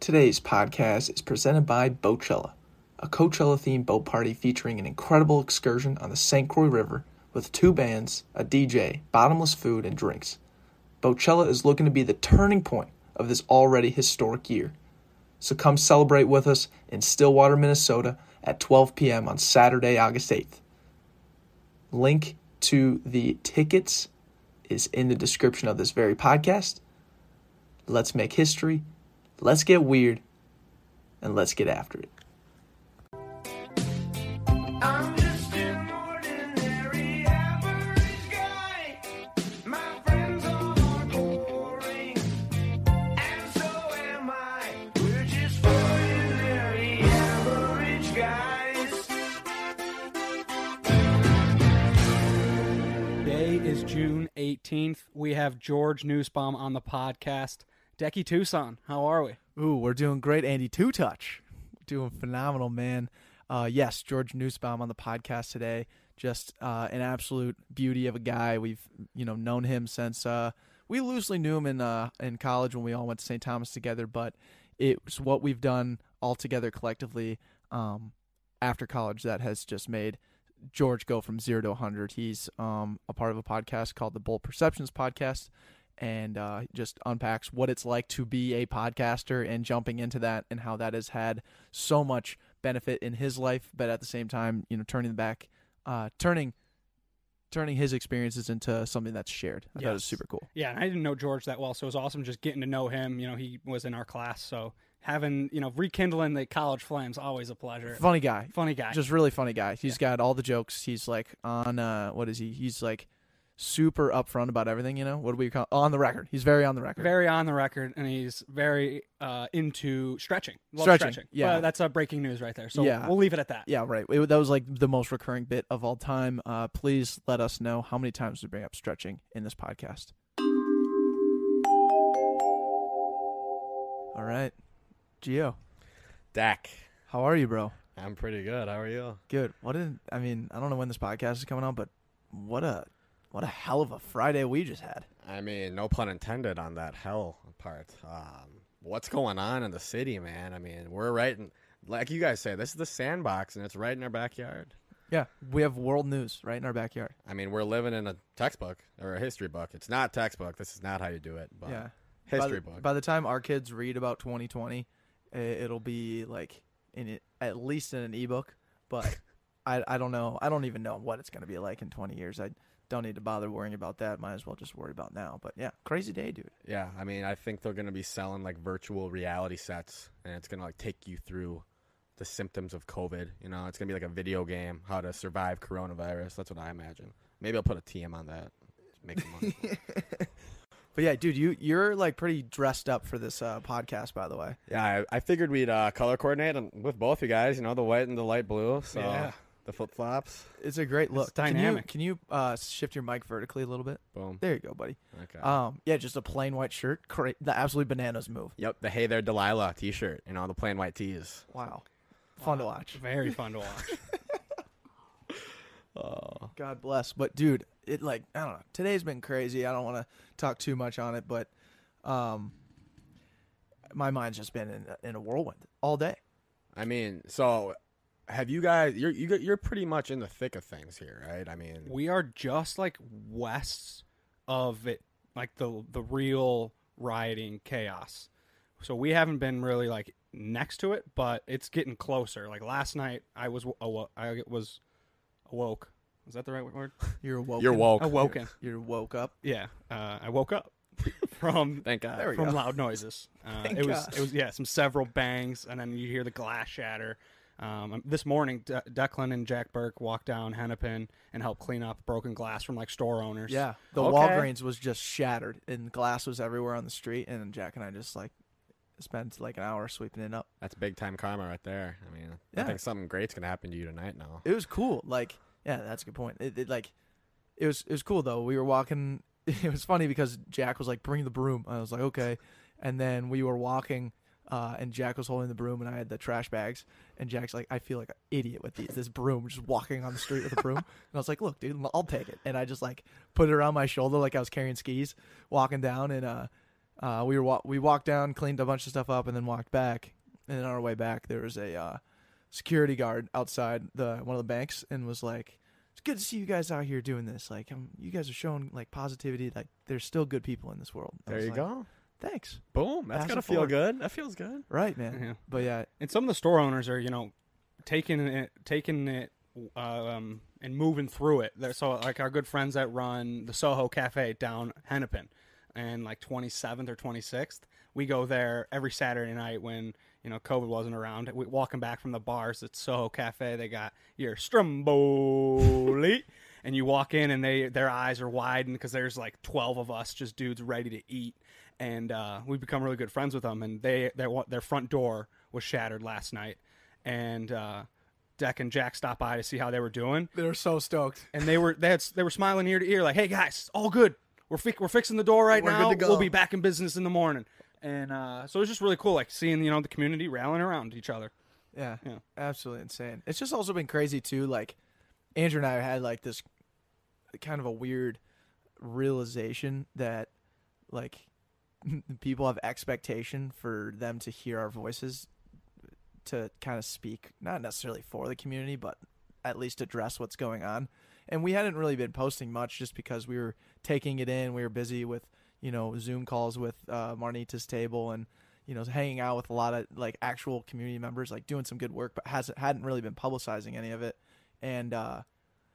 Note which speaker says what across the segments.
Speaker 1: Today's podcast is presented by Boatchella, a Coachella themed boat party featuring an incredible excursion on the St. Croix River with two bands, a DJ, bottomless food, and drinks. Boatchella is looking to be the turning point of this already historic year. So come celebrate with us in Stillwater, Minnesota at 12 p.m. on Saturday, August 8th. Link to the tickets is in the description of this very podcast. Let's make history, let's get weird, and let's get after it.
Speaker 2: I'm just an ordinary average guy. My friends are boring, and so am I. We're just ordinary average guys.
Speaker 3: Today is June 18th. We have George Newsbaum on the podcast. Decky Tucson, how are we?
Speaker 4: Ooh, we're doing great, Andy. Two touch, doing phenomenal, man. Uh, yes, George Newsbaum on the podcast today. Just uh, an absolute beauty of a guy. We've you know known him since uh, we loosely knew him in uh, in college when we all went to St. Thomas together, but it's what we've done all together collectively um, after college that has just made George go from zero to 100. He's um, a part of a podcast called the Bolt Perceptions Podcast and uh, just unpacks what it's like to be a podcaster and jumping into that and how that has had so much benefit in his life, but at the same time, you know, turning back, uh, turning, turning his experiences into something that's shared. I thought it was
Speaker 3: Yes.
Speaker 4: super cool.
Speaker 3: Yeah, and I didn't know George that well, so it was awesome just getting to know him. You know, he was in our class, so having, you know, rekindling the college flames always a pleasure.
Speaker 4: Funny guy,
Speaker 3: Funny guy.
Speaker 4: just really funny guy. He's got all the jokes. He's like on uh, what is he? He's like super upfront about everything. You know, what do we call on the record? He's very on the record.
Speaker 3: very on the record, and he's very uh, into stretching. Love
Speaker 4: Stretching, yeah.
Speaker 3: Well, that's uh, breaking news right there. So
Speaker 4: Yeah.
Speaker 3: we'll leave it at that.
Speaker 4: Yeah, right. It- that was like the most recurring bit of all time. Uh, please let us know how many times we bring up stretching in this podcast. All right, Gio,
Speaker 5: Dak.
Speaker 4: how are you, bro?
Speaker 5: I'm pretty good. How are you?
Speaker 4: Good. What did I mean? I don't know when this podcast is coming out, but what a what a hell of a Friday we just had.
Speaker 5: I mean, no pun intended on that hell part. Um, what's going on in the city, man? I mean, we're right in, like you guys say, this is the sandbox and it's right in our backyard.
Speaker 4: Yeah, we have world news right in our backyard.
Speaker 5: I mean, we're living in a textbook or a history book. It's not textbook. This is not how you do it, but
Speaker 4: yeah,
Speaker 5: history
Speaker 4: by the,
Speaker 5: book.
Speaker 4: By the time our kids read about 2020, i- it'll be like in it, at least in an ebook. But I I don't know. I don't even know what it's gonna be like in 20 years. I don't need to bother worrying about that. Might as well just worry about now. But yeah, crazy day, dude.
Speaker 5: yeah, I mean, I think they're going to be selling like virtual reality sets and it's going to like take you through the symptoms of COVID. You know, it's going to be like a video game, how to survive coronavirus. That's what I imagine. Maybe I'll put a TM on that. Make some money.
Speaker 4: But yeah, dude, you you're like pretty dressed up for this uh, podcast, by the way.
Speaker 5: Yeah, I, I figured we'd uh, color coordinate and with both you guys. You know, the white and the light blue. So
Speaker 3: Yeah.
Speaker 5: the flip flops.
Speaker 4: It's a great look. Can you-
Speaker 3: dynamic.
Speaker 4: Can you, uh, shift your mic vertically a little bit?
Speaker 5: Boom.
Speaker 4: There you go, buddy.
Speaker 5: Okay.
Speaker 4: Um, yeah, just a plain white shirt. Cra- the absolute bananas move.
Speaker 5: yep. The Hey There Delilah T-shirt. You know, the plain white tees.
Speaker 4: Wow, fun to watch.
Speaker 3: Very fun to watch.
Speaker 4: God bless. But dude, it like I don't know. Today's been crazy. I don't want to talk too much on it, but um, my mind's just been in in a whirlwind all day.
Speaker 5: I mean, so have you guys? You're you, got- you're pretty much in the thick of things here, right? I mean,
Speaker 3: we are just like west of it like the the real rioting chaos so we haven't been really like next to it but it's getting closer like last night i was awo- i was awoke is that the right word
Speaker 4: You're woke.
Speaker 5: you're woke.
Speaker 3: awoken
Speaker 4: You're woke up.
Speaker 3: yeah uh, i woke up from
Speaker 5: Thank God.
Speaker 4: There we
Speaker 3: from
Speaker 4: go.
Speaker 3: loud noises uh,
Speaker 4: Thank
Speaker 3: it was
Speaker 4: God.
Speaker 3: it was yeah some several bangs and then you hear the glass shatter um, um, this morning De- declan and jack burke walked down hennepin and helped clean up broken glass from like store owners
Speaker 4: Yeah, the
Speaker 5: Okay.
Speaker 4: Walgreens was just shattered, and glass was everywhere on the street. And Jack and I just like spent like an hour sweeping it up.
Speaker 5: That's big time karma right there. I mean, I
Speaker 4: Yeah.
Speaker 5: think something great's gonna happen to you tonight. Now.
Speaker 4: It was cool. Like, yeah, that's a good point. It, it like, it was it was cool though. We were walking. It was funny because Jack was like, "Bring the broom." I was like, "Okay," and then we were walking, uh, and Jack was holding the broom, and I had the trash bags, and Jack's like, "I feel like an idiot with these, this broom, just walking on the street with a broom." and I was like, "Look, dude, I'll take it," and I just like put it around my shoulder like I was carrying skis, walking down, and uh, Uh, we were wa- we walked down, cleaned a bunch of stuff up, and then walked back. And on our way back, there was a uh, security guard outside the one of the banks, and was like, "It's good to see you guys out here doing this. Like, um you guys are showing like positivity. Like, there's still good people in this world." I
Speaker 5: There
Speaker 4: was
Speaker 5: you
Speaker 4: like,
Speaker 5: go.
Speaker 4: Thanks.
Speaker 5: Boom.
Speaker 4: Pass
Speaker 5: That's
Speaker 4: it
Speaker 5: gotta feel
Speaker 4: forward.
Speaker 5: good. That feels good.
Speaker 4: Right, man.
Speaker 3: Yeah.
Speaker 4: But yeah,
Speaker 3: And some of the store owners are, you know, taking it, taking it, uh, um, and moving through it. They're- So, like our good friends that run the Soho Cafe down Hennepin, and like 27th or 26th, we go there every Saturday night when you know COVID wasn't around. We walking back from the bars at Soho Cafe, they got your Stromboli. And you walk in, and they their eyes are widened because there's like twelve of us, just dudes ready to eat and uh, we've become really good friends with them. And they their wa- their front door was shattered last night, and uh, Deck and Jack stopped by to see how they were doing,
Speaker 4: they were so stoked.
Speaker 3: and they were they had, they were smiling ear to ear, like, "Hey guys, it's all good. We're fi- we're fixing the door right
Speaker 5: We're good
Speaker 3: now.
Speaker 5: to go."
Speaker 3: We'll be back in business in the morning." And uh, so it was just really cool, like seeing you know the community rallying around each other.
Speaker 4: Yeah,
Speaker 3: Yeah.
Speaker 4: absolutely insane. It's just also been crazy too. Like Andrew and I had like this kind of a weird realization that like people have expectation for them to hear our voices to kind of speak, not necessarily for the community, but at least address what's going on. And we hadn't really been posting much just because we were taking it in. We were busy with, you know, Zoom calls with uh, Marnita's table and, you know, hanging out with a lot of like actual community members, like doing some good work, but hasn't hadn't really been publicizing any of it. And uh,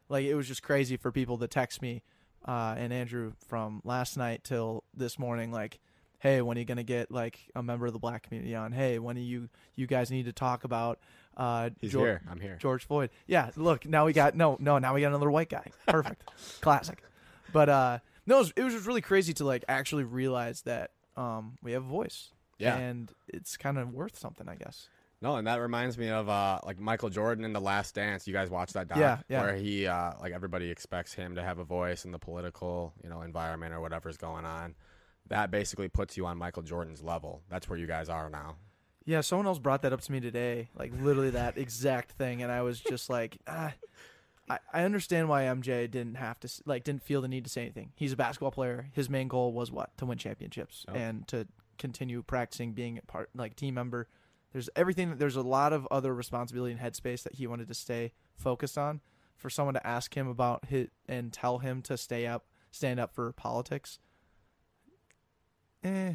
Speaker 4: like it was just crazy for people to text me uh, and Andrew from last night till this morning, like, hey, when are you gonna get like a member of the black community on? Hey, when are you you guys need to talk about? Uh,
Speaker 5: He's
Speaker 4: Jor-
Speaker 5: here. I'm here.
Speaker 4: George Floyd. Yeah, look, now we got no, no, now we got another white guy. Perfect. Classic. But uh no, it was, it was just really crazy to like actually realize that um we have a voice.
Speaker 5: Yeah.
Speaker 4: And it's kind of worth something, I guess.
Speaker 5: No, and that reminds me of uh, like Michael Jordan in The Last Dance. You guys watch that doc
Speaker 4: Yeah, yeah.
Speaker 5: where he uh, like everybody expects him to have a voice in the political you know environment or whatever's going on. That basically puts you on Michael Jordan's level. That's where you guys are now.
Speaker 4: Yeah, someone else brought that up to me today, like literally that exact thing, and I was just like, ah, I, I understand why MJ didn't have to s- like didn't feel the need to say anything. He's a basketball player. His main goal was what to win championships and to continue practicing being a part like team member. There's everything. There's a lot of other responsibility and headspace that he wanted to stay focused on. For someone to ask him about his and tell him to stay up, stand up for politics, eh,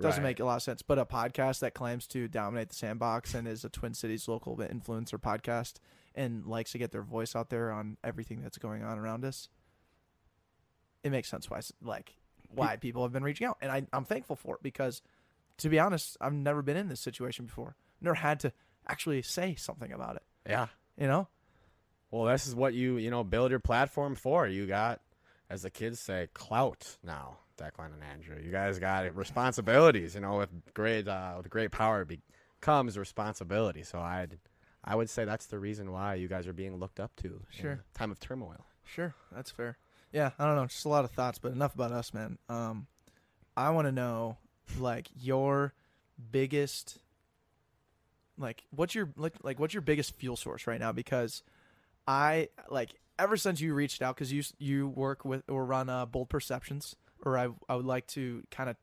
Speaker 4: doesn't
Speaker 5: Right.
Speaker 4: make a lot of sense. But a podcast that claims to dominate the sandbox and is a Twin Cities local influencer podcast and likes to get their voice out there on everything that's going on around us, it makes sense why s- like why people have been reaching out, and I, I'm thankful for it because, to be honest, I've never been in this situation before. Never had to actually say something about it.
Speaker 5: Yeah.
Speaker 4: You know,
Speaker 5: Well, this is what you you know build your platform for. You got, as the kids say, clout now. Declan and Andrew, you guys got responsibilities. You know, with great uh, with great power be- comes responsibility. So I, would I would say that's the reason why you guys are being looked up to. in
Speaker 4: Sure.
Speaker 5: a Time of turmoil.
Speaker 4: Sure, that's fair. Yeah, I don't know, just a lot of thoughts, but enough about us, man. Um, I want to know, like, your biggest, like, what's your like, like, what's your biggest fuel source right now? Because I like ever since you reached out, because you s- you work with or run uh, Bold Perceptions, or I I would like to kind of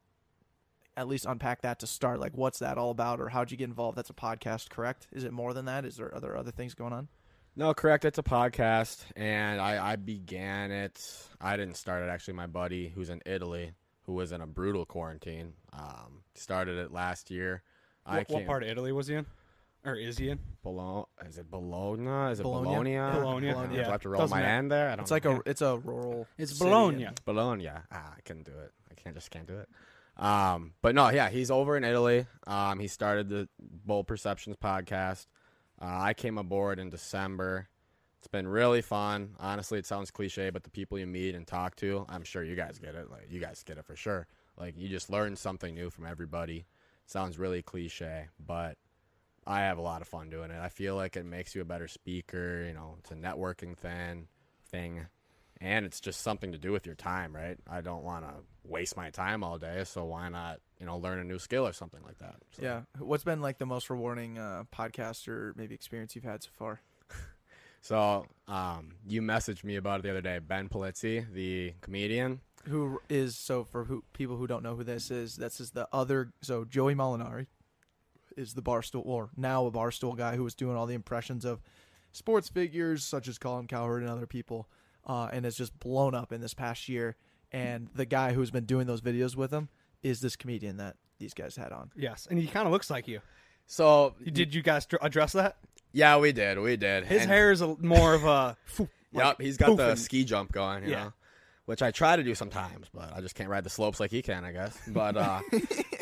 Speaker 4: at least unpack that to start. Like, what's that all about, or how'd you get involved? That's a podcast, correct? Is it more than that? Is there other other things going on?
Speaker 5: No, correct. It's a podcast, and I, I began it. I didn't start it actually. My buddy, who's in Italy, who was in a brutal quarantine, um, started it last year. I
Speaker 3: What, what
Speaker 5: came-
Speaker 3: part of Italy was he in, or is he in?
Speaker 5: Bologna? Is it Bologna? Is it
Speaker 4: Bologna.
Speaker 5: Bologna?
Speaker 3: Bologna,
Speaker 5: Uh, do
Speaker 3: yeah.
Speaker 5: I have to roll
Speaker 3: Doesn't
Speaker 5: my
Speaker 3: matter.
Speaker 5: hand there. I don't
Speaker 4: It's like
Speaker 5: know.
Speaker 4: a it's a rural.
Speaker 3: It's
Speaker 4: city
Speaker 3: Bologna.
Speaker 4: and-
Speaker 5: Bologna. Ah, I couldn't do it. I can't just can't do it. Um, but no, yeah, he's over in Italy. Um, he started the Bold Perceptions podcast. Uh, I came aboard in December. It's been really fun. Honestly, it sounds cliche, but the people you meet and talk to, I'm sure you guys get it. Like you guys get it for sure. Like you just learn something new from everybody. sounds really cliche, but I have a lot of fun doing it. I feel like it makes you a better speaker. You know, it's a networking thing, thing, and it's just something to do with your time, right? I don't want to waste my time all day, so why not, you know, learn a new skill or something like that? So,
Speaker 4: Yeah. What's been like the most rewarding uh, podcast or maybe experience you've had so far?
Speaker 5: So, um, you messaged me about it the other day, Ben Polizzi, the comedian.
Speaker 4: who is so for who people who don't know who this is, this is the other so Joey Molinari is the barstool or now a barstool guy who was doing all the impressions of sports figures such as Colin Cowherd and other people, uh, and has just blown up in this past year. And the guy who's been doing those videos with him is this comedian that these guys had on.
Speaker 3: Yes, and he kind of looks like you.
Speaker 5: So
Speaker 3: Did you guys dr- address that?
Speaker 5: yeah, we did, we did.
Speaker 3: His
Speaker 5: And-
Speaker 3: hair is a, more of a.
Speaker 5: Yep, he's got
Speaker 3: poof
Speaker 5: the
Speaker 3: and-
Speaker 5: ski jump going, you
Speaker 3: Yeah.
Speaker 5: know. Which I try to do sometimes, but I just can't ride the slopes like he can, I guess. But uh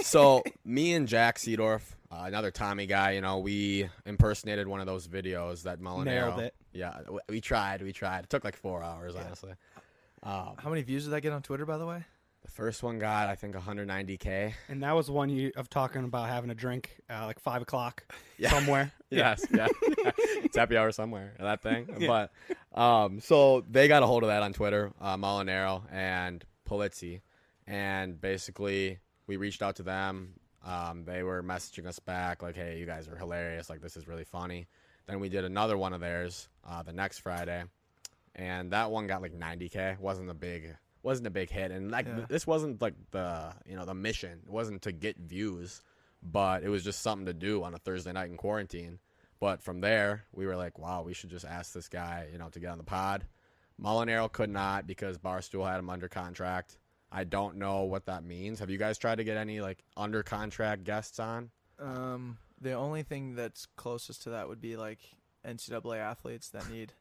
Speaker 5: so me and Jack Seedorf, uh, another Tommy guy, you know, we impersonated one of those videos that Molinaro.
Speaker 3: Nailed it.
Speaker 5: Yeah, we, we tried, we tried. It took like 4 hours, honestly. Um,
Speaker 4: How many views did that get on Twitter, by the way?
Speaker 5: the first one got I think 190k.
Speaker 3: and that was one you of talking about having a drink, uh, like five o'clock
Speaker 5: Yeah.
Speaker 3: somewhere.
Speaker 5: Yes, yeah. it's happy hour somewhere, that thing. But um, so they got a hold of that on Twitter, uh, Molinaro and Polizzi. And basically, we reached out to them. Um, they were messaging us back, like, hey, you guys are hilarious. Like, this is really funny. Then we did another one of theirs uh, the next Friday. And that one got like 90K. Wasn't a big. Wasn't a big hit, and like
Speaker 4: Yeah.
Speaker 5: th- this wasn't like the you know the mission. It wasn't to get views, but it was just something to do on a Thursday night in quarantine. But from there, we were like, wow, we should just ask this guy, you know, to get on the pod. Molinaro could not because Barstool had him under contract. I don't know what that means. Have you guys tried to get any like under contract guests on?
Speaker 4: Um, the only thing that's closest to that would be like NCAA athletes that need,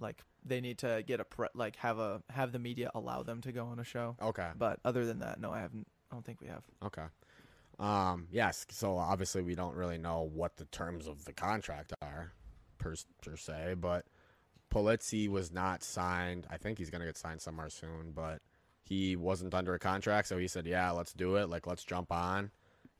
Speaker 4: like, they need to get a pre- like have a have the media allow them to go on a show.
Speaker 5: Okay.
Speaker 4: But other than that, no, I haven't. I don't think we have.
Speaker 5: Okay. Um, yes. So obviously, we don't really know what the terms of the contract are, per, per se. But Polizzi was not signed. I think he's gonna get signed somewhere soon, but he wasn't under a contract. So he said, "Yeah, let's do it. Like, let's jump on."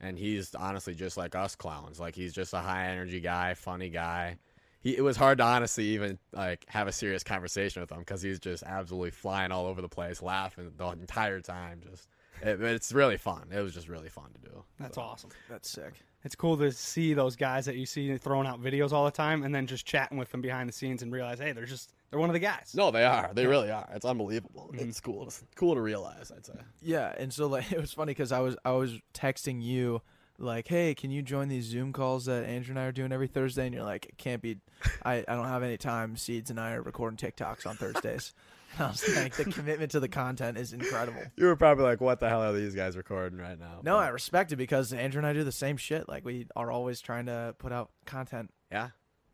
Speaker 5: And he's honestly just like us clowns. Like, he's just a high energy guy, funny guy. He, it was hard to honestly even like have a serious conversation with him because he's just absolutely flying all over the place, laughing the entire time. Just it, Eh, it's really fun. It was just really fun to do.
Speaker 3: That's awesome.
Speaker 4: That's sick.
Speaker 3: It's cool to see those guys that you see throwing out videos all the time, and then just chatting with them behind the scenes and realize, hey, they're just they're one of the guys.
Speaker 5: No, they are. They really are. It's unbelievable. It's cool. It's cool to realize. I'd say.
Speaker 4: Yeah, and so like it was funny because I was I was texting you like, hey, can you join these Zoom calls that Andrew and I are doing every Thursday? And you're like, it can't be. I I don't have any time. Seeds and I are recording TikToks on Thursdays. and I was like, the commitment to the content is incredible.
Speaker 5: You were probably like, "What the hell are these guys recording right now?"
Speaker 4: No,
Speaker 5: But-
Speaker 4: I respect it because Andrew and I do the same shit. Like we are always trying to put out content
Speaker 5: yeah,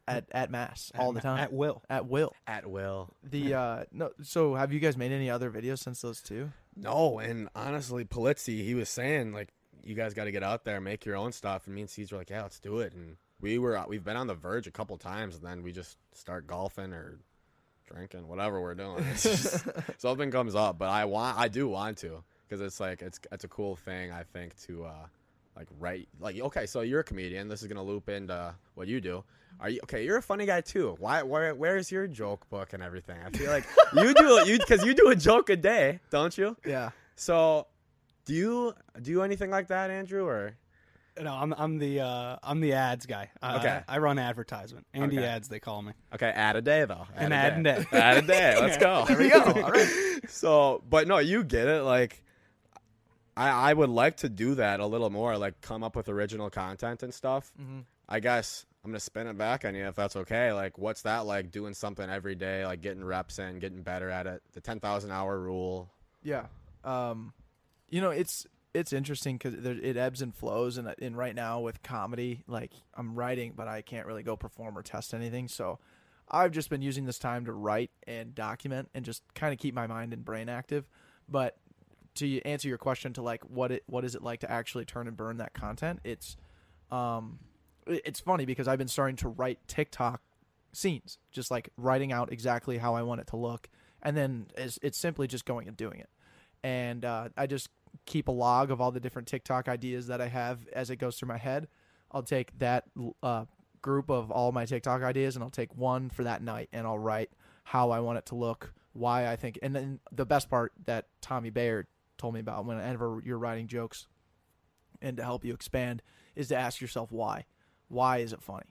Speaker 4: at, Mm. at mass all the time
Speaker 3: at will.
Speaker 4: at will.
Speaker 5: at will.
Speaker 4: The uh no, so have you guys made any other videos since those two?
Speaker 5: No, and honestly, Polizzi, he was saying like, "You guys got to get out there, make your own stuff." And me and Seeds were like, "Yeah, let's do it." And we were uh, we've been on the verge a couple times, and then we just start golfing or drinking, whatever we're doing. It's just- something comes up, but I want I do want to because it's like it's it's a cool thing I think to uh, like write like okay, so you're a comedian. This is gonna loop into what you do. Are you okay? You're a funny guy too. Why? Where? Where's your joke book and everything? I feel like you do you because you do a joke a day, don't you?
Speaker 4: Yeah.
Speaker 5: So, do you do you anything like that, Andrew? Or
Speaker 3: No, I'm I'm the uh, I'm the ads guy. Uh,
Speaker 5: Okay.
Speaker 3: I run advertisement. Andy
Speaker 5: Okay.
Speaker 3: ads, they call me.
Speaker 5: okay, add a day though.
Speaker 3: An ad and day.
Speaker 5: add a day. Let's go. There we go. All right. So, but no, you get it. Like, I I would like to do that a little more. Like, come up with original content and stuff. I guess I'm gonna spin it back on you if that's okay. Like, what's that like? Doing something every day, like getting reps in, getting better at it. The ten thousand hour rule.
Speaker 4: Yeah. Um, you know, it's it's interesting because it ebbs and flows, and and right now with comedy, like I'm writing, but I can't really go perform or test anything. So, I've just been using this time to write and document and just kind of keep my mind and brain active. But to answer your question, to like what it what is it like to actually turn and burn that content? It's um, it- it's funny because I've been starting to write TikTok scenes, just like writing out exactly how I want it to look, and then it's, it's simply just going and doing it. And uh, I just keep a log of all the different TikTok ideas that I have as it goes through my head. I'll take that uh, group of all my TikTok ideas and I'll take one for that night and I'll write how I want it to look, why I think, and then the best part that Tommy Bayer told me about whenever you're writing jokes and to help you expand is to ask yourself why. Why is it funny?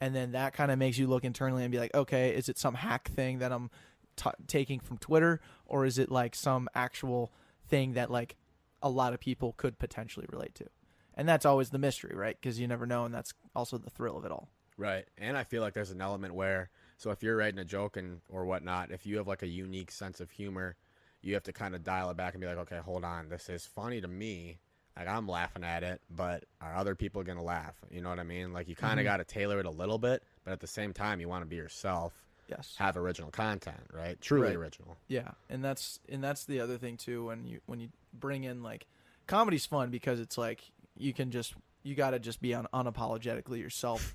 Speaker 4: and then that kind of makes you look internally and be like, okay, is it some hack thing that I'm t- taking from Twitter, or is it like some actual thing that like a lot of people could potentially relate to? And that's always the mystery, right? Because you never know, and that's also the thrill of it all.
Speaker 5: Right. And I feel like there's an element where so if you're writing a joke and or whatnot, if you have like a unique sense of humor, you have to kind of dial it back and be like, okay, hold on, this is funny to me. Like I'm laughing at it, but are other people gonna laugh? You know what I mean? Like you kind of got to tailor it a little bit, but at the same time, you want to be yourself,
Speaker 4: Yes.
Speaker 5: have original content, right? Truly
Speaker 4: Right.
Speaker 5: original.
Speaker 4: Yeah, and that's and that's the other thing too when you when you bring in like comedy's fun because it's like you can just you got to just be un- unapologetically yourself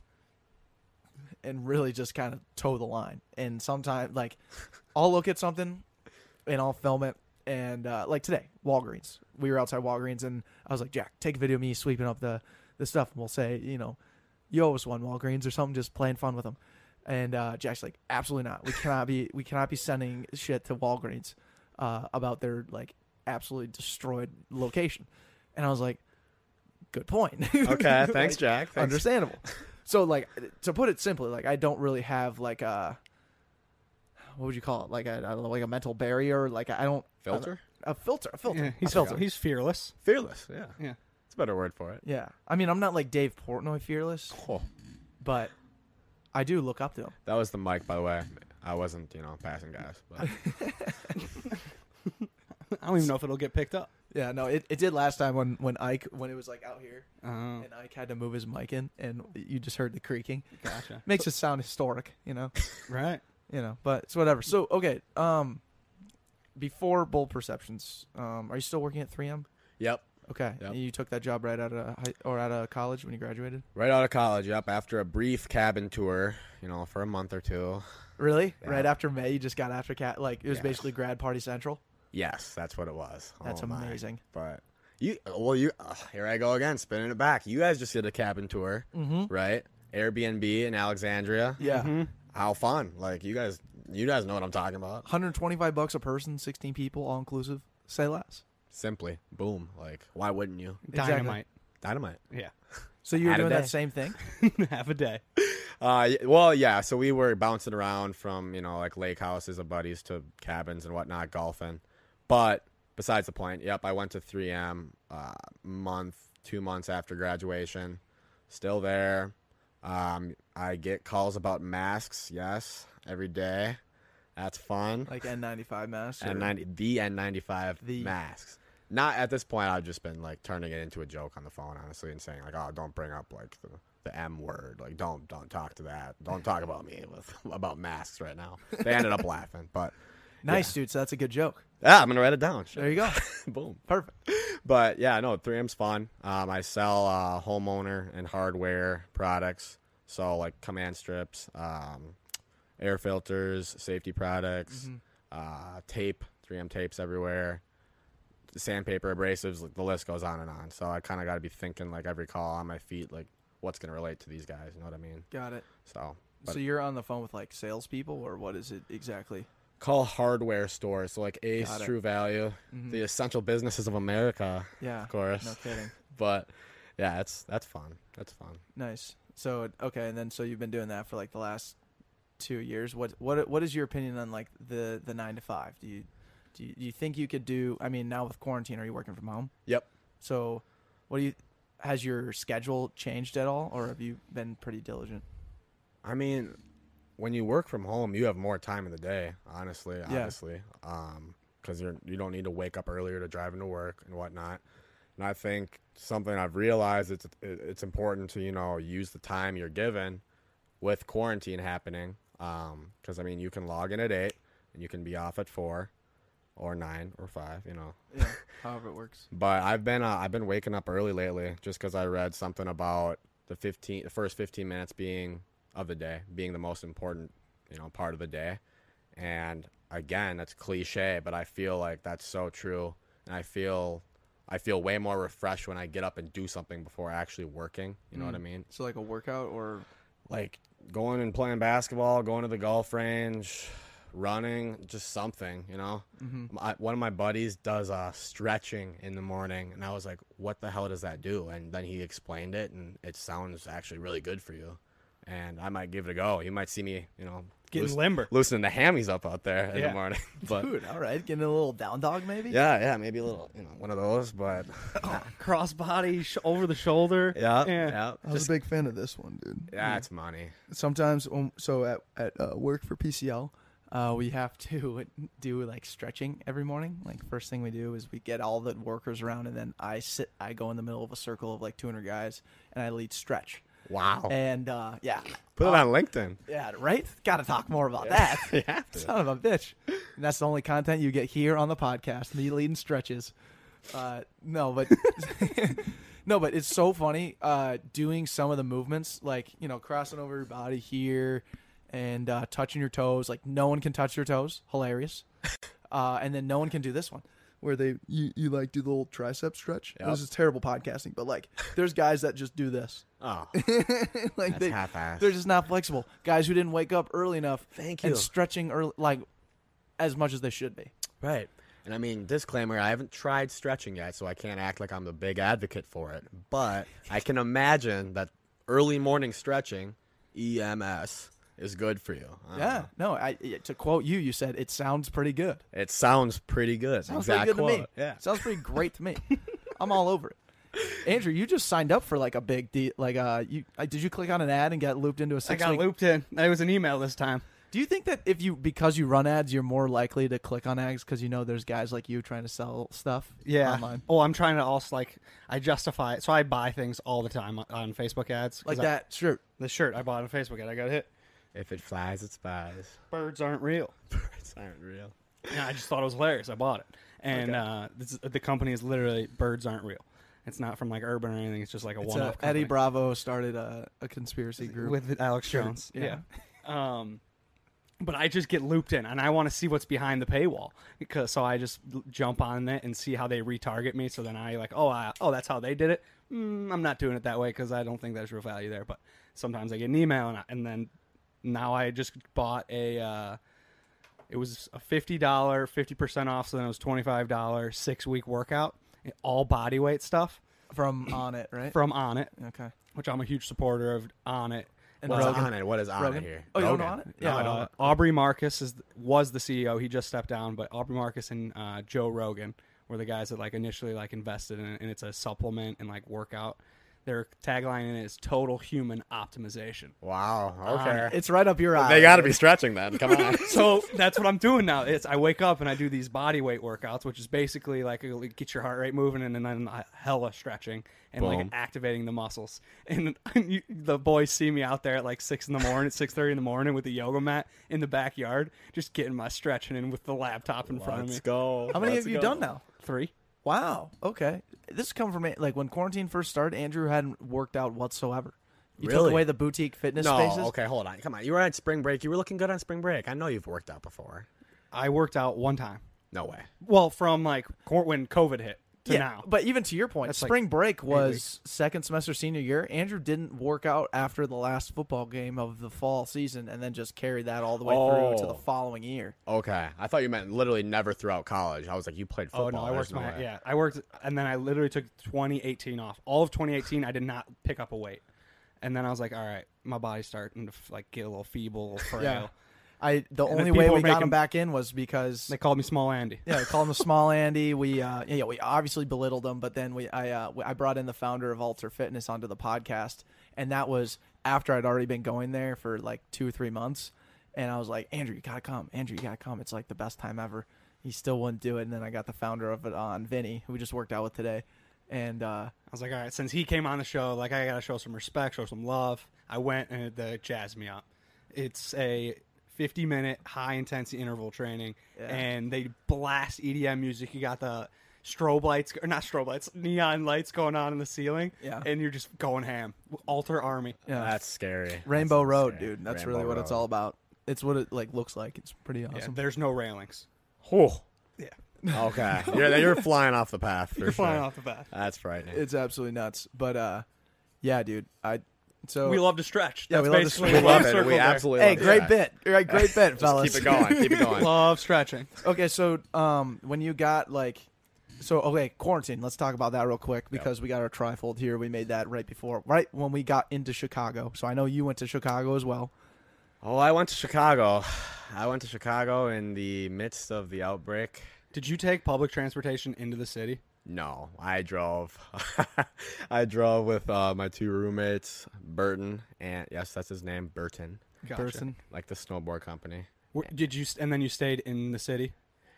Speaker 4: and really just kind of toe the line. And sometimes like I'll look at something and I'll film it and uh, like today Walgreens. We were outside Walgreens and I was like, "Jack, take a video of me sweeping up the the stuff and we'll say, you know, you always won Walgreens or something, just playing fun with them. And uh, Jack's like, absolutely not. We cannot be we cannot be sending shit to Walgreens uh, about their like absolutely destroyed location. And I was like, good point.
Speaker 5: Okay,
Speaker 4: Like,
Speaker 5: thanks, Jack. Thanks.
Speaker 4: Understandable. so like to put it simply, like I don't really have like a what would you call it? Like a, I don't know, like a mental barrier. Like I don't
Speaker 5: Filter?
Speaker 4: a filter, a filter.
Speaker 3: Yeah,
Speaker 4: a
Speaker 3: he's
Speaker 4: filter.
Speaker 3: he's fearless.
Speaker 5: Fearless. Yeah.
Speaker 3: Yeah.
Speaker 5: It's a better word for it.
Speaker 4: Yeah, I mean, I'm not like Dave Portnoy fearless,
Speaker 5: Oh,
Speaker 4: but I do look up to him.
Speaker 5: that was the mic, by the way. I wasn't, you know, passing guys. But
Speaker 3: I don't even know if it'll get picked up.
Speaker 4: Yeah, no, it, it did last time when when Ike when it was like out here
Speaker 3: Oh,
Speaker 4: and Ike had to move his mic in and you just heard the creaking.
Speaker 3: gotcha.
Speaker 4: Makes it sound historic, you know.
Speaker 3: Right.
Speaker 4: you know, but it's whatever. So okay, um before bold perceptions, um are you still working at 3M?
Speaker 5: yep.
Speaker 4: Okay.
Speaker 5: Yep.
Speaker 4: And you took that job right out of high, or out of college when you graduated?
Speaker 5: Right out of college, yep. After a brief cabin tour, you know, for a month or two.
Speaker 4: Really?
Speaker 5: Yeah.
Speaker 4: Right after May, you just got after cat like it was
Speaker 5: Yeah.
Speaker 4: basically grad party central.
Speaker 5: Yes, that's what it was.
Speaker 4: That's
Speaker 5: Oh, my.
Speaker 4: amazing.
Speaker 5: But you, well, you. ugh, here I go again, spinning it back. You guys just did a cabin tour,
Speaker 4: Mm-hmm.
Speaker 5: right? Airbnb in Alexandria.
Speaker 4: Yeah.
Speaker 5: How fun! Like you guys, you guys know what I'm talking about.
Speaker 4: 125 bucks a person, 16 people all inclusive. Say less.
Speaker 5: Simply, boom. Like why wouldn't you?
Speaker 4: Exactly.
Speaker 3: Dynamite.
Speaker 5: Dynamite.
Speaker 4: So you were
Speaker 5: Had a
Speaker 4: doing
Speaker 5: day.
Speaker 4: that same thing?
Speaker 3: Yeah. Have a day.
Speaker 5: Uh, y- well, yeah. So we were bouncing around from you know like lake houses of buddies to cabins and whatnot, golfing. But besides the point, yep, I went to 3M uh, month, two months after graduation, still there. Um, I get calls about masks, yes, every day. That's fun.
Speaker 4: Like N95 mask. or-
Speaker 5: And ninety the N95
Speaker 4: The-
Speaker 5: masks. Not at this point. I've just been like turning it into a joke on the phone, honestly, and saying like, "Oh, don't bring up like the, the M word. Like, don't don't talk to that. Don't talk about me with, about masks right now." They ended up laughing, but
Speaker 4: Nice, dude. So that's a good joke.
Speaker 5: yeah, I'm gonna write it down. Shit.
Speaker 4: There you go.
Speaker 5: Boom.
Speaker 4: Perfect.
Speaker 5: But yeah, no, 3M's fun. Um, I sell uh, homeowner and hardware products, so like command strips, um, air filters, safety products,
Speaker 4: Mm-hmm.
Speaker 5: uh, tape, 3M tapes everywhere, sandpaper, abrasives. like, The list goes on and on. So I kind of got to be thinking like every call on my feet, like what's gonna relate to these guys. You know what I mean?
Speaker 4: Got it.
Speaker 5: So. But
Speaker 4: so you're on the phone with like salespeople, or what is it exactly?
Speaker 5: call hardware stores, so like Ace,
Speaker 4: Got it.
Speaker 5: True Value, the essential businesses of America,
Speaker 4: Yeah,
Speaker 5: of course.
Speaker 4: No kidding.
Speaker 5: but yeah, that's that's fun. That's fun.
Speaker 4: Nice. So okay, and then so you've been doing that for like the last two years. What what what is your opinion on like the the nine to five? Do you do you, do you think you could do? I mean, now with quarantine, are you working from home?
Speaker 5: Yep.
Speaker 4: So, what do you? Has your schedule changed at all, or have you been pretty diligent?
Speaker 5: I mean, when you work from home, you have more time in the day, honestly,
Speaker 4: Yeah.
Speaker 5: honestly, Um, because you're you don't need to wake up earlier to drive into work and whatnot. And I think something I've realized it's it- it's important to you know use the time you're given with quarantine happening. Um, because I mean, you can log in at eight and you can be off at four or nine or five, you know,
Speaker 4: Yeah, however it works.
Speaker 5: But I've been uh, I've been waking up early lately just because I read something about the fifteen the first fifteen minutes being of the day being the most important you know part of the day, and again that's cliche, but I feel like that's so true, and I feel I feel way more refreshed when I get up and do something before actually working. You know what I mean?
Speaker 4: So like a workout, or
Speaker 5: Like going and playing basketball, going to the golf range, running, just something. You know, my, one of my buddies does uh, stretching in the morning, and I was like, "What the hell does that do?" And then he explained it, and it sounds actually really good for you. and I might give it a go. You might see me, you know,
Speaker 3: Getting
Speaker 5: loos-
Speaker 3: limber.
Speaker 5: loosening the hammies up out there in
Speaker 3: Yeah.
Speaker 5: the morning. But
Speaker 4: Dude, all right, getting a little down dog maybe.
Speaker 5: yeah, yeah, maybe a little, you know, one of those. But
Speaker 3: Crossbody sh- over the shoulder.
Speaker 5: yeah,
Speaker 3: yeah.
Speaker 5: yeah,
Speaker 6: I was a big fan of this one, dude.
Speaker 5: that's money.
Speaker 4: sometimes um, so at, at uh, work for pcl uh, we have to do like stretching every morning like first thing we do is we get all the workers around and then i sit i go in the middle of a circle of like 200 guys and i lead stretch
Speaker 5: Wow.
Speaker 4: and uh, yeah
Speaker 5: Put it on LinkedIn.
Speaker 4: yeah right gotta talk more about
Speaker 5: You
Speaker 4: that
Speaker 5: have to.
Speaker 4: son of a bitch and that's the only content you get here on the podcast me leading stretches uh, no but no but it's so funny uh, doing some of the movements like you know crossing over your body here and uh, touching your toes like no one can touch your toes hilarious uh, and then no one can do this one
Speaker 6: Where they you, you like do the little tricep stretch.
Speaker 5: Yep.
Speaker 6: This is terrible podcasting, but like there's guys that just do this.
Speaker 5: Oh,
Speaker 6: like
Speaker 5: that's
Speaker 6: they
Speaker 5: half-assed.
Speaker 4: they're just not flexible guys who didn't wake up early enough
Speaker 5: Thank
Speaker 4: and
Speaker 5: you.
Speaker 4: stretching early like as much as they should be
Speaker 5: Right. And I mean, disclaimer, I haven't tried stretching yet, so I can't act like I'm the big advocate for it. But I can imagine that early morning stretching, EMS, is good for you. Uh, I don't
Speaker 4: yeah no
Speaker 5: know.
Speaker 4: I, to quote you you said it sounds pretty good
Speaker 5: It sounds pretty good.
Speaker 4: Sounds
Speaker 5: Exact
Speaker 4: pretty good to me.
Speaker 5: quote. Yeah.
Speaker 4: Sounds pretty great to me. I'm all over it. Andrew, you just signed up for like a big deal. Like, uh, you uh, did you click on an ad and get looped into a
Speaker 3: I
Speaker 4: six?
Speaker 3: got looped in. It was an email this time.
Speaker 4: Do you think that if you because you run ads, you're more likely to click on ads because you know there's guys like you trying to sell stuff?
Speaker 3: Yeah.
Speaker 4: online
Speaker 3: Oh, I'm trying to also like I justify it. So I buy things all the time on, on Facebook ads. 'cause
Speaker 4: like
Speaker 3: I-
Speaker 4: that. Sure.
Speaker 3: the shirt I bought on Facebook ad, I got hit.
Speaker 5: If it flies, it spies.
Speaker 3: Birds aren't real.
Speaker 5: Birds aren't real.
Speaker 3: And I just thought it was hilarious. I bought it, and uh, this is, the company is literally birds aren't real. It's not from like Urban or anything. It's just like a
Speaker 4: It's
Speaker 3: one-off.
Speaker 4: a- Eddie
Speaker 3: company.
Speaker 4: Bravo started a, a conspiracy group.
Speaker 3: with Alex Jones.
Speaker 4: yeah.
Speaker 3: Yeah. Um, but I just get looped in, and I want to see what's behind the paywall because so I just l- jump on it and see how they retarget me. So then I like, oh, I, oh, that's how they did it. Mm, I'm not doing it that way because I don't think there's real value there. But sometimes I get an email, and, I, and then now I just bought a. Uh, it was a fifty dollar, fifty percent off. So then it was twenty five dollar six week workout, all body weight stuff
Speaker 4: from on it, right?
Speaker 3: from On It,
Speaker 4: okay.
Speaker 3: which I'm a huge supporter of On It.
Speaker 4: And
Speaker 5: What's
Speaker 4: Rogan.
Speaker 5: on it? What is on
Speaker 4: Rogan?
Speaker 5: it here?
Speaker 4: Oh, you don't
Speaker 5: Rogan.
Speaker 4: know on it?
Speaker 3: Yeah,
Speaker 4: I don't
Speaker 3: uh, Aubrey Marcus is was the CEO. He just stepped down, but Aubrey Marcus and uh, Joe Rogan were the guys that like initially like invested in it, and it's a supplement and like workout. Their tagline in it is "Total Human Optimization."
Speaker 5: Wow.
Speaker 3: On
Speaker 5: Okay.
Speaker 4: Uh, It's right up your alley.
Speaker 5: they got to be stretching then. Come on.
Speaker 3: So that's what I'm doing now. It's I wake up and I do these body weight workouts, which is basically like uh, like, get your heart rate moving and then uh, hella stretching and like
Speaker 5: Boom.
Speaker 3: activating the muscles. And, and you, the boys see me out there at like six in the morning, at six thirty in the morning with the yoga mat in the backyard, just getting my stretching in with the laptop in front of me.
Speaker 5: Let's go.
Speaker 4: How many
Speaker 5: Let's
Speaker 4: have you
Speaker 5: go.
Speaker 4: done now?
Speaker 3: Three.
Speaker 4: Wow. Okay. This come from like when quarantine first started. Andrew hadn't worked out whatsoever. You took
Speaker 5: Really?
Speaker 4: away the boutique fitness
Speaker 5: No.
Speaker 4: spaces.
Speaker 5: Okay, hold on. Come on. You were on spring break. You were looking good on spring break. I know you've worked out before.
Speaker 3: I worked out one time.
Speaker 5: No way.
Speaker 3: Well, from like cor- when COVID hit to now.
Speaker 4: But even to your point,
Speaker 3: like
Speaker 4: spring break was
Speaker 3: weeks.
Speaker 4: second semester senior year. Andrew didn't work out after the last football game of the fall season, and then just carried that all the way through to the
Speaker 5: Oh.
Speaker 4: following year.
Speaker 5: Okay, I thought you meant literally never throughout college. I was like, you played football.
Speaker 3: Oh no, I
Speaker 5: There's
Speaker 3: worked my
Speaker 5: way.
Speaker 3: yeah. I worked and then I literally took 2018 off. All of 2018 I did not pick up a weight. And then I was like, all right, my body's starting to like get a little feeble, a little frail.
Speaker 4: I the
Speaker 3: the
Speaker 4: only way
Speaker 3: people
Speaker 4: we got
Speaker 3: making-
Speaker 4: him back in was because
Speaker 3: They called me Small Andy.
Speaker 4: yeah, we called him the small Andy. We uh, yeah, yeah, we obviously belittled him, but then we I uh, we- I brought in the founder of Alter Fitness onto the podcast, and that was after I'd already been going there for like two or three months, and I was like, Andrew, you gotta come, Andrew, you gotta come. It's like the best time ever. He still wouldn't do it, and then I got the founder of it on, Vinny, who we just worked out with today, and uh,
Speaker 3: I was like, all right, since he came on the show, like I gotta show some respect, show some love. I went and they jazzed me up. It's a 50 minute high intensity interval training, and they blast EDM music. You got the strobe lights, or not strobe lights, neon lights going on in the ceiling,
Speaker 4: Yeah.
Speaker 3: and you're just going ham. Alter Army.
Speaker 4: yeah,
Speaker 5: That's scary.
Speaker 4: Rainbow
Speaker 5: That's
Speaker 4: Road,
Speaker 5: scary.
Speaker 4: dude. That's
Speaker 5: Rainbow
Speaker 4: really what it's
Speaker 5: Road.
Speaker 4: all about. It's what it like looks like. It's pretty
Speaker 3: Yeah,
Speaker 4: awesome.
Speaker 3: there's no railings.
Speaker 5: Oh,
Speaker 3: Yeah,
Speaker 5: okay. you're, you're flying off the path. For
Speaker 3: you're flying
Speaker 5: sure.
Speaker 3: off the bat.
Speaker 5: That's frightening.
Speaker 4: it's absolutely nuts, but uh, yeah, dude, I so
Speaker 3: We love to stretch.
Speaker 4: Yeah,
Speaker 3: That's
Speaker 4: we love to
Speaker 3: basically
Speaker 5: we
Speaker 4: stretch.
Speaker 3: what
Speaker 5: love
Speaker 3: I've
Speaker 5: it.
Speaker 3: circled
Speaker 5: We
Speaker 3: there.
Speaker 5: absolutely.
Speaker 4: Hey,
Speaker 5: love it.
Speaker 4: great
Speaker 5: Yeah.
Speaker 4: bit. Right, great bit,
Speaker 5: Just
Speaker 4: fellas.
Speaker 5: Keep it going. Keep it going.
Speaker 3: Love stretching.
Speaker 4: Okay, so um, when you got like So okay, quarantine. Let's talk about that real quick because we got our trifold here. We made that right before, right when we got into Chicago. So I know you went to Chicago as well.
Speaker 5: Oh, I went to Chicago. I went to Chicago in the midst of the outbreak.
Speaker 3: Did you take public transportation into the city?
Speaker 5: No, I drove. I drove with uh, my two roommates, Burton, and yes, that's his name, Burton,
Speaker 3: Gotcha.
Speaker 4: Person.
Speaker 5: like the snowboard company.
Speaker 3: Wh- Did you? And then you stayed in the city.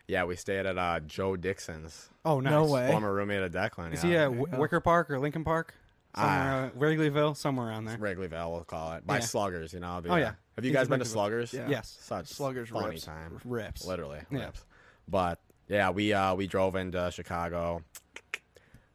Speaker 5: Yeah, we stayed at uh, Joe Dixon's,
Speaker 3: Oh, nice.
Speaker 4: No way.
Speaker 5: former roommate of Declan.
Speaker 3: Is
Speaker 5: yeah.
Speaker 3: he at Wi- Wicker Park or Lincoln Park?
Speaker 5: Ah.
Speaker 3: Somewhere, uh, Wrigleyville, somewhere around there.
Speaker 5: Wrigleyville, we'll call it. By
Speaker 3: Yeah.
Speaker 5: Sluggers, you know. the,
Speaker 3: Oh,
Speaker 5: uh,
Speaker 3: yeah.
Speaker 5: Have you
Speaker 3: It's
Speaker 5: guys been to
Speaker 3: Wrigleyville.
Speaker 5: Sluggers?
Speaker 4: Yeah.
Speaker 3: Yes,
Speaker 5: Such
Speaker 4: Sluggers
Speaker 5: funny
Speaker 4: rips.
Speaker 5: time.
Speaker 3: rips.
Speaker 5: Literally
Speaker 3: Yeah.
Speaker 5: rips. But yeah, we uh, we drove into Chicago.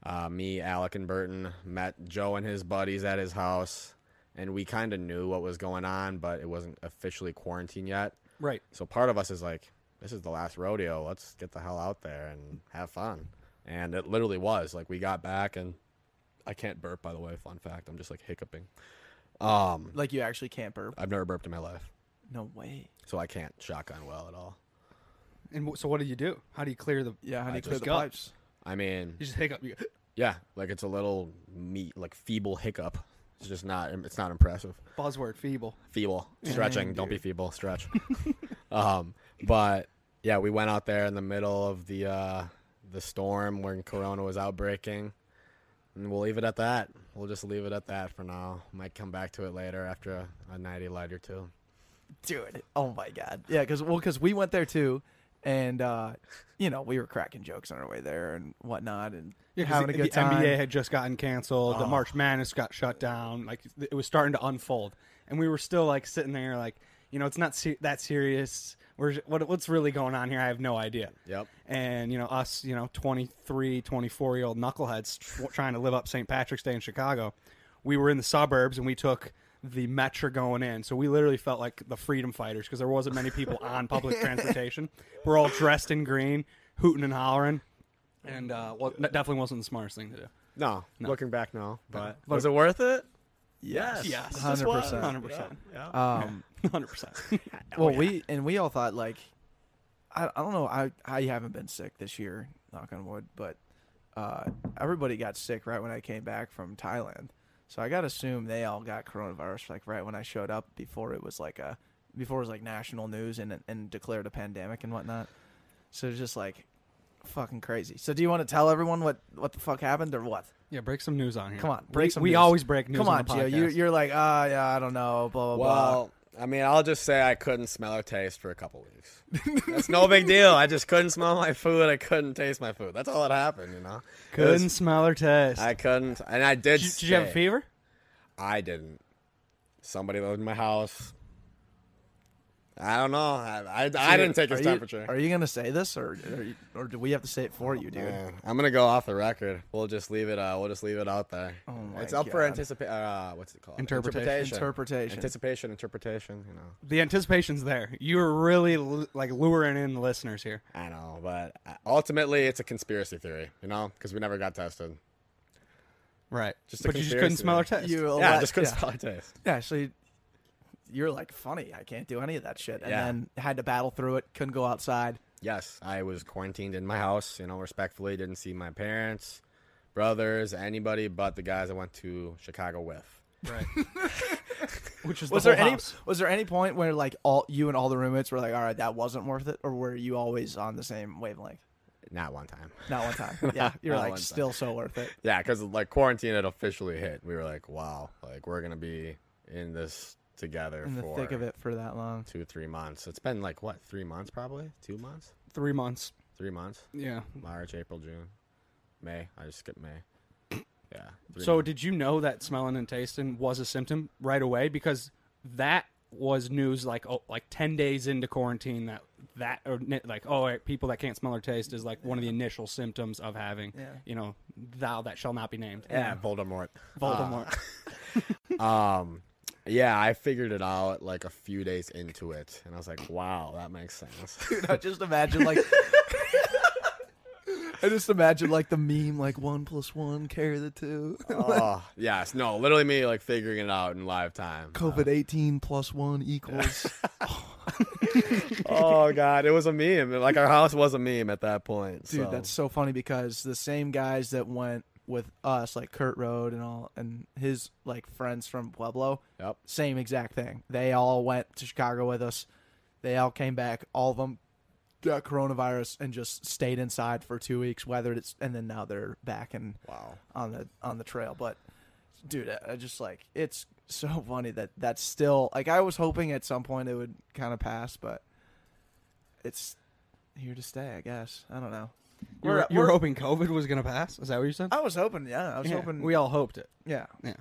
Speaker 5: Uh, me, Alec, and Burton met Joe and his buddies at his house, and we kind of knew what was going on, but it wasn't officially quarantine yet.
Speaker 3: Right.
Speaker 5: So part of us is like, this is the last rodeo. Let's get the hell out there and have fun. And it literally was like we got back and I can't burp by the way. Fun fact, I'm just like hiccuping. Um,
Speaker 4: Like you actually can't burp.
Speaker 5: I've never burped in my life,
Speaker 4: No way.
Speaker 5: so I can't shotgun well at all.
Speaker 3: And w- so, what do you do? How do you clear the?
Speaker 4: Yeah, how do
Speaker 5: I
Speaker 4: you clear
Speaker 5: just
Speaker 4: the
Speaker 3: got-
Speaker 4: pipes?
Speaker 5: I mean,
Speaker 3: You just hiccup. You,
Speaker 5: yeah, like it's a little me like feeble hiccup. It's just not. It's not impressive.
Speaker 3: buzzword feeble.
Speaker 5: feeble stretching don't be feeble stretch um but yeah we went out there in the middle of the uh the storm when corona was outbreaking and we'll leave it at that we'll just leave it at that for now might come back to it later after a, a nighty light or two
Speaker 4: dude. Oh my god. Yeah, because well, because we went there too, and uh, you know we were cracking jokes on our way there and whatnot, and
Speaker 3: Yeah, 'cause
Speaker 4: having
Speaker 3: the,
Speaker 4: a good
Speaker 3: the
Speaker 4: time.
Speaker 3: NBA had just gotten canceled. The March Madness got shut down. Like it was starting to unfold, and we were still like sitting there, like you know, it's not se- that serious. We're j- what, what's really going on here? I have no idea.
Speaker 5: Yep.
Speaker 3: And you know, us, you know, 23, 24 year old knuckleheads tr- trying to live up St. Patrick's Day in Chicago. We were in the suburbs, and we took the metro going in, so we literally felt like the freedom fighters because there wasn't many people on public transportation. We're all dressed in green, hooting and hollering and uh, well, that definitely wasn't the smartest thing to do.
Speaker 5: no, looking back no but was it worth it yes
Speaker 3: Yes,
Speaker 4: hundred percent.
Speaker 3: hundred percent,
Speaker 4: Um,
Speaker 3: hundred percent.
Speaker 4: well, we and we all thought like, I, I don't know, I I haven't been sick this year, knock on wood, but uh, everybody got sick right when I came back from Thailand, so I gotta assume they all got coronavirus like right when I showed up before it was like a before it was like national news and and declared a pandemic and whatnot. So it's just like fucking crazy. So do you want to tell everyone what what the fuck happened or what?
Speaker 3: Yeah, break some news on here.
Speaker 4: Come on, break
Speaker 3: break. We,
Speaker 4: some
Speaker 3: we
Speaker 4: news.
Speaker 3: always break news.
Speaker 4: Come on,
Speaker 3: the
Speaker 4: Gio, you
Speaker 3: podcast.
Speaker 4: you're like ah yeah I don't know blah blah blah.
Speaker 5: Well, I mean, I'll just say I couldn't smell or taste for a couple weeks. That's no big deal. I just couldn't smell my food. I couldn't taste my food. That's all that happened, you know. It was-
Speaker 3: couldn't smell or taste.
Speaker 5: I couldn't, and I did.
Speaker 3: did, you, did you have a
Speaker 5: stay.
Speaker 3: fever?
Speaker 5: I didn't. Somebody lived in my house. I don't know. I I, I didn't take his
Speaker 4: Are you-
Speaker 5: temperature.
Speaker 4: are you gonna say this, or or, you- or do we have to say it for you, dude?
Speaker 5: Yeah, I'm gonna go off the record. We'll just leave it. Uh, we'll just leave it out there. Oh
Speaker 4: my
Speaker 5: it's up for
Speaker 4: God.
Speaker 5: anticipation. Uh, what's it called?
Speaker 3: Interpretation.
Speaker 4: Interpretation.
Speaker 5: Anticipation. Interpretation. You know.
Speaker 3: The anticipation's there. You were really l- like luring in the listeners here.
Speaker 5: I know, but uh, ultimately it's a conspiracy theory, you know, because we never got tested.
Speaker 3: Right.
Speaker 5: Just a
Speaker 3: but you just couldn't
Speaker 5: conspiracy.
Speaker 3: smell or taste.
Speaker 4: You
Speaker 5: yeah,
Speaker 4: elect-
Speaker 5: just couldn't
Speaker 4: yeah.
Speaker 5: smell our taste.
Speaker 4: Yeah, so you- you're like funny. I can't do any of that shit, and
Speaker 5: Yeah.
Speaker 4: then had to battle through it. Couldn't go outside.
Speaker 5: Yes, I was quarantined in my house, you know, respectfully. Didn't see my parents, brothers, anybody but the guys I went to Chicago with.
Speaker 3: right. Which is
Speaker 4: Was
Speaker 3: the
Speaker 4: there
Speaker 3: whole
Speaker 4: any
Speaker 3: house.
Speaker 4: was there any point where like all you and all the roommates were like, all right, that wasn't worth it, or were you always on the same wavelength?
Speaker 5: Not one time.
Speaker 4: Not one time. Yeah, you're
Speaker 5: Not
Speaker 4: like
Speaker 5: one time.
Speaker 4: still so worth it.
Speaker 5: Yeah, because like quarantine had officially hit. We were like, wow, like we're going to be in this together
Speaker 4: In the
Speaker 5: for
Speaker 4: thick of it for that long.
Speaker 5: two, three months. It's been like what, three months probably? Two months?
Speaker 3: Three months.
Speaker 5: Three months?
Speaker 3: Yeah.
Speaker 5: March, April, June, May. I just skipped May. Yeah. three
Speaker 3: So
Speaker 5: months.
Speaker 3: did you know that smelling and tasting was a symptom right away? Because that was news like oh, like ten days into quarantine that that or ni- like oh right, people that can't smell or taste is like one of the initial symptoms of having
Speaker 4: Yeah.
Speaker 3: you know thou that shall not be named
Speaker 5: yeah, Voldemort.
Speaker 3: Voldemort.
Speaker 5: Um, yeah, I figured it out like a few days into it, and I was like, "Wow, that makes sense."
Speaker 4: Dude, I just imagine like
Speaker 6: I just imagine like the meme, like one plus one, carry the two.
Speaker 4: Uh-huh.
Speaker 5: oh, yes. No, literally me like figuring it out in live time.
Speaker 6: COVID eighteen plus one equals.
Speaker 5: oh god, it was a meme. Like our house was a meme at that point.
Speaker 4: Dude,
Speaker 5: so.
Speaker 4: that's so funny because the same guys that went with us, like Kurt Road and all, and his like friends from Pueblo,
Speaker 5: Yep.
Speaker 4: same exact thing. They all went to Chicago with us. They all came back. All of them got coronavirus and just stayed inside for two weeks, weathered it, and then now they're back and
Speaker 5: Wow.
Speaker 4: on the on the trail. But dude, I, I just like it's so funny that that's still like I was hoping at some point it would kind of pass, but it's here to stay, I guess. I don't know.
Speaker 3: You were, you were hoping COVID was gonna pass. Is that what you said?
Speaker 4: I was hoping, yeah, I was
Speaker 3: Yeah,
Speaker 4: hoping.
Speaker 3: we all hoped it.
Speaker 4: yeah,
Speaker 3: Yeah.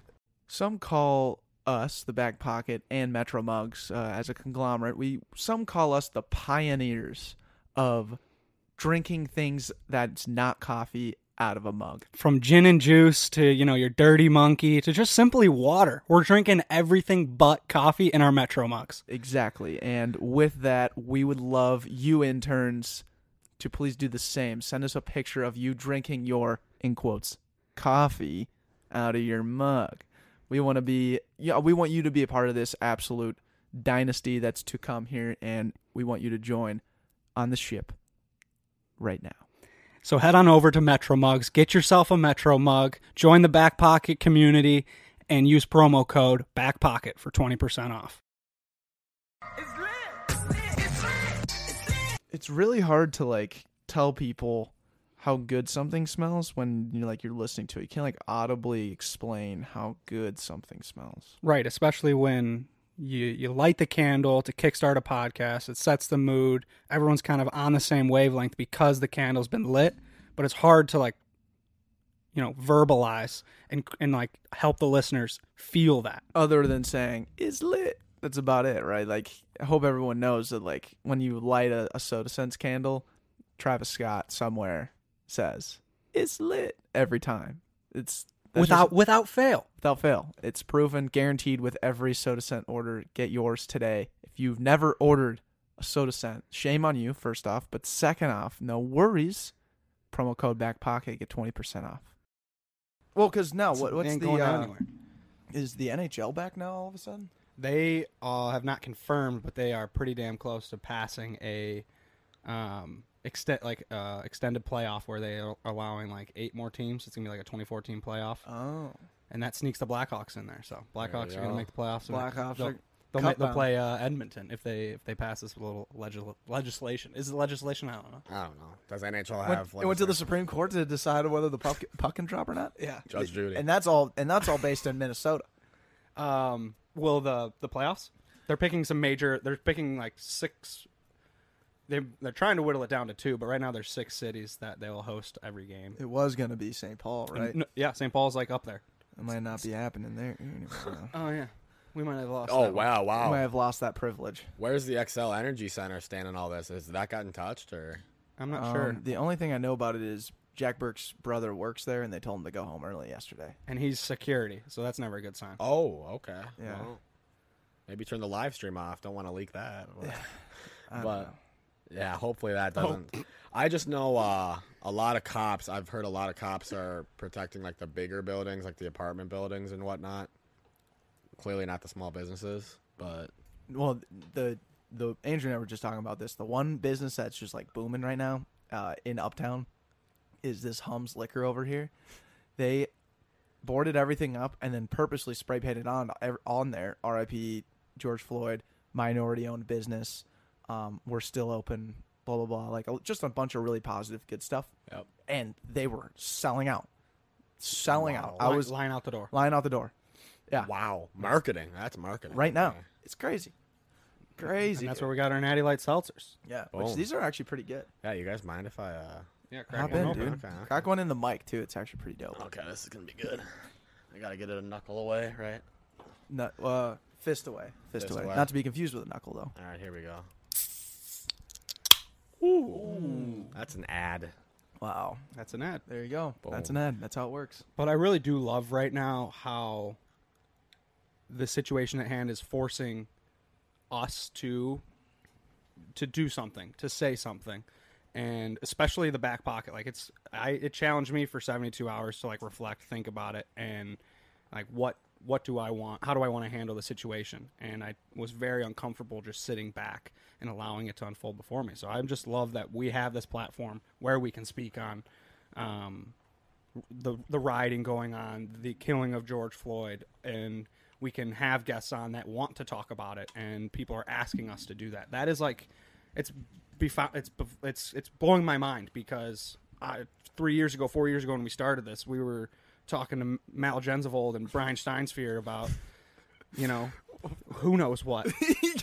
Speaker 4: Some call us the back pocket and Metro Mugs uh, as a conglomerate. We some call us the pioneers of drinking things that's not coffee out of a mug.
Speaker 3: From gin and juice to you know your dirty monkey to just simply water. We're drinking everything but coffee in our Metro mugs.
Speaker 4: Exactly. And with that, we would love you interns to please do the same. Send us a picture of you drinking your, in quotes, coffee out of your mug. We want to be, yeah, we want you to be a part of this absolute dynasty that's to come here, and we want you to join on the ship right now.
Speaker 3: So head on over to Metro Mugs, get yourself a Metro mug, join the Back Pocket community, and use promo code Back Pocket for twenty percent off.
Speaker 4: It's really hard to like tell people how good something smells when you know, like you're listening to it. You can't like audibly explain how good something smells.
Speaker 3: Right, especially when you you light the candle to kickstart a podcast. It sets the mood. Everyone's kind of on the same wavelength because the candle's been lit. But it's hard to like, you know, verbalize and and like help the listeners feel that.
Speaker 4: other than saying is lit. That's about it, right? Like, I hope everyone knows that, like, when you light a, a soda sense candle, Travis Scott somewhere says it's lit every time. It's that's
Speaker 3: without
Speaker 4: just-
Speaker 3: without fail.
Speaker 4: without fail. It's proven, guaranteed with every soda scent order. Get yours today. If you've never ordered a soda scent, shame on you. First off, but second off, no worries. Promo code back pocket get twenty percent off. Well, because now what,
Speaker 3: It
Speaker 4: what's
Speaker 3: ain't
Speaker 4: the
Speaker 3: going
Speaker 4: uh,
Speaker 3: anywhere.
Speaker 4: is the NHL back now all of a sudden?
Speaker 3: They uh, have not confirmed, but they are pretty damn close to passing a um, extent like uh, extended playoff where they are allowing like eight more teams. It's gonna be like a 24 team playoff,
Speaker 4: Oh,
Speaker 3: and that sneaks the Blackhawks in there. So Blackhawks
Speaker 5: you
Speaker 3: are gonna
Speaker 5: go.
Speaker 3: make the playoffs. and
Speaker 4: Blackhawks
Speaker 3: They'll,
Speaker 4: are
Speaker 3: they'll,
Speaker 4: cup
Speaker 3: make, they'll
Speaker 4: bound.
Speaker 3: play uh, Edmonton if they if they pass this little legis- legislation. Is it legislation? I don't know.
Speaker 5: I don't know. Does NHL
Speaker 4: Went-
Speaker 5: have
Speaker 4: it went to the Supreme Court to decide whether the puck, puck can drop or not.
Speaker 3: Yeah.
Speaker 5: Judge Judy?
Speaker 4: And that's all. And that's all based in Minnesota.
Speaker 3: um will the the playoffs they're picking some major they're picking like six they they're trying to whittle it down to two but right now there's six cities that they will host every game
Speaker 4: It was going to be St. Paul, right?
Speaker 3: No, yeah st paul's like up there
Speaker 4: It might not be happening there anymore.
Speaker 3: oh yeah we might have lost
Speaker 5: oh wow,
Speaker 4: I
Speaker 5: wow.
Speaker 4: might have lost that privilege.
Speaker 5: Where's the XL Energy Center standing all this? Has that gotten touched or?
Speaker 3: i'm not
Speaker 4: Um,
Speaker 3: sure
Speaker 4: The only thing I know about it is Jack Burke's brother works there, and they told him to go home early yesterday.
Speaker 3: and he's security so that's never a good sign
Speaker 5: Oh, okay.
Speaker 4: Yeah.
Speaker 5: Well, maybe turn the live stream off. Don't want to leak that. but yeah, hopefully that
Speaker 4: Oh.
Speaker 5: doesn't. I just know uh, a lot of cops. I've heard a lot of cops are protecting like the bigger buildings, like the apartment buildings and whatnot. Clearly not the small businesses, but
Speaker 4: Well, the the Andrew and I were just talking about this. The one business that's just like booming right now uh, in Uptown is this Hums Liquor over here. They boarded everything up and then purposely spray painted on ev- on there. R.I.P. George Floyd, minority owned business. Um, we're still open. Blah blah blah. Like a- just a bunch of really positive, good stuff.
Speaker 5: Yep.
Speaker 4: And they were selling out, selling out. I
Speaker 3: Line-
Speaker 4: was
Speaker 3: line out the door
Speaker 4: lying out the door Yeah.
Speaker 5: wow, marketing. That's marketing
Speaker 4: right now. It's crazy,
Speaker 3: and
Speaker 4: crazy.
Speaker 3: that's where we got our natty light seltzers
Speaker 4: Yeah, which
Speaker 5: Boom.
Speaker 4: these are actually pretty good.
Speaker 5: Yeah, you guys mind if I? uh
Speaker 3: yeah
Speaker 4: Hop
Speaker 5: one
Speaker 4: in,
Speaker 5: open,
Speaker 4: dude.
Speaker 5: okay, okay.
Speaker 4: Crack one in the mic too. It's actually pretty dope.
Speaker 5: Okay, this is gonna be good. I gotta get it a knuckle away, right?
Speaker 4: No, uh, fist away, fist,
Speaker 5: Fist
Speaker 4: away.
Speaker 5: away.
Speaker 4: Not to be confused with a knuckle though.
Speaker 5: All right, here we go. Ooh, that's an ad.
Speaker 4: Wow,
Speaker 3: that's an ad
Speaker 4: there you go. That's an
Speaker 5: Boom.
Speaker 4: ad. That's how it works.
Speaker 3: But I really do love right now how the situation at hand is forcing us to to do something, to say something. and especially the back pocket. Like it's, I it challenged me for seventy two hours to like reflect, think about it, and like what what do I want? How do I want to handle the situation? And I was very uncomfortable just sitting back and allowing it to unfold before me. So I just love that we have this platform where we can speak on um, the the rioting going on, the killing of George Floyd, and we can have guests on that want to talk about it, and people are asking us to do that. That is like, it's befo- it's bef- it's it's blowing my mind because I, three years ago, four years ago, when we started this, we were talking to Mal Genzevold and Brian Steinsphere about, you know, who knows what.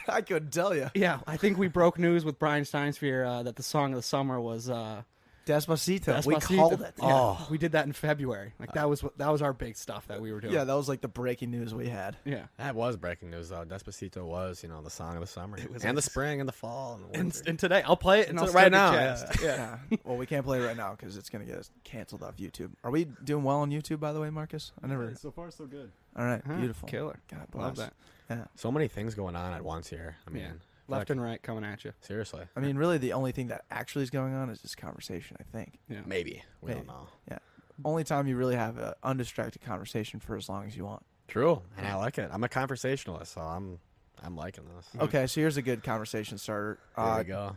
Speaker 4: I couldn't tell you.
Speaker 3: Yeah, I think we broke news with Brian Steinsphere uh, that the song of the summer was. Uh,
Speaker 4: Despacito. We
Speaker 3: Despacito.
Speaker 4: called it.
Speaker 3: Yeah, we did that in February. Like that was what- that was our big stuff that we were doing.
Speaker 4: Yeah, that was like the breaking news we had.
Speaker 3: yeah.
Speaker 5: That was breaking news though. Despacito was, you know, the song of the summer,
Speaker 3: was
Speaker 5: and
Speaker 3: like-
Speaker 5: the spring and the fall and the
Speaker 3: And,
Speaker 5: winter.
Speaker 3: and today I'll play it and I'll
Speaker 5: right
Speaker 3: still
Speaker 5: now,
Speaker 3: get jazzed.
Speaker 5: yeah.
Speaker 4: Yeah. well, we can't play it right now because it's gonna get us canceled off YouTube. Are we doing well on YouTube, by the way, Marcus? I never.
Speaker 7: So far, so good.
Speaker 4: All right,
Speaker 3: Huh,
Speaker 4: beautiful.
Speaker 3: killer.
Speaker 4: God bless.
Speaker 3: Love that.
Speaker 5: So many things going on at once here. I mean,
Speaker 3: Yeah. Left and right coming at you.
Speaker 5: seriously,
Speaker 4: I mean, really, the only thing that actually is going on is this conversation. I think
Speaker 5: maybe we
Speaker 4: Maybe.
Speaker 5: don't know.
Speaker 4: only time you really have an undistracted conversation for as long as you want.
Speaker 5: True, and I like it. I'm a conversationalist, so I'm, I'm liking this.
Speaker 4: Okay, so here's a good conversation starter.
Speaker 5: Mm-hmm. Here
Speaker 4: Uh,
Speaker 5: we go,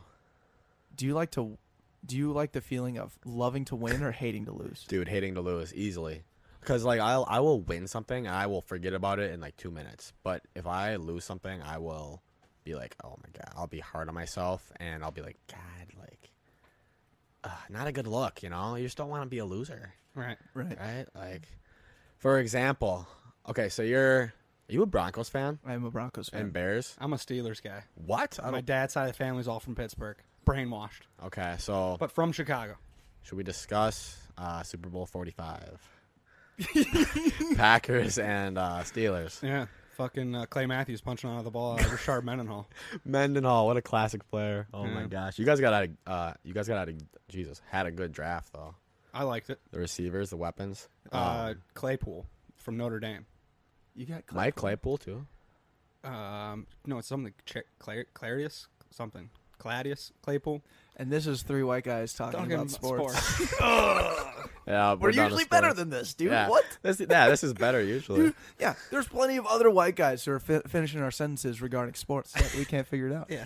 Speaker 4: do you like to? Do you like the feeling of loving to win or hating to lose?
Speaker 5: dude. Hating to lose easily, because like I'll, I will win something, and I will forget about it in like two minutes. But if I lose something, I will be like, oh my god, I'll be hard on myself, and I'll be like, God, like, uh, not a good look. You know, you just don't want to be a loser.
Speaker 3: Right.
Speaker 4: Right.
Speaker 5: right? Like, for example, okay, so you're are you a Broncos fan
Speaker 4: I am a Broncos fan.
Speaker 5: and Bears?
Speaker 3: I'm a Steelers guy.
Speaker 5: What? I
Speaker 3: My
Speaker 5: don't,
Speaker 3: dad's side of the family's all from Pittsburgh. Brainwashed.
Speaker 5: okay, so
Speaker 3: But from Chicago.
Speaker 5: should we discuss uh, Super Bowl Forty Five? Packers and uh, Steelers.
Speaker 3: Yeah. Fucking uh, Clay Matthews punching out of the ball out of Rashard Mendenhall.
Speaker 5: Mendenhall, what a classic player! Oh my
Speaker 3: Yeah.
Speaker 5: gosh, you guys got out. Of, uh, you guys got out. Of, Jesus, had a good draft though.
Speaker 3: I liked it.
Speaker 5: The receivers, the weapons.
Speaker 3: Uh,
Speaker 5: Um,
Speaker 3: Claypool from Notre Dame.
Speaker 4: you got Clay.
Speaker 5: Mike Claypool too.
Speaker 3: Um, no, it's something. Ch- Clar- Clarius? Something. Cladius? Claypool?
Speaker 4: and this is three white guys talking,
Speaker 3: Talking
Speaker 4: about sports.
Speaker 5: Yeah,
Speaker 4: We're
Speaker 5: down to
Speaker 4: usually better
Speaker 5: sports.
Speaker 4: than this, dude.
Speaker 5: Yeah.
Speaker 4: What?
Speaker 5: This, yeah, this is better usually.
Speaker 4: Yeah, there's plenty of other white guys who are fi- finishing our sentences regarding sports that we can't figure it out.
Speaker 3: yeah.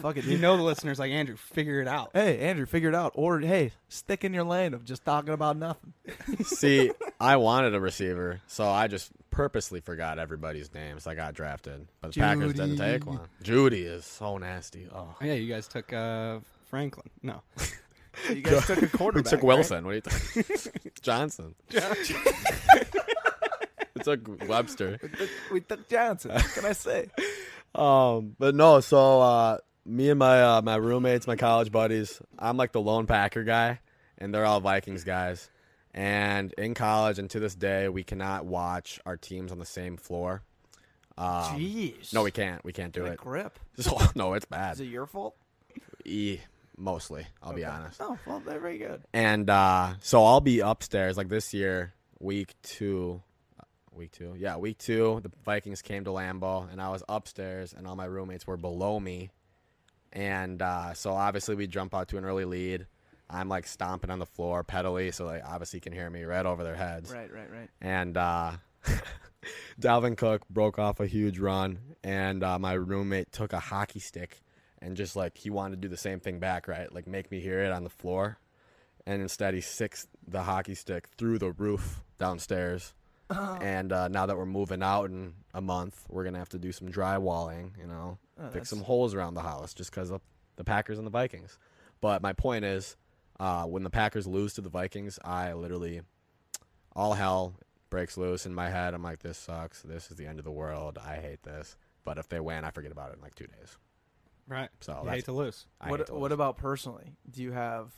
Speaker 4: Fuck it,
Speaker 3: You
Speaker 4: dude.
Speaker 3: know the listeners like, Andrew, figure it out.
Speaker 4: Hey, Andrew, figure it out. Or, hey, stick in your lane of just talking about nothing.
Speaker 5: See, I wanted a receiver, so I just purposely forgot everybody's names. I got drafted, but the Packers didn't take
Speaker 4: Judy.
Speaker 5: one. Judy is so nasty. Oh,
Speaker 3: Oh, yeah, you guys took uh, Franklin. No.
Speaker 4: You guys took a
Speaker 5: we
Speaker 4: quarterback.
Speaker 5: took Wilson. What do you think? Johnson. it took Webster.
Speaker 4: We took Johnson. What can I say?
Speaker 5: Um, but no, so uh, me and my uh, my roommates, my college buddies, I'm like the lone Packer guy, and they're all Vikings guys. And in college, and to this day, we cannot watch our teams on the same floor. Um,
Speaker 4: Jeez.
Speaker 5: No, we can't. We can't do
Speaker 4: What a
Speaker 5: it.
Speaker 4: grip.
Speaker 5: So, no, it's bad.
Speaker 4: Is it your fault?
Speaker 5: E, mostly, I'll be honest.
Speaker 4: Oh, well, they're very good.
Speaker 5: And uh, so I'll be upstairs like this year, week two, uh, week two, yeah, week two. The Vikings came to Lambeau, and I was upstairs, and all my roommates were below me, and uh, so obviously we jump out to an early lead. I'm like stomping on the floor, pedally, so they obviously can hear me right over their heads
Speaker 4: Right, right, right.
Speaker 5: and uh, Dalvin Cook broke off a huge run, and uh, my roommate took a hockey stick and just like he wanted to do the same thing back, right? Like make me hear it on the floor, and instead he sicks the hockey stick through the roof downstairs. And uh, now that we're moving out in a month, we're gonna have to do some drywalling, you know,
Speaker 4: Oh,
Speaker 5: fix some holes around the house just because of the Packers and the Vikings. But my point is, uh, when the Packers lose to the Vikings, I literally all hell breaks loose in my head. I'm like, this sucks. This is the end of the world. I hate this. But if they win, I forget about it in like two days.
Speaker 3: Right.
Speaker 5: So
Speaker 3: you
Speaker 5: Oh, that's-
Speaker 3: hate to lose.
Speaker 5: I hate
Speaker 4: what
Speaker 5: to
Speaker 4: What
Speaker 5: lose.
Speaker 4: about personally? Do you have,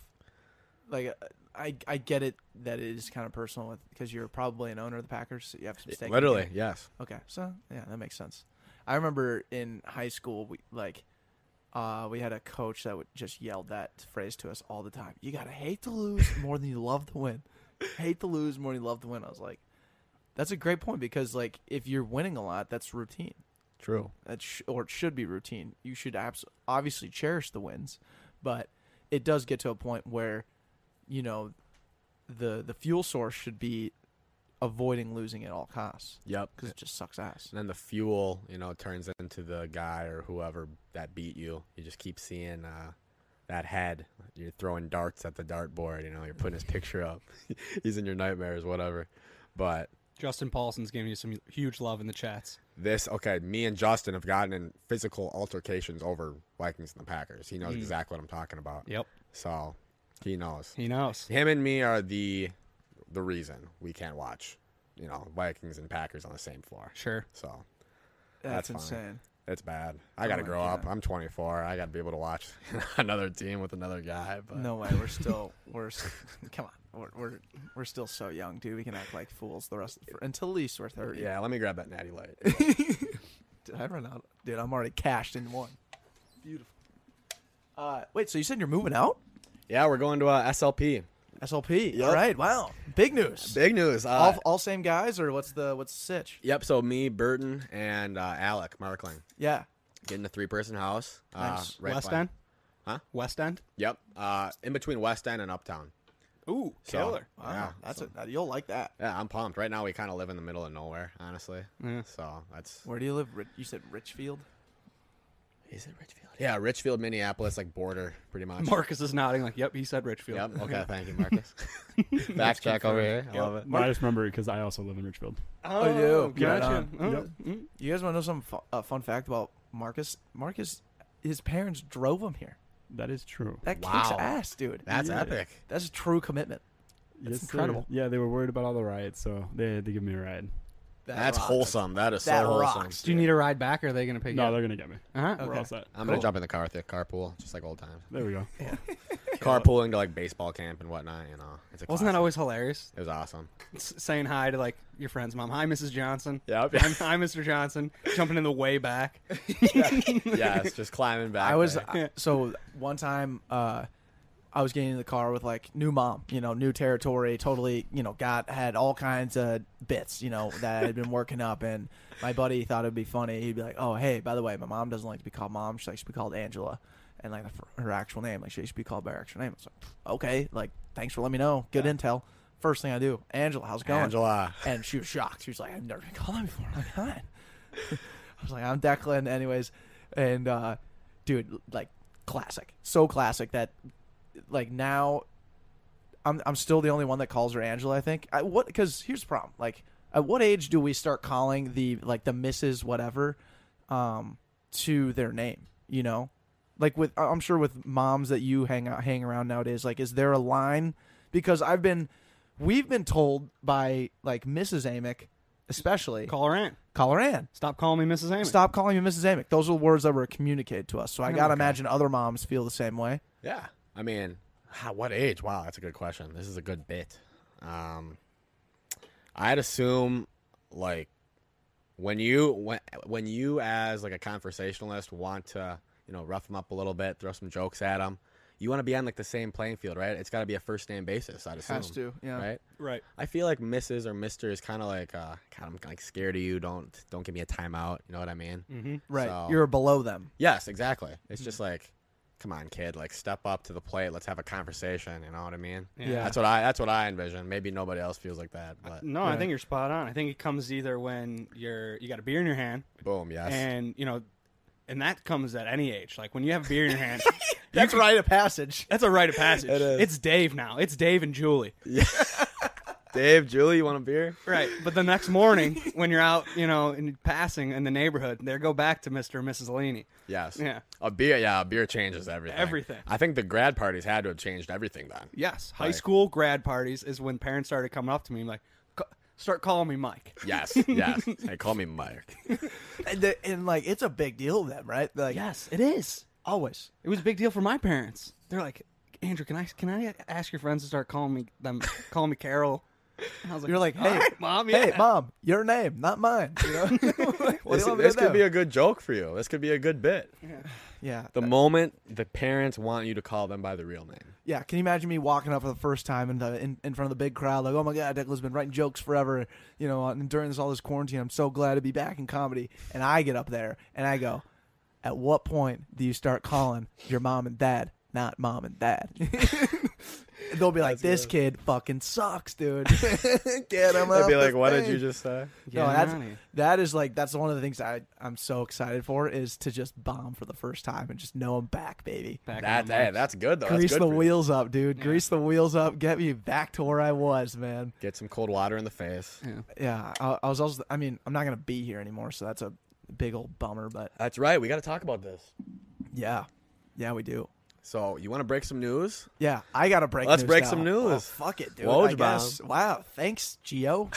Speaker 4: like, I, I get it that it is kind of personal with because you're probably an owner of the Packers. So you have some stake. in the
Speaker 5: Literally,
Speaker 4: game.
Speaker 5: yes.
Speaker 4: Okay, so yeah, that makes sense. I remember in high school, we like, uh, we had a coach that would just yell that phrase to us all the time. You gotta hate to lose more than you love to win. Hate to lose more than you love to win. I was like, that's a great point because like if you're winning a lot, that's routine.
Speaker 5: True.
Speaker 4: That sh- or it should be routine. You should abs- obviously cherish the wins, but it does get to a point where, you know, the the fuel source should be avoiding losing at all costs
Speaker 5: Yep.
Speaker 4: because it just sucks ass.
Speaker 5: And then the fuel, you know, turns into the guy or whoever that beat you. You just keep seeing uh, that head. You're throwing darts at the dartboard. You know, you're putting his picture up. He's in your nightmares, whatever. But
Speaker 3: Justin Paulson's giving you some huge love in the chats.
Speaker 5: this, okay, me and Justin have gotten in physical altercations over Vikings and the Packers. He knows exactly what I'm talking about.
Speaker 3: Yep,
Speaker 5: So he knows.
Speaker 3: he knows.
Speaker 5: Him and me are the the reason we can't watch, you know, Vikings and Packers on the same floor.
Speaker 3: Sure.
Speaker 5: So
Speaker 4: That's,
Speaker 5: That's fine.
Speaker 4: insane.
Speaker 5: It's bad. I got to
Speaker 4: my
Speaker 5: grow up. I'm 24. I got to be able to watch another team with another guy. But
Speaker 4: No way. We're still we're s- come on. We're, we're we're still so young, dude. We can act like fools the rest of, until at least we're thirty.
Speaker 5: yeah, let me grab that natty light.
Speaker 4: Did I run out? Dude, I'm already cashed in one. Beautiful. Uh, wait. So you said you're moving out?
Speaker 5: yeah, we're going to uh, SLP.
Speaker 4: SLP.
Speaker 5: Yep.
Speaker 4: All right. Wow. Big news.
Speaker 5: Big news. Uh,
Speaker 4: all, all same guys or what's the what's the sitch?
Speaker 5: yep. So me, Burton, and uh, Alec Markling
Speaker 4: Yeah.
Speaker 5: getting a three-person house.
Speaker 4: Nice.
Speaker 5: Uh, right
Speaker 3: West
Speaker 5: by-
Speaker 3: End.
Speaker 5: Huh?
Speaker 3: West End.
Speaker 5: Yep. Uh, in between West End and Uptown.
Speaker 3: Ooh,
Speaker 5: So,
Speaker 3: killer.
Speaker 4: Wow.
Speaker 5: yeah,
Speaker 4: that's
Speaker 5: so-
Speaker 4: a, you'll like that.
Speaker 5: Yeah, I'm pumped. Right now, we kind of live in the middle of nowhere, honestly.
Speaker 3: Yeah.
Speaker 5: So that's.
Speaker 4: Where do you live? Ri- You said Richfield.
Speaker 5: Is it Richfield? Yeah, Richfield, Minneapolis, like border, pretty much.
Speaker 3: Marcus is nodding like, "Yep, he said Richfield."
Speaker 5: Yep. Okay. Thank you, Marcus. Back check over here. I love it.
Speaker 7: I just remember because I also live in Richfield.
Speaker 3: Oh,
Speaker 4: I do. Right
Speaker 3: Gotcha.
Speaker 4: on.
Speaker 3: Oh,
Speaker 7: Yep.
Speaker 3: mm.
Speaker 4: You guys want to know some fu- uh, fun fact about Marcus? Marcus, his parents drove him here.
Speaker 7: That is true.
Speaker 4: That
Speaker 5: Wow.
Speaker 4: kicks ass, dude.
Speaker 5: That's
Speaker 7: Yeah.
Speaker 5: epic.
Speaker 4: That's true commitment.
Speaker 7: That's
Speaker 4: incredible.
Speaker 7: Yeah, they were worried about all the riots, so they had to give me a ride.
Speaker 4: That
Speaker 5: That's
Speaker 4: rocks.
Speaker 5: wholesome. That is
Speaker 4: That
Speaker 5: so wholesome.
Speaker 4: rocks,
Speaker 3: Do you need a ride back? or Are they gonna pick
Speaker 7: No,
Speaker 3: you?
Speaker 7: they're gonna get me.
Speaker 3: No. Uh-huh.
Speaker 7: We're
Speaker 4: Okay.
Speaker 7: all set.
Speaker 5: I'm gonna
Speaker 4: Cool.
Speaker 5: jump in the car with you, carpool, just like old times.
Speaker 7: There we go.
Speaker 5: Carpooling to like baseball camp and whatnot. You know, it's a
Speaker 3: Wasn't that
Speaker 5: classic.
Speaker 3: always hilarious?
Speaker 5: It was awesome.
Speaker 3: S- saying hi to like your friend's mom. Hi, Mrs. Johnson.
Speaker 5: Yep.
Speaker 3: I'm, hi, Mr. Johnson. Jumping in the way back.
Speaker 5: yeah, it's just climbing back.
Speaker 4: I was
Speaker 5: there.
Speaker 4: I- so one time uh, I was getting in the car with like new mom, you know, new territory, totally, you know, got had all kinds of bits, you know, that I had been working up, and my buddy thought it'd be funny. He'd be like, "Oh, hey, by the way, my mom doesn't like to be called mom; she likes to be called Angela." And like her actual name, like she should be called by her actual name. I was like, okay, like thanks for letting me know. Good intel. First thing I do, Angela, how's it going?
Speaker 5: Angela.
Speaker 4: And she was shocked. She was like, I've never been called that before. I'm like, hi. I was like, I'm Declan, anyways. And, uh, dude, like, classic. So classic that, like, now I'm, I'm still the only one that calls her Angela, I think. I, what? Because here's the problem. Like, at what age do we start calling the, like, the Mrs. whatever um, to their name, you know? Like with, I- I'm sure with moms that you hang out, hang around nowadays. Like, is there a line? Because I've been, we've been told by like Mrs. Amick, especially
Speaker 3: Call her in.
Speaker 4: call her Ann.
Speaker 3: Stop calling me Mrs. Amy.
Speaker 4: Stop calling me Mrs. Amick. Those are words that were communicated to us. So I gotta imagine other moms feel the same way.
Speaker 5: Yeah. I mean, ah, what age? Wow, that's a good question. This is a good bit. Um, I'd assume like when you when when you as like a conversationalist want to you know rough them up a little bit, throw some jokes at them. You want to be on like the same playing field, right? It's got to be a first name basis. I'd assume.
Speaker 4: Has to, yeah.
Speaker 5: Right.
Speaker 3: Right.
Speaker 5: I feel like Mrs. or Mister is kind of like, uh, God, I'm like scared of you. Don't don't give me a timeout. You know what I mean?
Speaker 3: Mm-hmm.
Speaker 4: Right.
Speaker 5: So-
Speaker 4: You're below them.
Speaker 5: Yes, exactly. It's
Speaker 3: Hmm.
Speaker 5: just like, come on, kid, like step up to the plate. Let's have a conversation. You know what I mean?
Speaker 4: Yeah.
Speaker 5: That's what I that's what I envision. Maybe nobody else feels like that, but
Speaker 3: No, I think you're spot on. I think it comes either when you're you got a beer in your hand,
Speaker 5: boom, yes.
Speaker 3: and you know, and that comes at any age. Like when you have beer in your hand,
Speaker 4: That's right of passage.
Speaker 3: that's a rite of passage.
Speaker 5: It is.
Speaker 3: It's Dave now. It's Dave and Julie.
Speaker 5: Dave, Julie, you want a beer?
Speaker 3: Right. But the next morning, when you're out, you know, and passing in the neighborhood, they go back to Mr. and Mrs. Laney.
Speaker 5: Yes.
Speaker 3: Yeah.
Speaker 5: A beer, yeah, a beer changes everything.
Speaker 3: Everything.
Speaker 5: I think the grad parties had to have changed everything then.
Speaker 3: Yes, high
Speaker 5: Right.
Speaker 3: school grad parties is when parents started coming up to me like, "C- start calling me Mike.
Speaker 5: Yes, yes. hey, call me Mike.
Speaker 4: And, the- and, like it's a big deal to them, right? Like
Speaker 3: Yes, it is.
Speaker 4: always.
Speaker 3: It was a big deal for my parents. They're like, Andrew, can I can I ask your friends to start calling me them calling me Carol? And I was like,
Speaker 4: You're like,
Speaker 3: "All
Speaker 4: hey,
Speaker 3: right, mom, yeah.
Speaker 4: Hey, mom, your name, not mine. You know? what
Speaker 5: this
Speaker 4: do you want me
Speaker 5: this
Speaker 4: to
Speaker 5: could
Speaker 4: do?
Speaker 5: be a good joke for you. This could be a good bit.
Speaker 4: yeah.
Speaker 5: The moment the parents want you to call them by the real name.
Speaker 4: Yeah, can you imagine me walking up for the first time in the in, in front of the big crowd, like, oh my god, Declan's been writing jokes forever, you know, and during this all this quarantine, I'm so glad to be back in comedy. And I get up there and I go, at what point do you start calling your mom and dad not mom and dad. They'll be like, this kid fucking sucks, dude. Get him
Speaker 5: I'd
Speaker 4: out
Speaker 5: be
Speaker 4: the
Speaker 5: like, what did you
Speaker 4: thing."
Speaker 5: just say?
Speaker 4: No,
Speaker 3: Yeah,
Speaker 4: that's
Speaker 3: Ronnie.
Speaker 4: that is like that's one of the things I I'm so excited for is to just bomb for the first time and just know I'm back, baby.
Speaker 3: Back
Speaker 5: That,
Speaker 3: in the
Speaker 5: hey,
Speaker 3: mix.
Speaker 5: that's good though. Oh, That's
Speaker 4: Grease
Speaker 5: good
Speaker 4: the
Speaker 5: for you.
Speaker 4: wheels up, dude. Grease the wheels up. Get me back to where I was, man.
Speaker 5: Get some cold water in the face.
Speaker 4: Yeah, I, I was also. I mean, I'm not gonna be here anymore, so that's a big old bummer. But
Speaker 5: That's right. We got to talk about this.
Speaker 4: yeah, yeah, we do.
Speaker 5: So you want to break some news?
Speaker 4: Yeah, I gotta break.
Speaker 5: Let's
Speaker 4: news
Speaker 5: break
Speaker 4: now.
Speaker 5: some
Speaker 4: Oh,
Speaker 5: news.
Speaker 4: fuck it, dude.
Speaker 5: Woj
Speaker 4: I
Speaker 5: bomb.
Speaker 4: guess. Wow, thanks, Geo.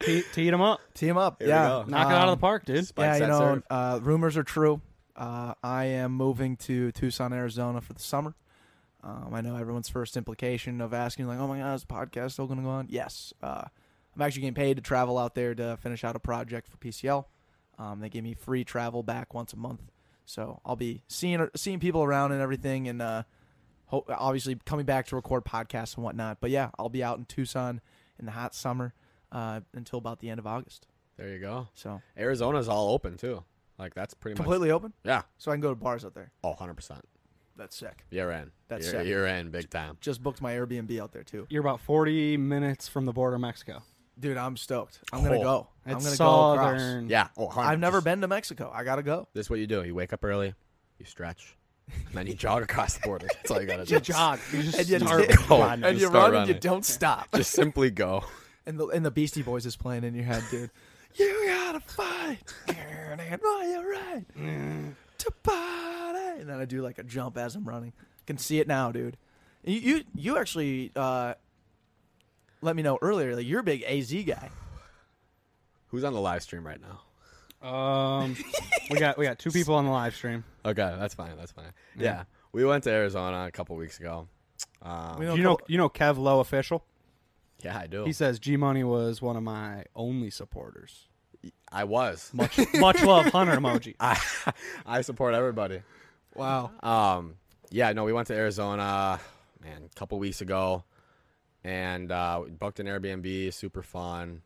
Speaker 3: Te- teed him up.
Speaker 4: Team up.
Speaker 5: Here we
Speaker 4: yeah,
Speaker 5: go.
Speaker 3: Knock it out of the park, dude.
Speaker 5: Spike
Speaker 4: yeah, you
Speaker 5: that
Speaker 4: know,
Speaker 5: serve.
Speaker 4: uh, rumors are true. Uh, I am moving to Tucson, Arizona for the summer. Um, I know everyone's first implication of asking, like, "Oh my God, is the podcast still going to go on?" Yes, uh, I'm actually getting paid to travel out there to finish out a project for PCL. Um, they give me free travel back once a month, so I'll be seeing seeing people around and everything, and uh, ho- obviously coming back to record podcasts and whatnot. But yeah, I'll be out in Tucson in the hot summer uh, until about the end of August.
Speaker 5: There you go.
Speaker 4: So
Speaker 5: Arizona's all open too. Like that's pretty
Speaker 4: completely open,
Speaker 5: much. Yeah.
Speaker 4: so I can go to bars out there.
Speaker 5: Oh, 100 percent.
Speaker 4: That's sick.
Speaker 5: You're in.
Speaker 4: That's
Speaker 5: you're,
Speaker 4: sick.
Speaker 5: you're in big time.
Speaker 4: Just booked my Airbnb out there too,
Speaker 3: You're about 40 minutes from the border of Mexico.
Speaker 4: dude. I'm stoked. I'm gonna
Speaker 5: Cool.
Speaker 4: go. I'm gonna
Speaker 3: It's
Speaker 4: go across.
Speaker 3: southern.
Speaker 5: Yeah. Oh, 100%.
Speaker 4: I've never been to Mexico. I gotta go.
Speaker 5: This is what you do. You wake up early, you stretch, and then you jog across the border. That's all you gotta do.
Speaker 3: You jog. You just
Speaker 4: And you,
Speaker 3: start
Speaker 5: just go.
Speaker 3: running.
Speaker 4: and
Speaker 5: Just
Speaker 4: you
Speaker 5: start
Speaker 4: run and you
Speaker 5: running.
Speaker 4: don't stop.
Speaker 5: Just simply go.
Speaker 4: and the and the Beastie Boys is playing in your head, dude. you gotta fight. Why you right to party? And then I do like a jump as I'm running. Can see it now, dude. You you, you actually uh, let me know earlier. Like you're a big AZ guy.
Speaker 5: Who's on the live stream right now?
Speaker 3: Um, we got we got two people on the live stream.
Speaker 5: Okay, that's fine. That's fine. Yeah, we went to Arizona a couple weeks ago. Um,
Speaker 3: You know, you know Kev Lowe official.
Speaker 5: yeah, I do.
Speaker 3: He says G Money was one of my only supporters.
Speaker 5: I was.
Speaker 3: Much much love, Hunter emoji.
Speaker 5: I, I support everybody.
Speaker 4: Wow.
Speaker 5: Um, yeah, no, we went to Arizona, man, a couple weeks ago, and uh, we booked an Airbnb. Super fun.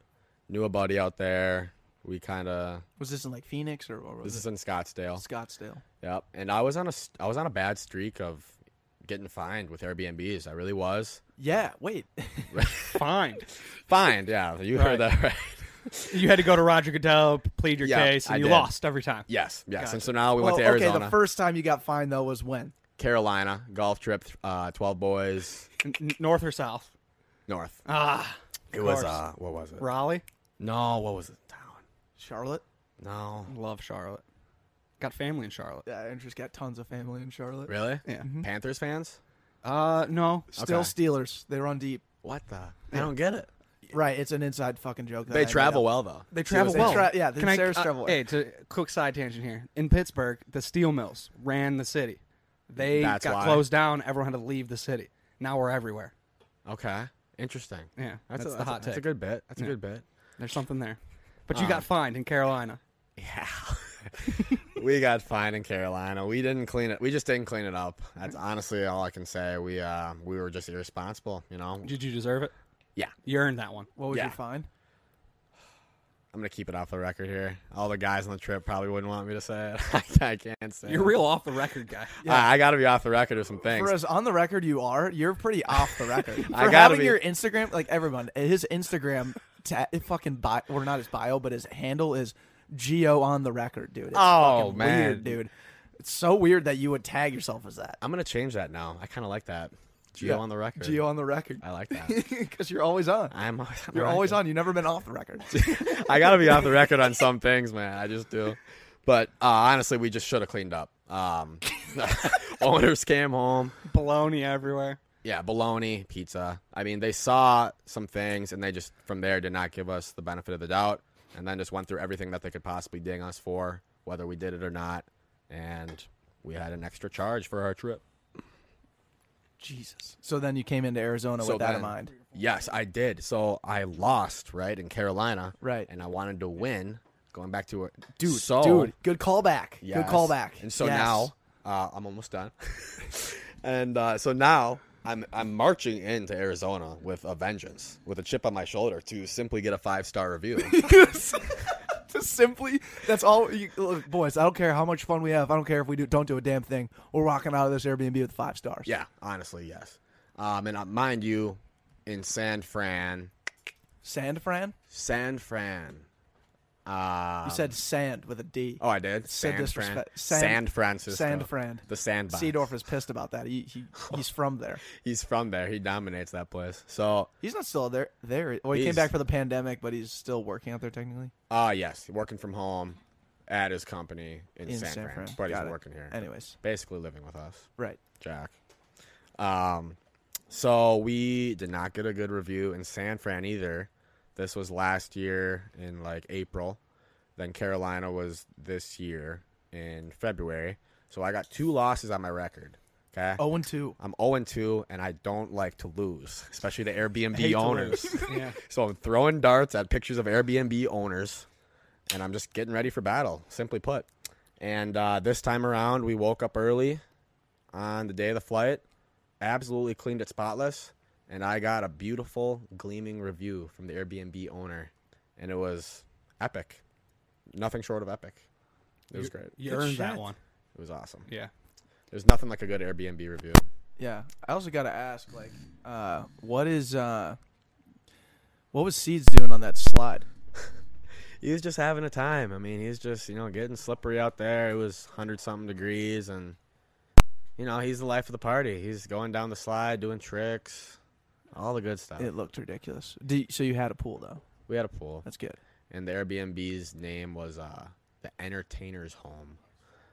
Speaker 5: Knew a buddy out there. We kind of.
Speaker 4: Was this in like Phoenix or what was
Speaker 5: This
Speaker 4: it?
Speaker 5: is in Scottsdale.
Speaker 4: Scottsdale.
Speaker 5: Yep. And I was on a st- I was on a bad streak of getting fined with Airbnbs. I really was.
Speaker 4: Yeah, wait.
Speaker 3: Fine.
Speaker 5: Fined. Yeah, you heard that right.
Speaker 3: You had to go to Roger Goodell, plead your
Speaker 5: Yeah,
Speaker 3: case, and
Speaker 5: I
Speaker 3: you
Speaker 5: did.
Speaker 3: lost every time.
Speaker 5: Yes. Yes.
Speaker 3: Gotcha.
Speaker 5: And so now we
Speaker 4: well,
Speaker 5: went to
Speaker 4: okay,
Speaker 5: Arizona,
Speaker 4: the first time you got fined though was when?
Speaker 5: Carolina, golf trip, uh, twelve boys
Speaker 3: N- n- North or south?
Speaker 5: north.
Speaker 3: Ah,
Speaker 5: it was
Speaker 3: course.
Speaker 5: uh, what was it?
Speaker 3: Raleigh.
Speaker 5: No, what was it? Town.
Speaker 4: Charlotte.
Speaker 5: No.
Speaker 3: Love Charlotte. Got family in Charlotte.
Speaker 4: Yeah, I just got tons of family in Charlotte.
Speaker 5: Really?
Speaker 3: Yeah.
Speaker 5: Panthers fans?
Speaker 3: Uh, no.
Speaker 4: Still
Speaker 5: Okay.
Speaker 4: Steelers. They run deep.
Speaker 5: What the? I don't get it.
Speaker 4: Right, it's an inside fucking joke. that I
Speaker 5: They
Speaker 4: made
Speaker 5: travel
Speaker 4: up.
Speaker 5: well though.
Speaker 4: They travel well.
Speaker 5: Tra-
Speaker 4: yeah, the
Speaker 3: Can I,
Speaker 4: Sarah's
Speaker 3: uh,
Speaker 4: travel well.
Speaker 3: Hey, to quick side tangent here. In Pittsburgh, the steel mills ran the city. They
Speaker 5: That's
Speaker 3: got
Speaker 5: why.
Speaker 3: closed down. Everyone had to leave the city. Now we're everywhere.
Speaker 5: okay. Interesting.
Speaker 3: Yeah, that's
Speaker 5: That's, a,
Speaker 3: the
Speaker 5: that's a-
Speaker 3: hot
Speaker 5: That's a Uh,
Speaker 3: take.
Speaker 5: good bit. That's a
Speaker 3: Yeah.
Speaker 5: good bit.
Speaker 3: There's something there. But you got fined in Carolina.
Speaker 5: Yeah. we got fined in Carolina. We didn't clean it. We just didn't clean it up. That's honestly all I can say. We uh we were just irresponsible, you know.
Speaker 3: Did you deserve it?
Speaker 5: Yeah.
Speaker 3: You earned that one.
Speaker 4: what was
Speaker 5: yeah.
Speaker 4: your fine?
Speaker 5: I'm gonna keep it off the record here. All the guys on the trip probably wouldn't want me to say it. I can't say.
Speaker 3: You're
Speaker 5: it.
Speaker 3: real off the record guy.
Speaker 5: I, I gotta be off the record with some things.
Speaker 4: For as on the record you are, you're pretty off the record. For
Speaker 5: I gotta
Speaker 4: having
Speaker 5: be.
Speaker 4: your Instagram, like everyone, his Instagram, ta- it fucking bio, or not his bio, but his handle is Geo on the record, dude. It's
Speaker 5: Oh,
Speaker 4: fucking
Speaker 5: man.
Speaker 4: weird, dude. It's so weird that you would tag yourself as that.
Speaker 5: I'm gonna change that now. I kind of like that. Geo
Speaker 4: Yeah.
Speaker 5: on the record.
Speaker 4: Geo on the record.
Speaker 5: I like that.
Speaker 4: Because you're always on.
Speaker 5: I'm always on the
Speaker 4: You're always
Speaker 5: record.
Speaker 4: on. You've never been off the record.
Speaker 5: I gotta be off the record on some things, man. I just do. But uh, honestly, we just should have cleaned up. Um, owners came home.
Speaker 3: Baloney everywhere.
Speaker 5: Yeah, bologna, pizza. I mean, they saw some things and they just from there did not give us the benefit of the doubt and then just went through everything that they could possibly ding us for, whether we did it or not. And we had an extra charge for our trip.
Speaker 4: Jesus. So then you came into Arizona
Speaker 5: So
Speaker 4: with that
Speaker 5: then-
Speaker 4: in mind.
Speaker 5: Yes, I did. So I lost, right, in Carolina.
Speaker 4: Right.
Speaker 5: And I wanted to win. Going back to it.
Speaker 4: Dude,
Speaker 5: so,
Speaker 4: dude, good callback.
Speaker 5: Yes.
Speaker 4: Good callback.
Speaker 5: And so
Speaker 4: Yes.
Speaker 5: now uh, I'm almost done. and uh, so now I'm I'm marching into Arizona with a vengeance, with a chip on my shoulder to simply get a five star review.
Speaker 4: to simply, that's all. You, look, boys, I don't care how much fun we have. I don't care if we do, don't do a damn thing. We're walking out of this Airbnb with five stars.
Speaker 5: Yeah, honestly, yes. Um, and uh, mind you, in San Fran,
Speaker 4: Sand, Fran?
Speaker 5: San Fran. Uh,
Speaker 4: You said sand with a D.
Speaker 5: Oh, uh, I did.
Speaker 4: said
Speaker 5: San Fran.
Speaker 4: disrespect-
Speaker 5: San,
Speaker 4: San-
Speaker 5: Francisco.
Speaker 4: Sand Fran.
Speaker 5: The sandbox.
Speaker 4: Seedorf is pissed about that. He, he He's from there.
Speaker 5: He's from there. He dominates that place. So,
Speaker 4: He's not still there. There. Well, he
Speaker 5: He's-
Speaker 4: came back for the pandemic, but he's still working out there technically.
Speaker 5: uh yes, working from home at his company in,
Speaker 4: In
Speaker 5: San,
Speaker 4: San
Speaker 5: Fran,
Speaker 4: Fran.
Speaker 5: but
Speaker 4: Got
Speaker 5: he's
Speaker 4: it.
Speaker 5: working here.
Speaker 4: Anyways,
Speaker 5: Basically living with us,
Speaker 4: right.
Speaker 5: Jack. Um, so we did not get a good review in San Fran either. This was last year in like April. Then Carolina was this year in February. So I got two losses on my record. Okay.
Speaker 4: Oh, and 2.
Speaker 5: I'm 0 2, and I don't like to lose, especially to Airbnb owners.
Speaker 3: Yeah.
Speaker 5: so I'm throwing darts at pictures of Airbnb owners, and I'm just getting ready for battle, simply put. And uh, this time around, we woke up early on the day of the flight, absolutely cleaned it spotless, and I got a beautiful, gleaming review from the Airbnb owner, and it was epic. Nothing short of epic. It was great.
Speaker 3: You
Speaker 4: Good
Speaker 3: earned
Speaker 4: shit.
Speaker 3: that one.
Speaker 5: It was awesome.
Speaker 3: Yeah.
Speaker 5: There's nothing like a good Airbnb review.
Speaker 4: Yeah. I also got to ask, like, uh, what is, uh, what was Seeds doing on that slide?
Speaker 5: he was just having a time. I mean, he's just you know getting slippery out there. It was hundred something degrees, and you know he's the life of the party. He's going down the slide, doing tricks, all the good stuff.
Speaker 4: It looked ridiculous. Do you- so you had a pool though.
Speaker 5: we had a pool,
Speaker 4: That's good.
Speaker 5: and the Airbnb's name was uh, the Entertainer's Home.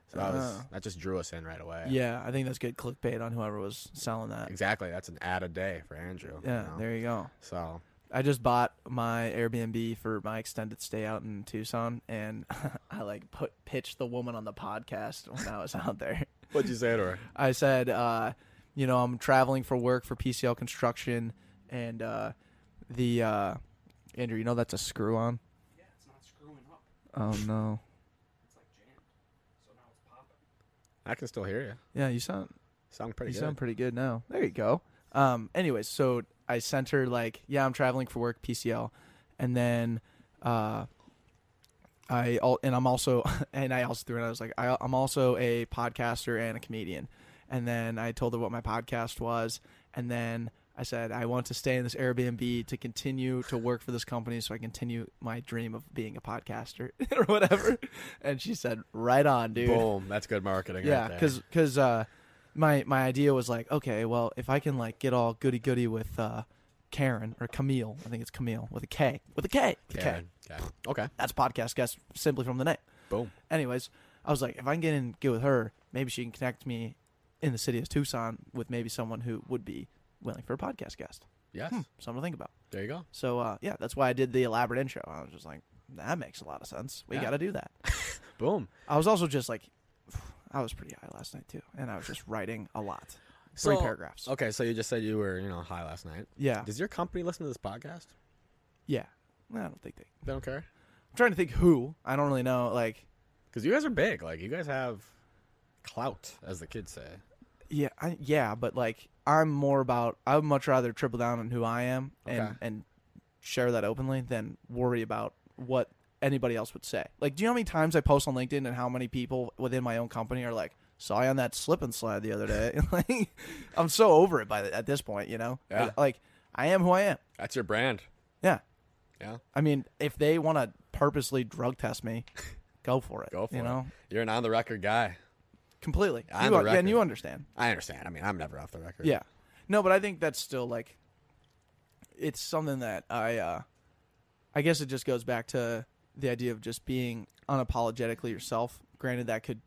Speaker 5: So that was
Speaker 4: Ah.
Speaker 5: that just drew us in right away.
Speaker 4: Yeah, I think that's good clickbait on whoever was selling that.
Speaker 5: exactly. That's an ad a day for Andrew. you
Speaker 4: Yeah,
Speaker 5: know?
Speaker 4: there you go.
Speaker 5: So
Speaker 4: I just bought my Airbnb for my extended stay out in Tucson, and I like put pitched the woman on the podcast when I was out there.
Speaker 5: what'd you say to her?
Speaker 4: I said, uh, you know, I'm traveling for work for PCL Construction, and uh, the uh, Andrew, you know, that's a screw on. Yeah, it's not screwing up. Oh no.
Speaker 5: I can still hear you.
Speaker 4: Yeah, you sound
Speaker 5: Sound pretty
Speaker 4: you
Speaker 5: good.
Speaker 4: sound pretty good now. There you go. Um. Anyways, so I sent her like, yeah, I'm traveling for work, PCL, and then, uh, I all and I'm also and I also threw it. I was like, I, I'm also a podcaster and a comedian, and then I told her what my podcast was, and then I said I want to stay in this Airbnb to continue to work for this company, so I continue my dream of being a podcaster or whatever. and she said, right on, dude
Speaker 5: Boom. That's good marketing.
Speaker 4: yeah
Speaker 5: right there.
Speaker 4: because uh my my idea was like okay well if i can like get all goody goody with uh karen or camille i think it's camille with a k with a k with a k
Speaker 5: Karen. Karen. Okay.
Speaker 4: that's podcast guest simply from the name
Speaker 5: Boom.
Speaker 4: anyways i was like if i can get in get with her maybe she can connect me in the city of tucson with maybe someone who would be willing for a podcast guest
Speaker 5: Yes.
Speaker 4: something to think about
Speaker 5: There you go.
Speaker 4: so uh yeah that's why i did the elaborate intro i was just like that makes a lot of sense we
Speaker 5: Yeah.
Speaker 4: gotta do that
Speaker 5: Boom.
Speaker 4: i was also just like i was pretty high last night too and i was just writing a lot three
Speaker 5: So-
Speaker 4: paragraphs.
Speaker 5: Okay, so you just said you were, you know, high last night.
Speaker 4: Yeah,
Speaker 5: Does your company listen to this podcast?
Speaker 4: yeah. No, I don't think they.
Speaker 5: They don't care
Speaker 4: I'm trying to think who. I don't really know. Like,
Speaker 5: because you guys are big. Like you guys have clout, as the kids say.
Speaker 4: yeah, I, yeah, but like, I'm more about. I would much rather triple down on who I am and
Speaker 5: Okay.
Speaker 4: and share that openly than worry about what anybody else would say. Like, do you know how many times I post on LinkedIn and how many people within my own company are like, "Saw you on that slip and slide the other day." like, I'm so over it by the, at this point. You know,
Speaker 5: Yeah.
Speaker 4: like I am who I am.
Speaker 5: That's your brand.
Speaker 4: Yeah.
Speaker 5: Yeah.
Speaker 4: I mean, if they want to purposely drug test me, go for it.
Speaker 5: Go for
Speaker 4: you
Speaker 5: it.
Speaker 4: know?
Speaker 5: You're an on the record guy.
Speaker 4: Completely.
Speaker 5: On
Speaker 4: You
Speaker 5: the
Speaker 4: un- yeah, and
Speaker 5: record.
Speaker 4: you understand.
Speaker 5: I understand. I mean, I'm never off the record.
Speaker 4: Yeah. No, but I think that's still like it's something that I uh I guess it just goes back to the idea of just being unapologetically yourself. Granted that could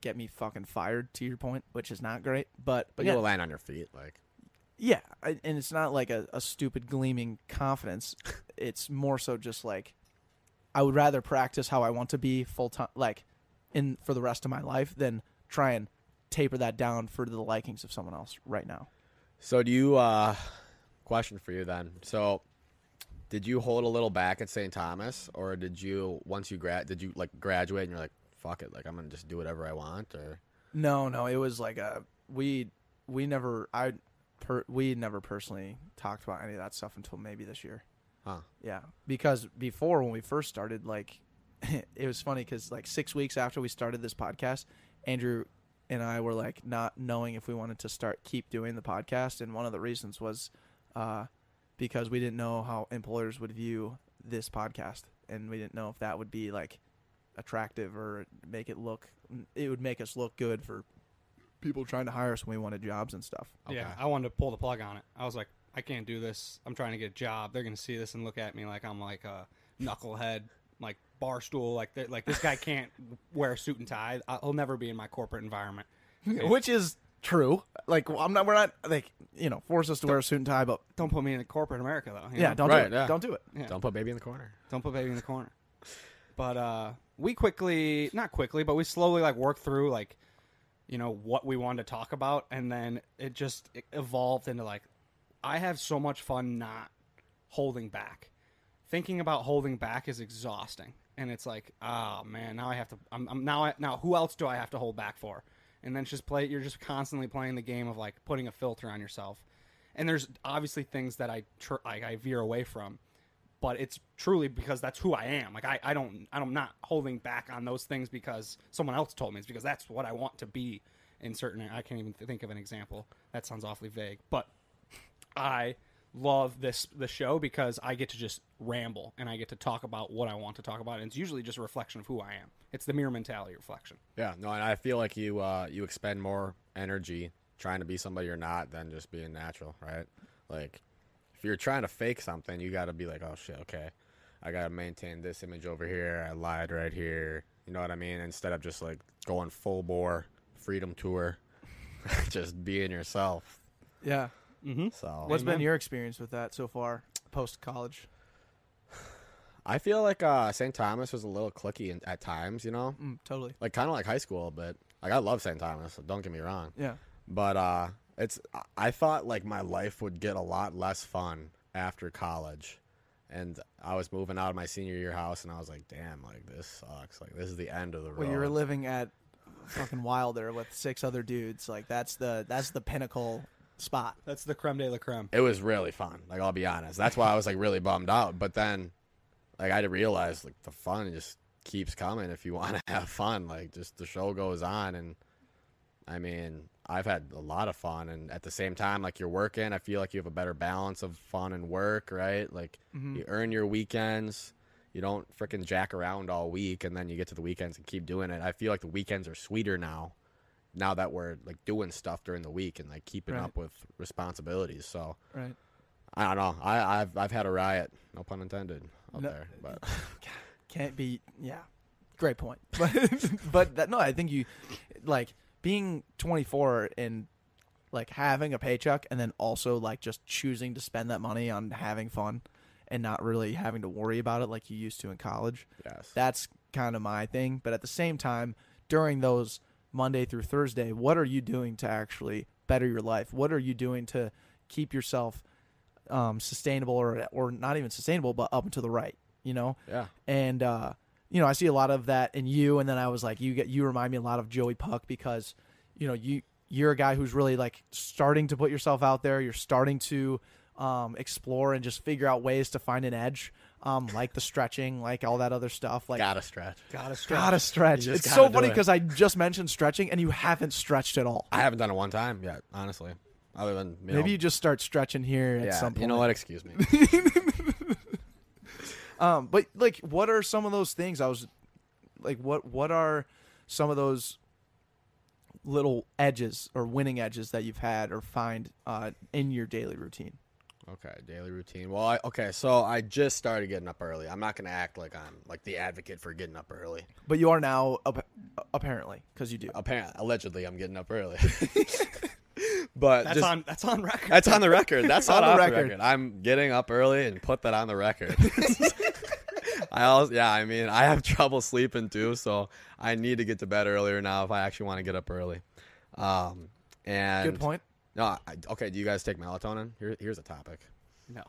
Speaker 4: get me fucking fired to your point, which is not great, but
Speaker 5: but
Speaker 4: yeah,
Speaker 5: you'll land on your feet. Like
Speaker 4: yeah, I, and it's not like a, a stupid gleaming confidence. It's more so just like I would rather practice how I want to be full time, like in for the rest of my life, than try and taper that down for the likings of someone else right now.
Speaker 5: so. Do you? uh Question for you then. So, did you hold a little back at St. Thomas, or did you once you grad did you like graduate and you're like fuck it, like I'm gonna just do whatever I want, or
Speaker 4: No, no, it was like a we we never I per, we never personally talked about any of that stuff until maybe this year.
Speaker 5: huh?
Speaker 4: Yeah, because before when we first started, like it was funny because like six weeks after we started this podcast, Andrew and I were like not knowing if we wanted to start keep doing the podcast, and one of the reasons was uh, because we didn't know how employers would view this podcast, and we didn't know if that would be like attractive or make it look it would make us look good for people trying to hire us when we wanted jobs and stuff.
Speaker 3: Yeah, I wanted to pull the plug on it. I was like, I can't do this. I'm trying to get a job. They're gonna see this and look at me like I'm like a knucklehead, like barstool, like they're- like this guy can't wear a suit and tie. I- He'll never be in my corporate environment.
Speaker 4: Which is true. Like well, I'm not we're not like, you know, force us to wear a suit and tie, but
Speaker 3: Don't put me in corporate America though. you
Speaker 4: yeah,
Speaker 3: know?
Speaker 4: don't
Speaker 5: Right,
Speaker 4: do it.
Speaker 5: yeah.
Speaker 4: Don't do it.
Speaker 3: Yeah.
Speaker 5: Don't put baby in the corner.
Speaker 3: Don't put baby in the corner. But uh, we quickly, not quickly, but we slowly like worked through like, you know, what we wanted to talk about, and then it just it evolved into like, I have so much fun not holding back. Thinking about holding back is exhausting, and it's like, oh man, now I have to. I'm, I'm now I, now who else do I have to hold back for? And then just play. You're just constantly playing the game of like putting a filter on yourself. And there's obviously things that I tr- like I veer away from, but it's truly because that's who I am. Like I, I don't I'm not holding back on those things because someone else told me. It's because that's what I want to be in certain I can't even think of an example. That sounds awfully vague. But I love this the show because I get to just ramble and I get to talk about what I want to talk about and it's usually just a reflection of who I am. It's the mirror mentality reflection.
Speaker 5: Yeah, no, and I feel like you uh, you expend more energy trying to be somebody you're not than just being natural, right? Like, if you're trying to fake something, you got to be like, oh shit, okay, I gotta maintain this image over here. I lied right here. You know what I mean? Instead of just like going full bore freedom tour, just being yourself.
Speaker 4: Yeah.
Speaker 5: So
Speaker 4: What's been your experience with that so far post college?
Speaker 5: I feel like uh, St. Thomas was a little clicky in, at times, you know,
Speaker 4: Mm, totally.
Speaker 5: like kind of like high school, but like I love St. Thomas. Don't get me wrong.
Speaker 4: Yeah.
Speaker 5: but uh it's I- i thought like my life would get a lot less fun after college and i was moving out of my senior year house and i was like damn like this sucks like this is the end of the road
Speaker 4: Well, you were living at fucking Wilder with six other dudes. Like that's the that's the pinnacle spot.
Speaker 3: That's the creme de la creme.
Speaker 5: it was really fun like i'll be honest that's why i was like really bummed out but then like i realized like the fun just keeps coming if you want to have fun like just the show goes on and i mean i've had a lot of fun and at the same time like you're working i feel like you have a better balance of fun and work right like you earn your weekends you don't freaking jack around all week and then you get to the weekends and keep doing it i feel like the weekends are sweeter now now that we're like doing stuff during the week and like keeping
Speaker 4: Right.
Speaker 5: up with responsibilities so
Speaker 4: Right.
Speaker 5: I don't know. I, I've I've had a riot, no pun intended, up
Speaker 4: No.
Speaker 5: there. But
Speaker 4: Can't be. Yeah. Great point. But but that, no, I think you like being 24 and like having a paycheck and then also like just choosing to spend that money on having fun and not really having to worry about it like you used to in college.
Speaker 5: yes,
Speaker 4: That's kind of my thing. But at the same time, during those Monday through Thursday, what are you doing to actually better your life? What are you doing to keep yourself um, sustainable or, or not even sustainable, but up and to the right, you know?
Speaker 5: yeah,
Speaker 4: and uh, you know, I see a lot of that in you. And then I was like, you get you remind me a lot of Joey Puck because you know you you're a guy who's really like starting to put yourself out there. You're starting to um, explore and just figure out ways to find an edge, um, like the stretching, like all that other stuff. Like
Speaker 5: gotta stretch.
Speaker 3: Gotta stretch.
Speaker 4: gotta stretch.
Speaker 5: You just
Speaker 4: It's
Speaker 5: gotta
Speaker 4: so
Speaker 5: do
Speaker 4: funny
Speaker 5: it.
Speaker 4: because I just mentioned stretching and you haven't stretched at all.
Speaker 5: I haven't done it one time yet, honestly. Other than you know,
Speaker 4: Maybe you just start stretching here
Speaker 5: yeah,
Speaker 4: at some point.
Speaker 5: You know what? Excuse me.
Speaker 4: Um, but like, what are some of those things? I was like, what what are some of those little edges or winning edges that you've had or find uh, in your daily routine?
Speaker 5: Okay, daily routine. Well, I, okay, so I just started getting up early. I'm not gonna act like I'm like the advocate for getting up early.
Speaker 4: But you are now ap- apparently because you do.
Speaker 5: Apparently, allegedly, I'm getting up early. but
Speaker 3: That's
Speaker 5: just,
Speaker 3: on that's on record.
Speaker 5: That's on the record. That's
Speaker 4: on
Speaker 5: not
Speaker 4: the
Speaker 5: off the
Speaker 4: record.
Speaker 5: record. I'm getting up early and put that on the record. I also, yeah, I mean, I have trouble sleeping too, so I need to get to bed earlier now if I actually want to get up early. Um, and
Speaker 4: Good point.
Speaker 5: No, I, okay. Do you guys take melatonin? Here, here's a topic.
Speaker 3: no.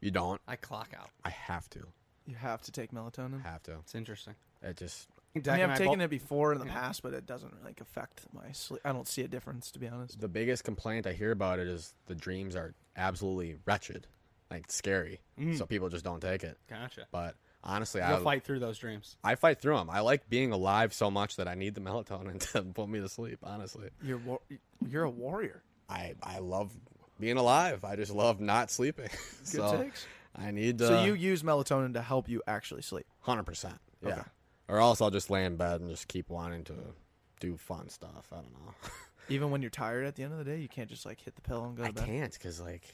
Speaker 5: You don't.
Speaker 3: I clock out.
Speaker 5: I have to.
Speaker 4: You have to take melatonin.
Speaker 5: Have to.
Speaker 3: It's interesting.
Speaker 5: It just.
Speaker 4: I
Speaker 3: Deck
Speaker 4: mean,
Speaker 3: and
Speaker 4: I've
Speaker 3: I
Speaker 4: taken
Speaker 3: bo-
Speaker 4: it before in the
Speaker 3: Yeah.
Speaker 4: past, but it doesn't like affect my sleep. I don't see a difference to be honest.
Speaker 5: The biggest complaint I hear about it is the
Speaker 4: Mm.
Speaker 5: dreams are absolutely wretched, like scary. So people just don't take it.
Speaker 3: Gotcha.
Speaker 5: But honestly,
Speaker 3: You'll
Speaker 5: I
Speaker 3: fight through those dreams.
Speaker 5: I fight through them. I like being alive so much that I need the melatonin to put me to sleep. Honestly,
Speaker 4: You're war- you're a warrior.
Speaker 5: I I love being alive. I just love not sleeping. so
Speaker 4: takes.
Speaker 5: I need to.
Speaker 4: So you use melatonin to help you actually sleep.
Speaker 5: hundred percent. Yeah. Or else I'll just lay in bed and just keep wanting to do fun stuff. I don't know.
Speaker 4: Even when you're tired at the end of the day, you can't just like hit the pillow and go
Speaker 5: I
Speaker 4: to bed.
Speaker 5: can't because like,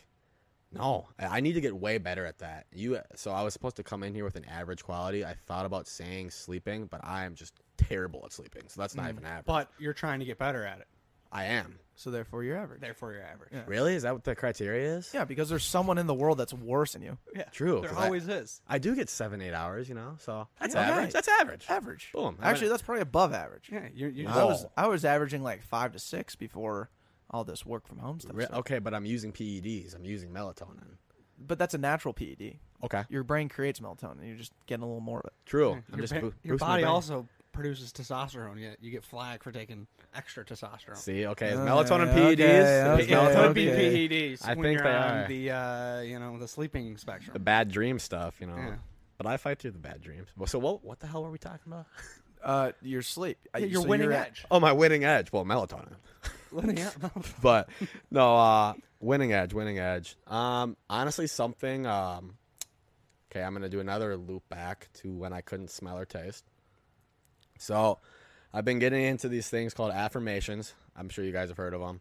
Speaker 5: no, I I need to get way better at that. You so I was supposed to come in here with an average quality. I thought about saying sleeping, but I am just terrible at sleeping. So that's
Speaker 4: Mm.
Speaker 5: not even average.
Speaker 3: But you're trying to get better at it.
Speaker 5: I am.
Speaker 4: So therefore, you're average.
Speaker 3: Therefore, you're average.
Speaker 4: Yeah.
Speaker 5: Really? Is that what the criteria is?
Speaker 4: Yeah, because there's someone in the world that's worse than you.
Speaker 3: Yeah.
Speaker 5: True,
Speaker 3: There
Speaker 5: 'cause I-
Speaker 3: always is.
Speaker 5: I do get seven, eight hours, you know, so that's
Speaker 4: Yeah,
Speaker 5: average.
Speaker 4: right.
Speaker 5: That's average.
Speaker 4: Average.
Speaker 5: Boom. I
Speaker 4: Actually,
Speaker 5: mean-
Speaker 4: that's probably above average.
Speaker 3: Yeah. You're, you're
Speaker 4: I
Speaker 5: Wow.
Speaker 4: was I was averaging like five to six before all this work from home stuff.
Speaker 5: Re-
Speaker 4: started.
Speaker 5: okay, but I'm using PEDs. I'm using melatonin.
Speaker 4: But that's a natural PED.
Speaker 5: Okay.
Speaker 4: Your brain creates melatonin. You're just getting a little more of it.
Speaker 5: True. I'm
Speaker 3: your,
Speaker 5: just
Speaker 3: pa-
Speaker 5: boo-
Speaker 3: your
Speaker 5: boosting my
Speaker 3: body
Speaker 5: brain.
Speaker 3: also produces testosterone. Yet you get flagged for taking extra testosterone.
Speaker 5: See, okay, is
Speaker 4: Okay,
Speaker 5: melatonin
Speaker 4: okay,
Speaker 5: PEDs? Is
Speaker 4: okay,
Speaker 3: it
Speaker 5: melatonin E
Speaker 3: could be
Speaker 5: PEDs?
Speaker 3: PEDs.
Speaker 5: I
Speaker 3: when
Speaker 5: think
Speaker 3: you're
Speaker 5: they
Speaker 3: on
Speaker 5: are.
Speaker 3: the uh, you know the sleeping spectrum.
Speaker 5: The bad dream stuff, you know.
Speaker 3: Yeah.
Speaker 5: But I fight through the bad dreams. Well, so what? What the hell were we talking about?
Speaker 4: Uh, your sleep. I-
Speaker 3: Yeah, you're
Speaker 4: so
Speaker 3: winning
Speaker 4: you're at-
Speaker 3: edge.
Speaker 5: Oh, my winning edge. Well, melatonin.
Speaker 3: Winning edge.
Speaker 5: but no, uh, winning edge, winning edge. Um, honestly, something. Um, okay, I'm gonna do another loop back to when I couldn't smell or taste. So, I've been getting into these things called affirmations. I'm sure you guys have heard of them.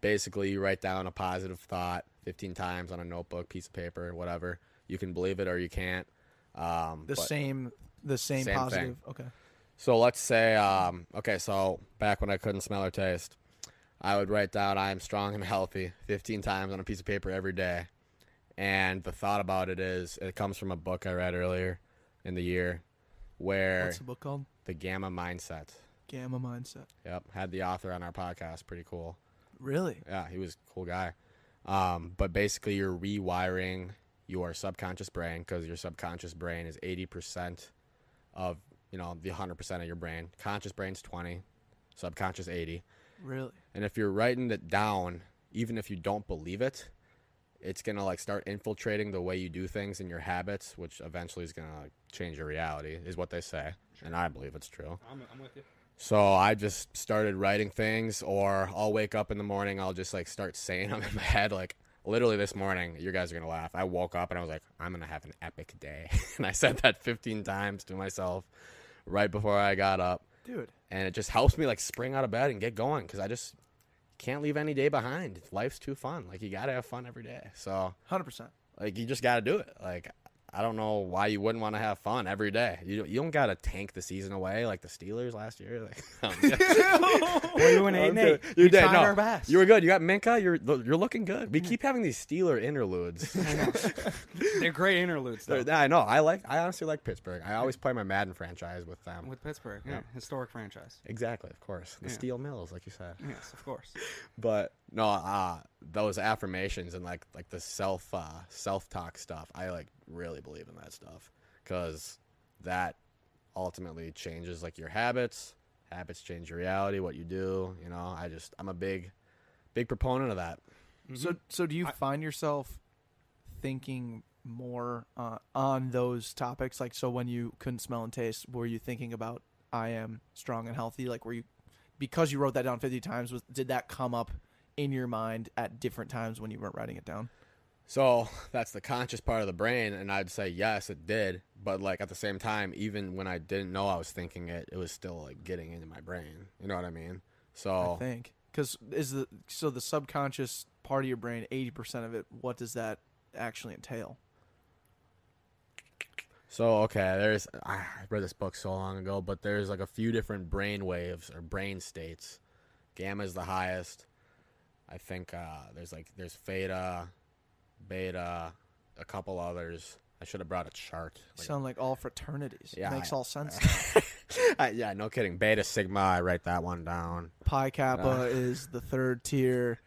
Speaker 5: Basically, you write down a positive thought 15 times on a notebook, piece of paper, whatever. You can believe it or you can't. Um,
Speaker 4: the
Speaker 5: but-
Speaker 4: same the same,
Speaker 5: Same thing.
Speaker 4: positive. Okay.
Speaker 5: so let's say, um, okay, so back when I couldn't smell or taste, I would write down "I am strong and healthy" 15 times on a piece of paper every day, and the thought about it is, it comes from a book I read earlier in the year, where
Speaker 4: What's the book called?
Speaker 5: the Gamma Mindset.
Speaker 4: Gamma mindset.
Speaker 5: Yep, had the author on our podcast. Pretty cool.
Speaker 4: Really?
Speaker 5: Yeah, he was a cool guy. Um, but basically, you're rewiring your subconscious brain because your subconscious brain is 80% of you know the 100% of your brain. Conscious brain's 20, subconscious 80.
Speaker 4: Really?
Speaker 5: And if you're writing it down, even if you don't believe it, it's gonna like start infiltrating the way you do things and your habits, which eventually is gonna like, change your reality, is what they say. And I believe it's true.
Speaker 3: I'm, I'm with you.
Speaker 5: So I just started writing things, or I'll wake up in the morning, I'll just like start saying them in my head. Like literally this morning, you guys are gonna laugh. I woke up and I was like, I'm gonna have an epic day, and I said that 15 times to myself right before I got up,
Speaker 4: Dude.
Speaker 5: and it just helps me like spring out of bed and get going because I just can't leave any day behind. Life's too fun. Like you gotta have fun every day. So
Speaker 4: Hundred percent.
Speaker 5: like you just got to do it. Like I don't know why you wouldn't want to have fun every day. You you don't got to tank the season away like the Steelers last year. Like I'm kidding.
Speaker 3: Well, you went eight
Speaker 5: I'm
Speaker 3: and eight.
Speaker 5: kidding. You
Speaker 3: we
Speaker 5: did
Speaker 3: tried
Speaker 5: no.
Speaker 3: our best.
Speaker 5: You were good. You got Minka. You're you're looking good. We keep having these Steeler interludes.
Speaker 3: They're great interludes though,
Speaker 5: They're- I know. I like. I honestly like Pittsburgh. I always play my Madden franchise with them.
Speaker 3: with Pittsburgh. Yeah.
Speaker 5: Yeah.
Speaker 3: Historic franchise.
Speaker 5: exactly, of course. The
Speaker 3: Yeah.
Speaker 5: Steel Mills, like you said.
Speaker 3: Yes, of course.
Speaker 5: but no uh those affirmations and like like the self uh self talk stuff i like really believe in that stuff because that ultimately changes like your habits habits change your reality what you do you know i just i'm a big big proponent of that Mm-hmm.
Speaker 4: So so do you find yourself thinking more uh, on those topics? Like so when you couldn't smell and taste, were you thinking about I am strong and healthy? Like were you because you wrote that down fifty times, was did that come up in your mind at different times when you weren't writing it down?
Speaker 5: So that's the conscious part of the brain, and I'd say yes, it did. But like at the same time, even when I didn't know I was thinking it, it was still like getting into my brain. You know what I mean?
Speaker 4: I
Speaker 5: So
Speaker 4: think because is the so the subconscious part of your brain, eighty percent of it. What does that actually entail?
Speaker 5: So okay, there's I read this book so long ago, but there's like a few different brain waves or brain states. Gamma is the highest. I think uh, there's like there's theta, beta, a couple others. I should have brought a chart. Like,
Speaker 4: Sound like all fraternities.
Speaker 5: Yeah,
Speaker 4: makes
Speaker 5: I-
Speaker 4: all sense.
Speaker 5: I- yeah, no kidding. Beta sigma. I write that one down.
Speaker 4: Pi
Speaker 5: Uh.
Speaker 4: Kappa is the third tier.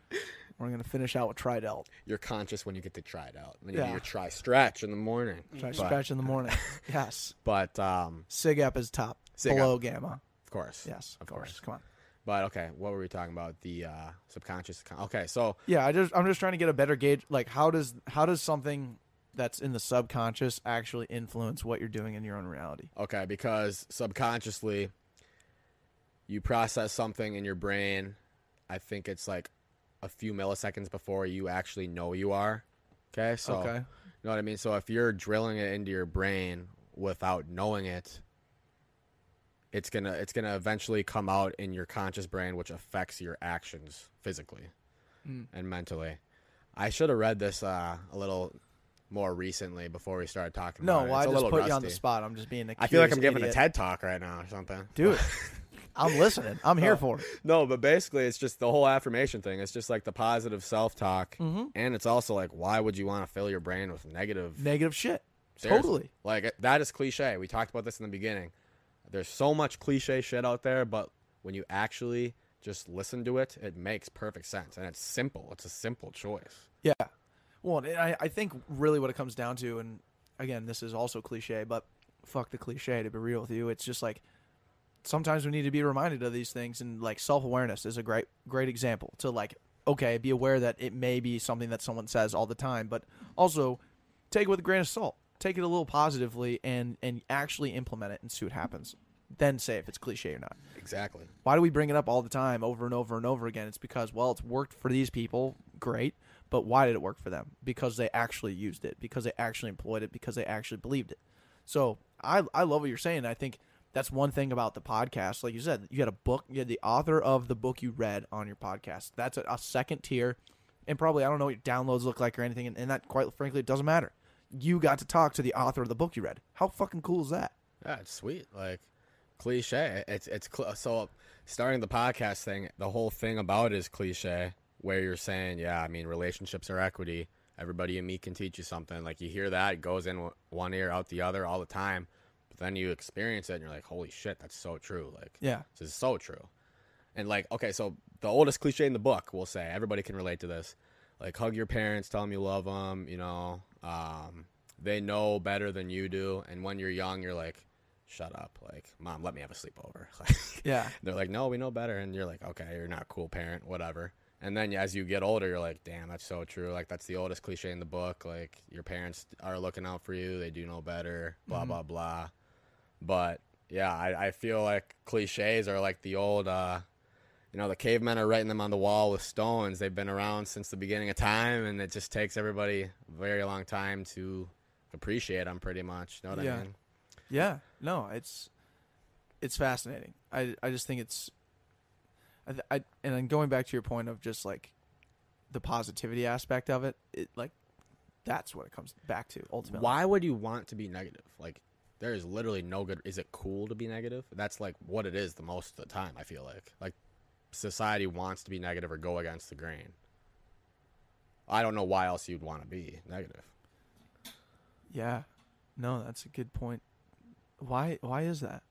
Speaker 4: We're gonna finish out with tridelt.
Speaker 5: You're conscious when you get to try it out. Then you
Speaker 4: Yeah.
Speaker 5: do your try stretch in the morning.
Speaker 4: Try to
Speaker 5: But-
Speaker 4: scratch in the morning. yes.
Speaker 5: But um,
Speaker 4: Sig up is top.
Speaker 5: Sig
Speaker 4: below gamma.
Speaker 5: of course.
Speaker 4: Yes, of, course. Come on.
Speaker 5: But okay, what were we talking about? The uh, subconscious. Con- okay, so
Speaker 4: Yeah, I just I'm just trying to get a better gauge. Like, how does how does something that's in the subconscious actually influence what you're doing in your own reality.
Speaker 5: Okay, because subconsciously you process something in your brain. I think it's like a few milliseconds before you actually know you are. Okay, so
Speaker 4: Okay.
Speaker 5: you know what I mean. So if you're drilling it into your brain without knowing it, it's gonna it's gonna eventually come out in your conscious brain, which affects your actions physically
Speaker 4: Mm.
Speaker 5: and mentally. I should have read this uh, a little more recently before we started talking.
Speaker 4: No,
Speaker 5: about it.
Speaker 4: well, I
Speaker 5: It's a
Speaker 4: just put
Speaker 5: little
Speaker 4: you on the
Speaker 5: rusty.
Speaker 4: spot. I'm just being a
Speaker 5: I feel like
Speaker 4: curious
Speaker 5: I'm giving
Speaker 4: idiot.
Speaker 5: a TED talk right now or something.
Speaker 4: Do it. I'm listening. I'm
Speaker 5: Oh.
Speaker 4: here for it.
Speaker 5: No, but basically, it's just the whole affirmation thing. It's just like the positive self talk.
Speaker 4: Mm-hmm.
Speaker 5: And it's also like, why would you want to fill your brain with negative?
Speaker 4: Negative shit.
Speaker 5: Seriously.
Speaker 4: Totally.
Speaker 5: Like, it- that is cliche. We talked about this in the beginning. There's so much cliche shit out there, but when you actually just listen to it, it makes perfect sense. And it's simple. It's a simple choice.
Speaker 4: Yeah. Well, and I, I think really what it comes down to, and again, this is also cliche, but fuck the cliche to be real with you. It's just like sometimes we need to be reminded of these things, and like self awareness is a great, great example to like, okay, be aware that it may be something that someone says all the time, but also take it with a grain of salt. Take it a little positively and and actually implement it and see what happens. Then say if it's cliche or not
Speaker 5: Exactly.
Speaker 4: why do we bring it up all the time over and over and over again it's because well it's worked for these people great but why did it work for them because they actually used it because they actually employed it because they actually believed it so i i love what you're saying i think that's one thing about the podcast like you said you had a book you had the author of the book you read on your podcast that's a, a second tier and probably i don't know what your downloads look like or anything and, and that quite frankly it doesn't matter you got to talk to the author of the book you read how fucking cool is that
Speaker 5: Yeah, it's sweet. Like cliche. It's it's cl- so starting the podcast thing. The whole thing about it is cliche, where you're saying, yeah, I mean, relationships are equity. Everybody you meet can teach you something. Like you hear that, it goes in one ear, out the other, all the time. But then you experience it, and you're like, holy shit, that's so true. Like,
Speaker 4: yeah
Speaker 5: this is so true. And like, okay, so the oldest cliche in the book, we'll say everybody can relate to this. Like, hug your parents, tell them you love them. You know, um, they know better than you do. And when you're young, you're like, shut up, like, mom, let me have a sleepover. Like,
Speaker 4: yeah
Speaker 5: they're like, no, we know better. And you're like, okay, you're not a cool parent, whatever. And then as you get older, you're like, damn, that's so true. Like, that's the oldest cliche in the book. Like, your parents are looking out for you, they do know better, blah, blah, blah. But yeah, I, I feel like cliches are like the old, uh, you know, the cavemen are writing them on the wall with stones. They've been around since the beginning of time, and it just takes everybody a very long time to appreciate them, pretty much. Know what
Speaker 4: Yeah.
Speaker 5: I mean?
Speaker 4: Yeah, no, it's it's fascinating. I I just think it's I, th- I and then going back to your point of just like the positivity aspect of it, it like that's what it comes back to ultimately.
Speaker 5: Why would you want to be negative? Like, there is literally no good. Is it cool to be negative? That's like what it is the most of the time. I feel like like society wants to be negative or go against the grain. I don't know why else you'd want to be negative.
Speaker 4: Yeah, no, that's a good point. Why why is that?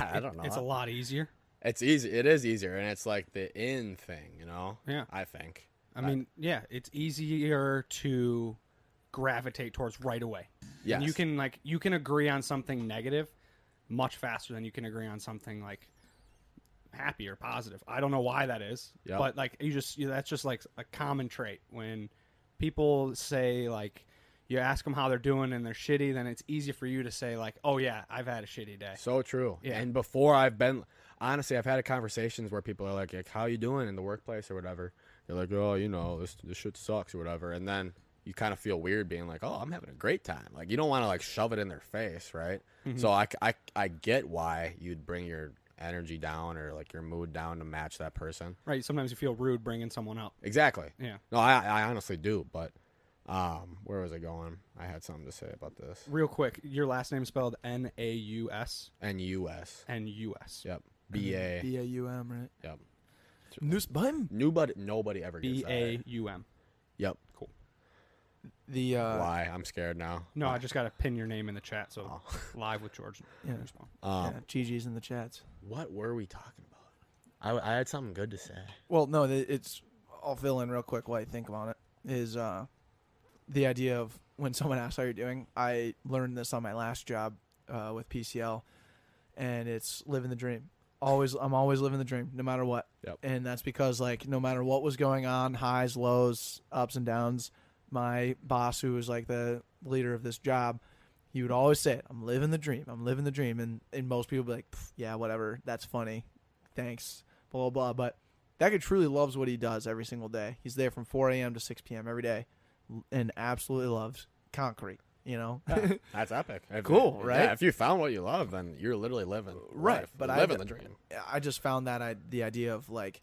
Speaker 5: I don't know.
Speaker 3: It's a lot easier.
Speaker 5: It's easy. It is easier, and it's like the in thing, you know.
Speaker 3: Yeah.
Speaker 5: I think.
Speaker 3: I mean, yeah, it's easier to gravitate towards right away.
Speaker 5: Yes.
Speaker 3: And you can like you can agree on something negative much faster than you can agree on something like happy or positive. I don't know why that is,
Speaker 5: Yep.
Speaker 3: but like you just you that's just like a common trait when people say like you ask them how they're doing and they're shitty, then it's easy for you to say like, "Oh yeah, I've had a shitty day."
Speaker 5: So true.
Speaker 3: Yeah.
Speaker 5: And before I've been honestly, I've had conversations where people are like, like, "How you doing in the workplace or whatever?" They're like, "Oh, you know, this this shit sucks or whatever," and then you kind of feel weird being like, "Oh, I'm having a great time." Like you don't want to like shove it in their face, right?
Speaker 3: Mm-hmm.
Speaker 5: So I, c- I- I get why you'd bring your energy down or like your mood down to match that person.
Speaker 3: Right? Sometimes you feel rude bringing someone up.
Speaker 5: Exactly.
Speaker 3: Yeah.
Speaker 5: No, I I honestly do, but um, where was I going? I had something to say about this.
Speaker 3: Real quick, your last name spelled N A U S
Speaker 5: And U.S.
Speaker 3: and U S.
Speaker 5: Yep. B A.
Speaker 4: B a u m right?
Speaker 5: Yep.
Speaker 4: Nussbaum.
Speaker 5: Nobody, nobody ever gets
Speaker 3: B
Speaker 5: that right.
Speaker 3: A U M.
Speaker 5: Yep.
Speaker 4: The uh,
Speaker 5: Why? I'm scared now.
Speaker 3: No, I just got to pin your name in the chat. So
Speaker 5: Oh.
Speaker 3: live with George.
Speaker 4: Yeah.
Speaker 3: Nussbaum.
Speaker 5: Um,
Speaker 4: yeah, GG's in the chats.
Speaker 5: What were we talking about? I, I had something good to say.
Speaker 4: Well, no, th- it's. I'll fill in real quick while I think about it. Is uh, the idea of when someone asks how you're doing. I learned this on my last job uh, with PCL, and it's living the dream. Always, I'm always living the dream, no matter what.
Speaker 5: Yep.
Speaker 4: And that's because, like, no matter what was going on, highs, lows, ups and downs, my boss, who was like the leader of this job, he would always say, it, "I'm living the dream. I'm living the dream." And and most people would be like, "Pff, "Yeah, whatever. That's funny. Thanks." Blah blah blah. But that guy truly loves what he does every single day. He's there from 4 a.m. to 6 p.m. every day, and absolutely loves concrete. You know,
Speaker 5: That's epic. If-
Speaker 4: Cool,
Speaker 5: yeah,
Speaker 4: right?
Speaker 5: if you found what you love, then you're literally living.
Speaker 4: Right,
Speaker 5: life,
Speaker 4: but I-
Speaker 5: living the dream.
Speaker 4: I just found that I, the idea of like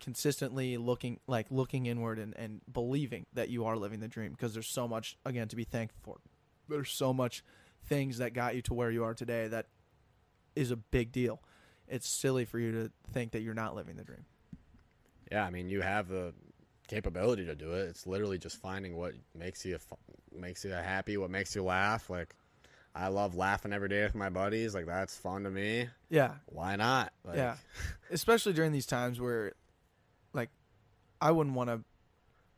Speaker 4: consistently looking like looking inward and, and believing that you are living the dream because there's so much again to be thankful for. There's so much things that got you to where you are today that is a big deal. It's silly for you to think that you're not living the dream.
Speaker 5: Yeah, I mean, you have the capability to do it. It's literally just finding what makes you fu- makes you happy, what makes you laugh. Like, I love laughing every day with my buddies. Like, that's fun to me.
Speaker 4: Yeah.
Speaker 5: Why not? Like,
Speaker 4: Yeah. especially during these times where like I wouldn't want to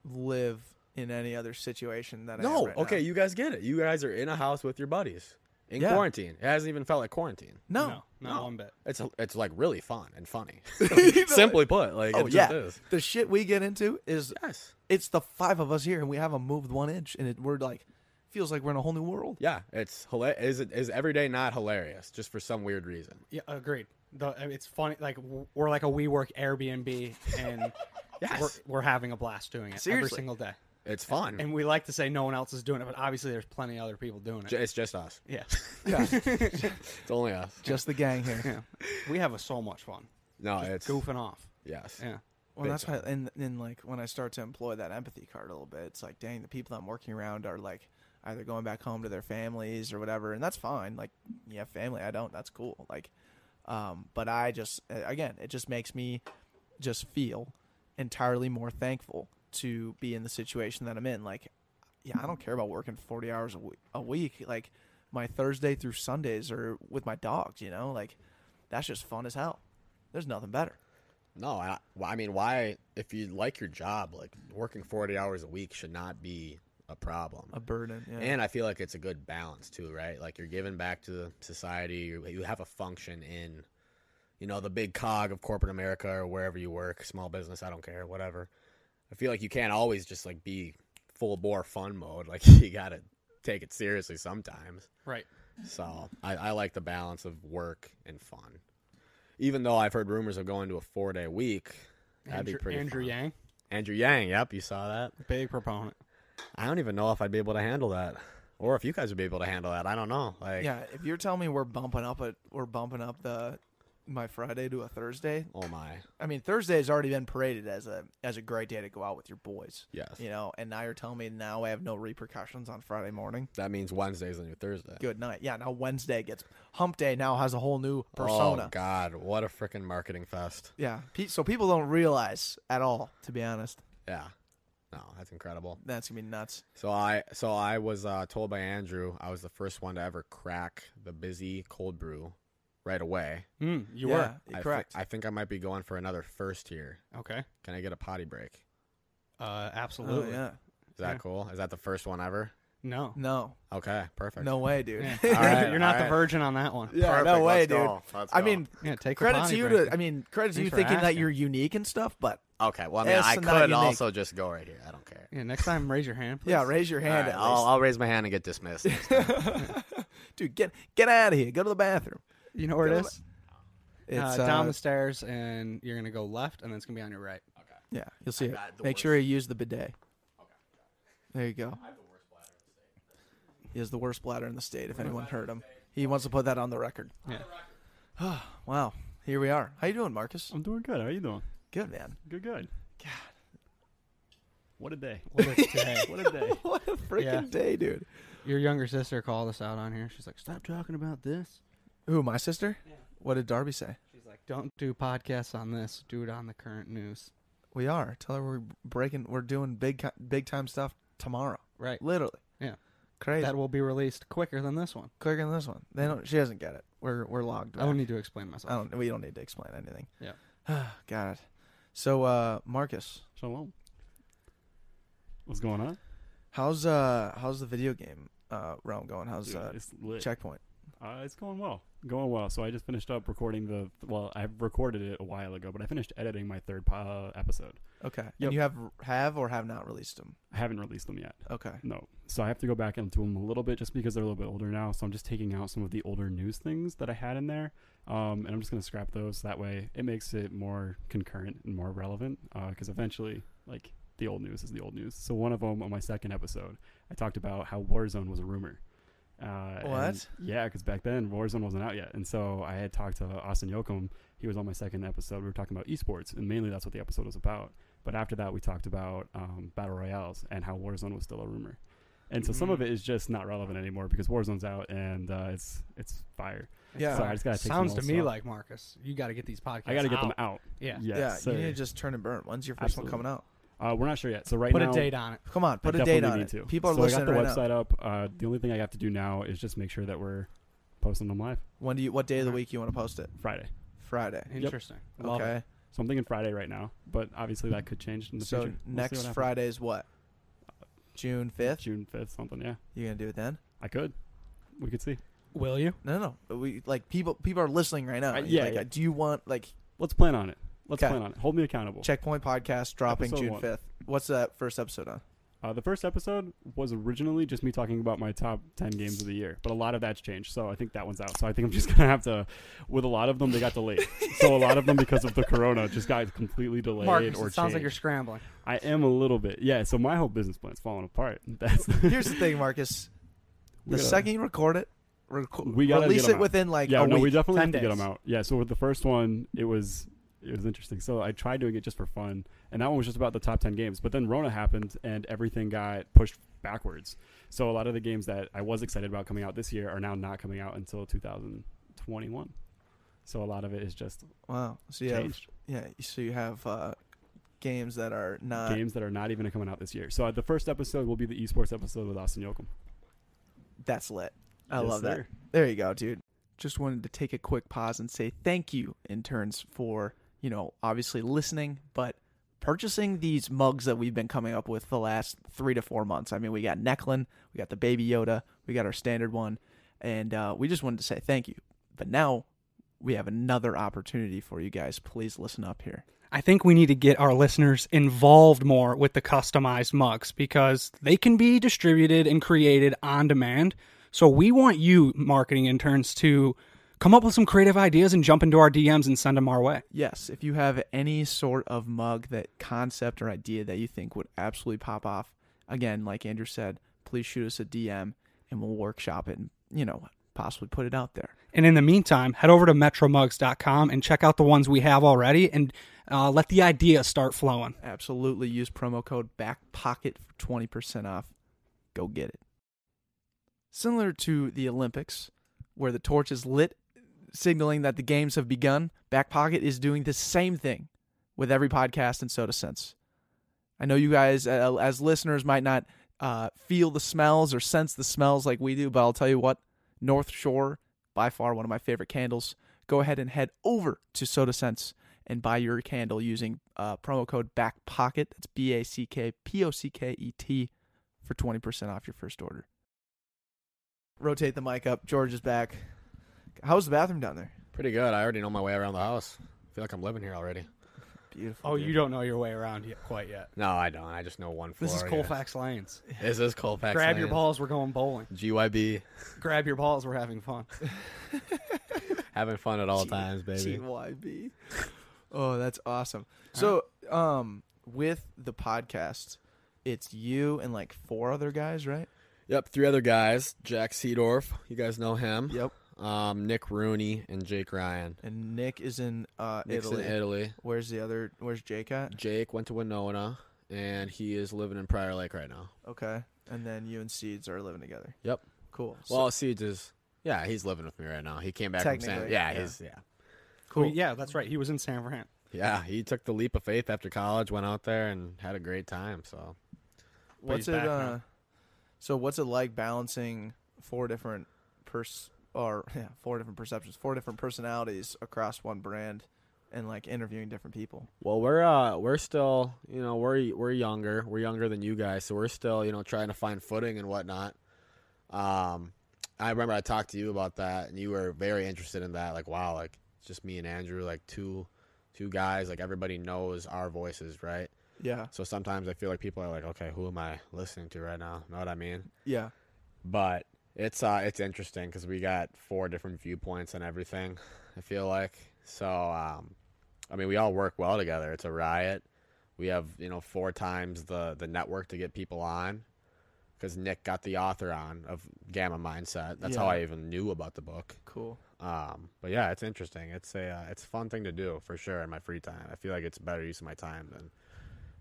Speaker 4: live in any other situation that I am
Speaker 5: No,
Speaker 4: right now.
Speaker 5: okay, you guys get it. You guys are in a house with your buddies in
Speaker 4: Yeah.
Speaker 5: quarantine. It hasn't even felt like quarantine.
Speaker 4: No.
Speaker 3: no, not one bit.
Speaker 5: It's it's like really fun and funny. Simply put, like
Speaker 4: Oh
Speaker 5: it
Speaker 4: yeah.
Speaker 5: just is.
Speaker 4: The shit we get into is
Speaker 5: Yes.
Speaker 4: it's the five of us here and we haven't moved one inch and it, we're like feels like we're in a whole new world.
Speaker 5: Yeah, it's hilarious. Is it is every day not hilarious just for some weird reason?
Speaker 3: Yeah, agreed. The, I mean, it's funny. Like w- we're like a WeWork Airbnb, and we're,
Speaker 5: Yes.
Speaker 3: we're having a blast doing it every
Speaker 4: Seriously.
Speaker 3: single day.
Speaker 5: It's fun.
Speaker 3: And we like to say no one else is doing it, but obviously there's plenty of other people doing it.
Speaker 5: J- it's just us.
Speaker 3: yeah,
Speaker 5: It's only us.
Speaker 4: Just the gang here.
Speaker 3: yeah. We have so much fun
Speaker 5: No, it's
Speaker 3: goofing off.
Speaker 5: yes.
Speaker 3: Yeah,
Speaker 4: Well, that's why, and then like when I start to employ that empathy card a little bit, it's like, dang, the people I'm working around are like either going back home to their families or whatever, and that's fine. Like, you have family, I don't. That's cool. Like, um, but I just uh, again, it just makes me just feel entirely more thankful to be in the situation that I'm in. Like, yeah, I don't care about working 40 hours a week. A week. Like, my Thursday through Sundays are with my dogs. You know, like that's just fun as hell. There's nothing better.
Speaker 5: No, I, well, I mean, why? If you like your job, like working forty hours a week should not be a problem.
Speaker 4: A burden. Yeah.
Speaker 5: And I feel like it's a good balance too, right? Like you're giving back to society. You you have a function in, you know, the big cog of corporate America or wherever you work, small business. I don't care, whatever. I feel like you can't always just like be full bore fun mode. Like you gotta take it seriously sometimes.
Speaker 3: right.
Speaker 5: So I, I like the balance of work and fun. Even though I've heard rumors of going to a four day week, that'd
Speaker 3: Andrew,
Speaker 5: be pretty.
Speaker 3: Andrew
Speaker 5: fun.
Speaker 3: Yang,
Speaker 5: Andrew Yang. Yep, you saw that.
Speaker 3: big proponent.
Speaker 5: I don't even know if I'd be able to handle that, or if you guys would be able to handle that. I don't know. Like,
Speaker 4: Yeah, if you're telling me we're bumping up a we're bumping up the my Friday to a Thursday,
Speaker 5: oh my,
Speaker 4: I mean Thursday has already been paraded as a as a great day to go out with your boys.
Speaker 5: Yes.
Speaker 4: you know, and now you're telling me now I have no repercussions on Friday morning.
Speaker 5: that means Wednesday's the new Thursday.
Speaker 4: Good night. Yeah, now Wednesday gets Hump Day now has a whole new
Speaker 5: Oh
Speaker 4: persona.
Speaker 5: God, what a freaking marketing fest!
Speaker 4: yeah, pe- so people don't realize at all. To be honest,
Speaker 5: Yeah, no, that's incredible.
Speaker 4: that's gonna be nuts.
Speaker 5: So I, so I was uh, told by Andrew I was the first one to ever crack the busy cold brew right away.
Speaker 3: Mm, you
Speaker 4: yeah,
Speaker 5: I thi-
Speaker 4: correct.
Speaker 5: I think I might be going for another first here.
Speaker 3: were okay.
Speaker 5: Can I get a potty break?
Speaker 3: Uh,
Speaker 4: oh,
Speaker 3: absolutely.
Speaker 4: yeah.
Speaker 5: Is that
Speaker 3: Yeah.
Speaker 5: cool? Is that the first one ever?
Speaker 3: No,
Speaker 4: No,
Speaker 5: Okay, perfect.
Speaker 4: no way, dude.
Speaker 3: Yeah.
Speaker 5: All right,
Speaker 3: you're not
Speaker 5: all
Speaker 3: the
Speaker 5: right.
Speaker 3: virgin on that one.
Speaker 4: Yeah, no way, dude. I mean,
Speaker 3: Yeah, take
Speaker 4: credit
Speaker 3: a
Speaker 4: to you
Speaker 3: break.
Speaker 4: to. I mean, credit to
Speaker 3: Thanks
Speaker 4: you
Speaker 3: for
Speaker 4: thinking that
Speaker 3: asking.
Speaker 4: you're unique and stuff, but
Speaker 5: okay. Well, I mean,
Speaker 4: Yes,
Speaker 5: I
Speaker 4: and not
Speaker 5: could
Speaker 4: unique.
Speaker 5: also just go right here. I don't care.
Speaker 3: yeah, next time raise your hand. Please.
Speaker 4: yeah, raise your hand.
Speaker 5: All right,
Speaker 4: at
Speaker 5: I'll,
Speaker 4: least.
Speaker 5: I'll raise my hand and get dismissed. next time.
Speaker 4: dude, get get out of here. Go to the bathroom.
Speaker 3: You know where it
Speaker 4: Go to
Speaker 3: is?
Speaker 4: It's
Speaker 3: uh, down
Speaker 4: uh,
Speaker 3: the stairs, and you're gonna go left, and then it's gonna be on your right.
Speaker 4: yeah, you'll see it.
Speaker 5: got the
Speaker 4: Make sure you use the bidet. There you go. He has the worst bladder in the state. If anyone heard him, he wants to put that on the record.
Speaker 3: Yeah.
Speaker 4: Wow, here we are. How you doing, Marcus?
Speaker 7: I'm doing good. How are you doing?
Speaker 4: Good, man.
Speaker 7: Good, good.
Speaker 4: God.
Speaker 7: What a day.
Speaker 3: Well, it's today.
Speaker 7: What a day.
Speaker 4: What a freaking
Speaker 3: Yeah.
Speaker 4: day, dude.
Speaker 3: Your younger sister called us out on here. She's like, "Stop talking about this."
Speaker 4: Who, my sister? What did Darby say?
Speaker 3: She's like, "Don't do podcasts on this. Do it on the current news."
Speaker 4: We are. Tell her we're breaking. We're doing big, co- big time stuff tomorrow.
Speaker 3: Right.
Speaker 4: Literally.
Speaker 3: Yeah.
Speaker 4: Crazy.
Speaker 3: That will be released quicker than this one.
Speaker 4: Quicker than this one. They don't. She doesn't get it. We're we're logged.
Speaker 3: I
Speaker 4: back.
Speaker 3: don't need to explain myself.
Speaker 4: I don't. We don't need to explain anything.
Speaker 3: Yeah.
Speaker 4: God. So, uh, Marcus,
Speaker 7: Shalom. What's going on?
Speaker 4: how's uh how's the video game uh realm going? How's
Speaker 7: Dude,
Speaker 4: uh
Speaker 7: it's lit.
Speaker 4: checkpoint?
Speaker 7: Uh, it's going well. Going well. So I just finished up recording the. Well, I recorded it a while ago, but I finished editing my third po- uh, episode.
Speaker 4: Okay. And
Speaker 7: Yep.
Speaker 4: you have have or have not released them.
Speaker 7: I haven't released them yet.
Speaker 4: Okay.
Speaker 7: No. So I have to go back into them a little bit just because they're a little bit older now. So I'm just taking out some of the older news things that I had in there. Um, and I'm just going to scrap those. That way it makes it more concurrent and more relevant because eventually, like, the old news is the old news. So one of them on my second episode, I talked about how Warzone was a rumor. Uh, and-
Speaker 4: What?
Speaker 7: yeah, because back then Warzone wasn't out yet, and so I had talked to Austin Yoakum. He was on my second episode. We were talking about esports, and mainly that's what the episode was about. But after that, we talked about um, battle royales and how Warzone was still a rumor. And so some of it is just not relevant anymore because Warzone's out and uh, it's it's fire.
Speaker 4: Yeah.
Speaker 7: so I just gotta take some
Speaker 3: Sounds to
Speaker 7: old
Speaker 3: me
Speaker 7: stuff.
Speaker 3: like Marcus, you got to get these podcasts.
Speaker 7: I gotta get
Speaker 3: out.
Speaker 7: them out.
Speaker 3: Yeah.
Speaker 7: Yes,
Speaker 4: yeah.
Speaker 7: so-
Speaker 4: you need to just turn and burn. When's your first one
Speaker 7: Absolutely.
Speaker 4: coming out?
Speaker 7: uh, we're not sure yet. So right
Speaker 3: Put
Speaker 7: now,
Speaker 3: a date on it.
Speaker 4: Come on, put a
Speaker 7: I definitely
Speaker 4: date on
Speaker 7: need
Speaker 4: it.
Speaker 7: to.
Speaker 4: People are
Speaker 7: so
Speaker 4: listening
Speaker 7: I got the
Speaker 4: right now.
Speaker 7: website up. Uh, the only thing I have to do now is just make sure that we're posting them live
Speaker 4: When do you? What day of the week you want to post it?
Speaker 7: Friday.
Speaker 4: Friday.
Speaker 3: Interesting.
Speaker 7: Love
Speaker 4: okay.
Speaker 7: So I'm thinking Friday right now, but obviously that could change in the
Speaker 4: So
Speaker 7: future. We'll see
Speaker 4: next
Speaker 7: what happens.
Speaker 4: Friday is what? June fifth.
Speaker 7: June fifth, something. Yeah,
Speaker 4: You gonna do it then?
Speaker 7: I could. We could see.
Speaker 3: Will you?
Speaker 4: No, no. no. We like people. People are listening right now.
Speaker 7: Uh, yeah,
Speaker 4: Like,
Speaker 7: yeah.
Speaker 4: Do you want like
Speaker 7: Let's plan on it. Let's
Speaker 4: 'Kay.
Speaker 7: plan on it. Hold me accountable.
Speaker 4: Checkpoint podcast dropping
Speaker 7: Episode
Speaker 4: June
Speaker 7: one.
Speaker 4: fifth? What's that first episode on?
Speaker 7: Uh, the first episode was originally just me talking about my top 10 games of the year, but a lot of that's changed. So I think that one's out. So I think I'm just going to have to, with a lot of them, they got delayed. so a lot of them, because of the corona, just got completely delayed
Speaker 3: Marcus, it
Speaker 7: or
Speaker 3: sounds like you're
Speaker 7: changed.
Speaker 3: scrambling.
Speaker 7: I am a little bit. Yeah, so my whole business plan's falling apart. That's
Speaker 4: Here's the thing, Marcus. The
Speaker 7: We gotta-
Speaker 4: second you record it, reco-
Speaker 7: We gotta
Speaker 4: release
Speaker 7: get 'em
Speaker 4: it
Speaker 7: out.
Speaker 4: within like
Speaker 7: yeah,
Speaker 4: a
Speaker 7: no,
Speaker 4: week.
Speaker 7: we definitely
Speaker 3: 10
Speaker 7: have to get
Speaker 3: days.
Speaker 7: them out. Yeah, so with the first one, it was it was interesting. So I tried doing it just for fun, and that one was just about the top ten games. But then Rona happened, and everything got pushed backwards. So a lot of the games that I was excited about coming out this year are now not coming out until 2021. So a lot of it is just
Speaker 4: wow. So you have,
Speaker 7: changed.
Speaker 4: yeah. So you have uh, games that are not.
Speaker 7: games that are not even coming out this year. So uh, the first episode will be the esports episode with Austin Yoakum.
Speaker 4: That's lit. I
Speaker 7: Yes,
Speaker 4: love that.
Speaker 7: sir.
Speaker 4: There you go, dude. Just wanted to take a quick pause and say thank you, interns, for, you know, obviously listening, but purchasing these mugs that we've been coming up with the last three to four months. I mean, we got Necklin, we got the Baby Yoda, we got our standard one, and uh, we just wanted to say thank you. But now we have another opportunity for you guys. Please listen up here.
Speaker 3: I think we need to get our listeners involved more with the customized mugs because they can be distributed and created on demand. So we want you, marketing interns, to come up with some creative ideas and jump into our DMs and send them our way.
Speaker 4: Yes, if you have any sort of mug that concept or idea that you think would absolutely pop off, again, like Andrew said, please shoot us a DM and we'll workshop it and, you know, possibly put it out there.
Speaker 3: And in the meantime, head over to metromugs.com and check out the ones we have already and uh, let the ideas start flowing.
Speaker 4: Absolutely use promo code BACKPOCKET for 20% off. Go get it. Similar to the Olympics, where the torch is lit, signaling that the games have begun, Back Pocket is doing the same thing with every podcast and Soda Sense. I know you guys, uh, as listeners, might not uh, feel the smells or sense the smells like we do, but I'll tell you what North Shore, by far one of my favorite candles. Go ahead and head over to Soda Sense and buy your candle using uh, promo code BACKPOCKET. That's B A C K P O C K E T for 20% off your first order. Rotate the mic up. George is back. How's the bathroom down there?
Speaker 5: Pretty good. I already know my way around the house. I feel like I'm living here already.
Speaker 4: Beautiful.
Speaker 3: Oh, you don't know your way around yet, quite yet.
Speaker 5: No, I don't. I just know one floor.
Speaker 3: This is
Speaker 5: here.
Speaker 3: Colfax Lanes.
Speaker 5: This is Colfax.
Speaker 3: Grab your
Speaker 5: Lane.
Speaker 3: balls, we're going bowling.
Speaker 5: GYB.
Speaker 3: Grab your balls, we're having fun.
Speaker 5: Having fun at all times, baby.
Speaker 4: TYB. Oh, that's awesome. So, um, with the podcast, it's you and like four other guys, right?
Speaker 5: Yep. Three other guys. Jack Seedorf. You guys know him.
Speaker 4: Yep.
Speaker 5: Um, Nick Rooney and Jake Ryan.
Speaker 4: And Nick is in uh,
Speaker 5: Nick's
Speaker 4: Italy.
Speaker 5: in Italy.
Speaker 4: Where's the other? Where's Jake at?
Speaker 5: Jake went to Winona, and he is living in Prior Lake right now.
Speaker 4: Okay. And then you and Seeds are living together.
Speaker 5: Yep.
Speaker 4: Cool. So-
Speaker 5: Well, Seeds is. Yeah, he's living with me right now. He came back from San.
Speaker 4: Technically,
Speaker 5: Yeah,
Speaker 4: yeah.
Speaker 5: he's yeah.
Speaker 4: Cool.
Speaker 3: Well, yeah, that's right. He was in San Fran.
Speaker 5: Yeah, he took the leap of faith after college, went out there and had a great time. So
Speaker 4: what's
Speaker 3: he's
Speaker 4: it?
Speaker 3: back now.
Speaker 4: Uh, so what's it like balancing four different pers or yeah, four different perceptions, four different personalities across one brand, and like interviewing different people?
Speaker 5: Well, we're uh we're still you know we're we're younger we're younger than you guys, so we're still you know trying to find footing and whatnot. Um, I remember I talked to you about that, and you were very interested in that. Like, wow, like it's just me and Andrew, like two, two guys. Like everybody knows our voices, right?
Speaker 4: Yeah.
Speaker 5: So sometimes I feel like people are like, okay, who am I listening to right now? Know what I mean?
Speaker 4: Yeah.
Speaker 5: but it's uh it's interesting because we got four different viewpoints on everything i feel like so um i mean we all work well together it's a riot we have you know four times the the network to get people on because nick got the author on of gamma mindset that's how
Speaker 4: Yeah.
Speaker 5: i even knew about the book
Speaker 4: Cool.
Speaker 5: um but yeah it's interesting it's a uh, it's a fun thing to do for sure in my free time i feel like it's a better use of my time than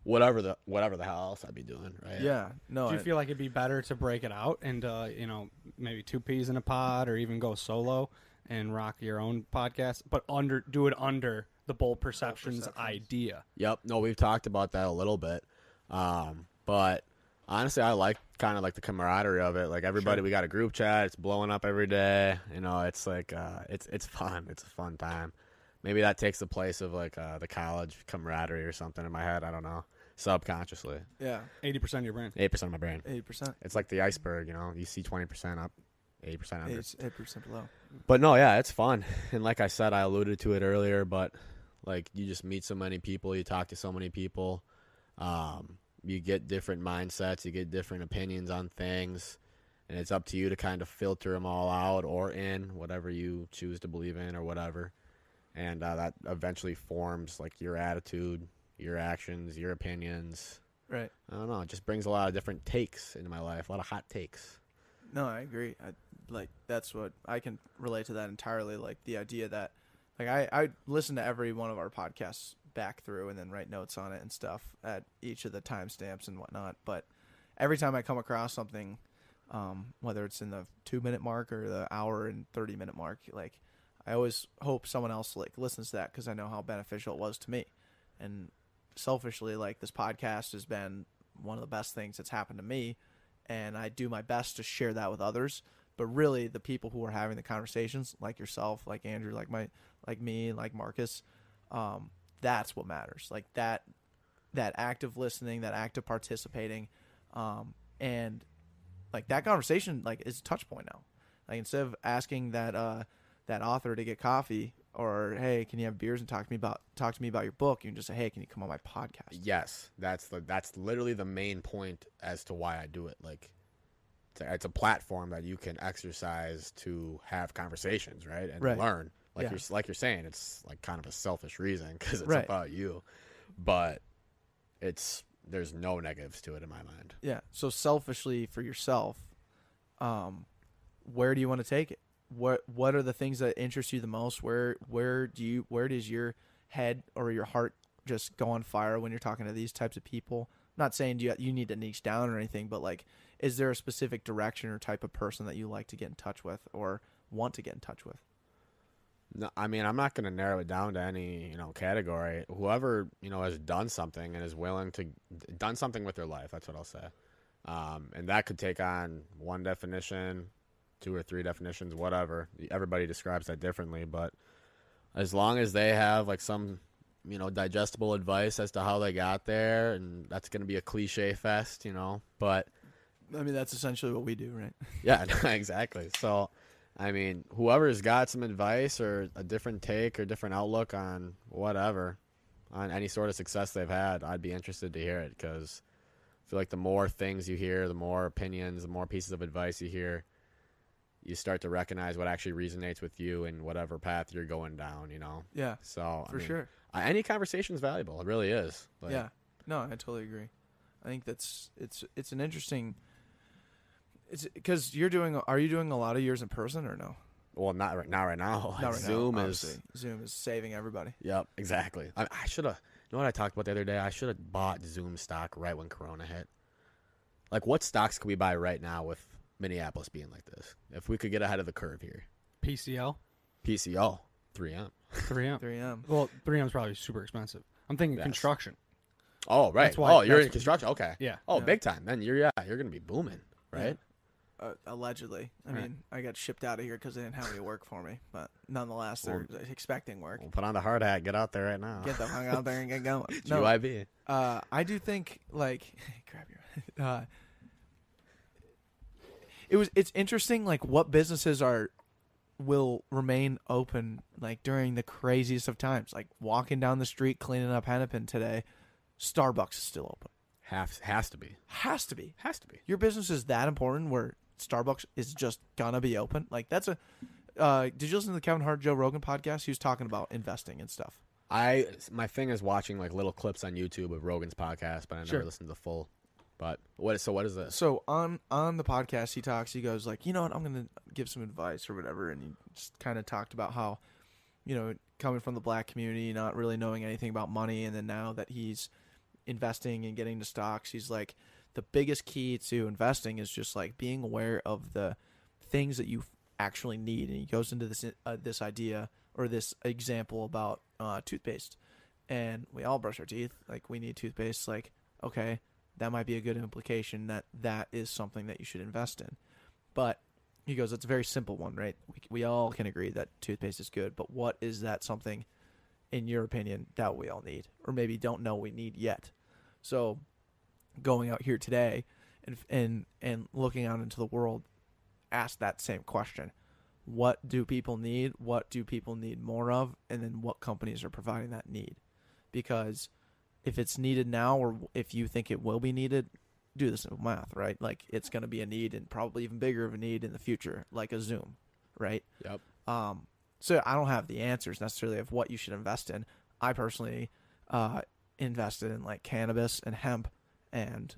Speaker 5: whatever the whatever the hell else i'd be doing right
Speaker 4: Yeah. No.
Speaker 3: Do you
Speaker 4: I-
Speaker 3: feel like it'd be better to break it out and uh, you know maybe two peas in a pod, or even go solo and rock your own podcast, but under do it under the bold perceptions, idea?
Speaker 5: Yep. No, we've talked about that a little bit. Um, but honestly, I like kind of like the camaraderie of it. Like everybody, we got a group chat. It's blowing up every day. You know, it's like uh, it's it's fun. It's a fun time. Maybe that takes the place of like uh, the college camaraderie or something in my head. I don't know. Subconsciously,
Speaker 4: yeah.
Speaker 3: Eighty percent of your brain.
Speaker 5: eight percent of my brain.
Speaker 4: Eighty percent.
Speaker 5: It's like the iceberg. You know, you see twenty percent up, eighty percent under.
Speaker 4: Eight percent below.
Speaker 5: But no, yeah, it's fun. And like I said, I alluded to it earlier, but like you just meet so many people, you talk to so many people, um, you get different mindsets, you get different opinions on things, and it's up to you to kind of filter them all out or in whatever you choose to believe in or whatever. And uh, that eventually forms like your attitude, your actions, your opinions.
Speaker 4: Right.
Speaker 5: I don't know. It just brings a lot of different takes into my life, a lot of hot takes.
Speaker 4: No, I agree. I like that's what I can relate to that entirely. Like the idea that like I I listen to every one of our podcasts back through and then write notes on it and stuff at each of the timestamps and whatnot. But every time I come across something, um, whether it's in the two minute mark or the hour and thirty minute mark, like I always hope someone else like listens to that because I know how beneficial it was to me. And selfishly, like this podcast has been one of the best things that's happened to me and I do my best to share that with others. But really, the people who are having the conversations, like yourself, like Andrew, like my, like me, like Marcus, um, that's what matters. Like that, that active listening, that active participating, um, and like that conversation, like is a touch point now. Like instead of asking that uh, that author to get coffee or hey, can you have beers and talk to me about talk to me about your book, you can just say hey, can you come on my podcast?
Speaker 5: Yes, that's the that's literally the main point as to why I do it. Like, it's a, it's a platform that you can exercise to have conversations, right, and
Speaker 4: Right.
Speaker 5: learn. Like
Speaker 4: Yeah.
Speaker 5: you're s- like you're saying, it's like kind of a selfish reason because it's
Speaker 4: Right.
Speaker 5: about you, but it's there's no negatives to it in my mind.
Speaker 4: Yeah. So selfishly for yourself, um, where do you want to take it? What What are the things that interest you the most? Where Where do you Where does your head or your heart just go on fire when you're talking to these types of people? not saying you you need to niche down or anything, but like, is there a specific direction or type of person that you like to get in touch with or want to get in touch with?
Speaker 5: No, I mean, I'm not going to narrow it down to any, you know, category. Whoever, you know, has done something and is willing to done something with their life, that's what I'll say. Um, and that could take on one definition, two or three definitions, whatever. Everybody describes that differently, but as long as they have like some, you know, digestible advice as to how they got there, and that's going to be a cliche fest, you know, but
Speaker 4: I mean, that's essentially what we do, right?
Speaker 5: yeah, exactly. So, I mean, whoever's got some advice or a different take or different outlook on whatever, on any sort of success they've had, I'd be interested to hear it because I feel like the more things you hear, the more opinions, the more pieces of advice you hear, you start to recognize what actually resonates with you and whatever path you're going down, you know?
Speaker 4: Yeah,
Speaker 5: So, I
Speaker 4: for
Speaker 5: mean,
Speaker 4: sure.
Speaker 5: uh, Any conversation's valuable. It really is. Like,
Speaker 4: yeah. No, I totally agree. I think that's it's it's an interesting. It's because you're doing. Are you doing a lot of years in person or no?
Speaker 5: Well, not right, not right now.
Speaker 4: Not right
Speaker 5: Zoom
Speaker 4: now,
Speaker 5: is.
Speaker 4: obviously. Zoom is saving everybody.
Speaker 5: Yep, exactly. I, I should have. You know what I talked about the other day? I should have bought Zoom stock right when Corona hit. Like, what stocks can we buy right now with Minneapolis being like this? If we could get ahead of the curve here,
Speaker 3: PCL,
Speaker 5: PCL, 3M.
Speaker 3: 3M.
Speaker 4: 3M.
Speaker 3: Well, 3M is probably super expensive. I'm thinking
Speaker 5: Yes.
Speaker 3: construction.
Speaker 5: Oh, right.
Speaker 3: That's why-
Speaker 5: oh, you're
Speaker 3: that's
Speaker 5: in
Speaker 3: wh-
Speaker 5: construction. Okay.
Speaker 3: Yeah.
Speaker 5: Oh, big time. Then you're yeah, you're gonna be booming, right?
Speaker 4: Uh, allegedly, I
Speaker 3: Right.
Speaker 4: mean, I got shipped out of here because they didn't have any work for me. But nonetheless, they're expecting work.
Speaker 5: Well, put on the hard hat. Get out there right now.
Speaker 4: Get the hung out there and get going. No,
Speaker 5: GYB.
Speaker 4: uh, I do think like grab your. Uh, it it was it's interesting like what businesses are will remain open like during the craziest of times. Like walking down the street cleaning up Hennepin today, Starbucks is still open.
Speaker 5: Has has to be.
Speaker 4: Has to be.
Speaker 5: Has to be.
Speaker 4: Your business is that important where Starbucks is just gonna be open. Like that's a uh, did you listen to the Kevin Hart Joe Rogan podcast? He was talking about investing and stuff.
Speaker 5: I my thing is watching like little clips on YouTube of Rogan's podcast, but I never
Speaker 4: Sure.
Speaker 5: listen to the full. But what? So what is this?
Speaker 4: So on on the podcast, he talks. He goes like, you know what? I'm gonna give some advice or whatever, and he just kind of talked about how, you know, coming from the black community, not really knowing anything about money, and then now that he's investing and getting into stocks, he's like, the biggest key to investing is just like being aware of the things that you actually need. And he goes into this uh, this idea or this example about uh, toothpaste, and we all brush our teeth. Like we need toothpaste. Like okay, that might be a good implication that that is something that you should invest in. But he goes, it's a very simple one, right? We, we all can agree that toothpaste is good, but what is that something, in your opinion, that we all need, or maybe don't know we need yet? So, going out here today, and and and looking out into the world, ask that same question: What do people need? What do people need more of? And then what companies are providing that need? Because if it's needed now or if you think it will be needed do the simple math right like it's going to be a need and probably even bigger of a need in the future like a zoom right
Speaker 5: Yep.
Speaker 4: um so i don't have the answers necessarily of what you should invest in i personally uh invested in like cannabis and hemp and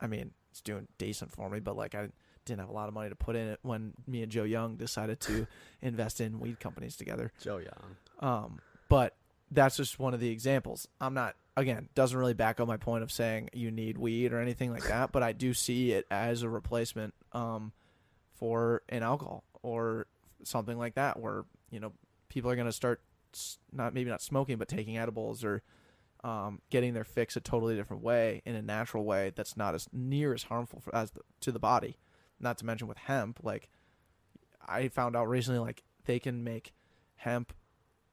Speaker 4: i mean it's doing decent for me but like i didn't have a lot of money to put in it when me and joe young decided to invest in weed companies together
Speaker 5: Joe Young.
Speaker 4: um, but that's just one of the examples. I'm not again doesn't really back up my point of saying you need weed or anything like that, but I do see it as a replacement um, for an alcohol or something like that, where you know people are going to start s- not maybe not smoking but taking edibles or um, getting their fix a totally different way in a natural way that's not as near as harmful for, as the, to the body. Not to mention with hemp, like I found out recently, like they can make hemp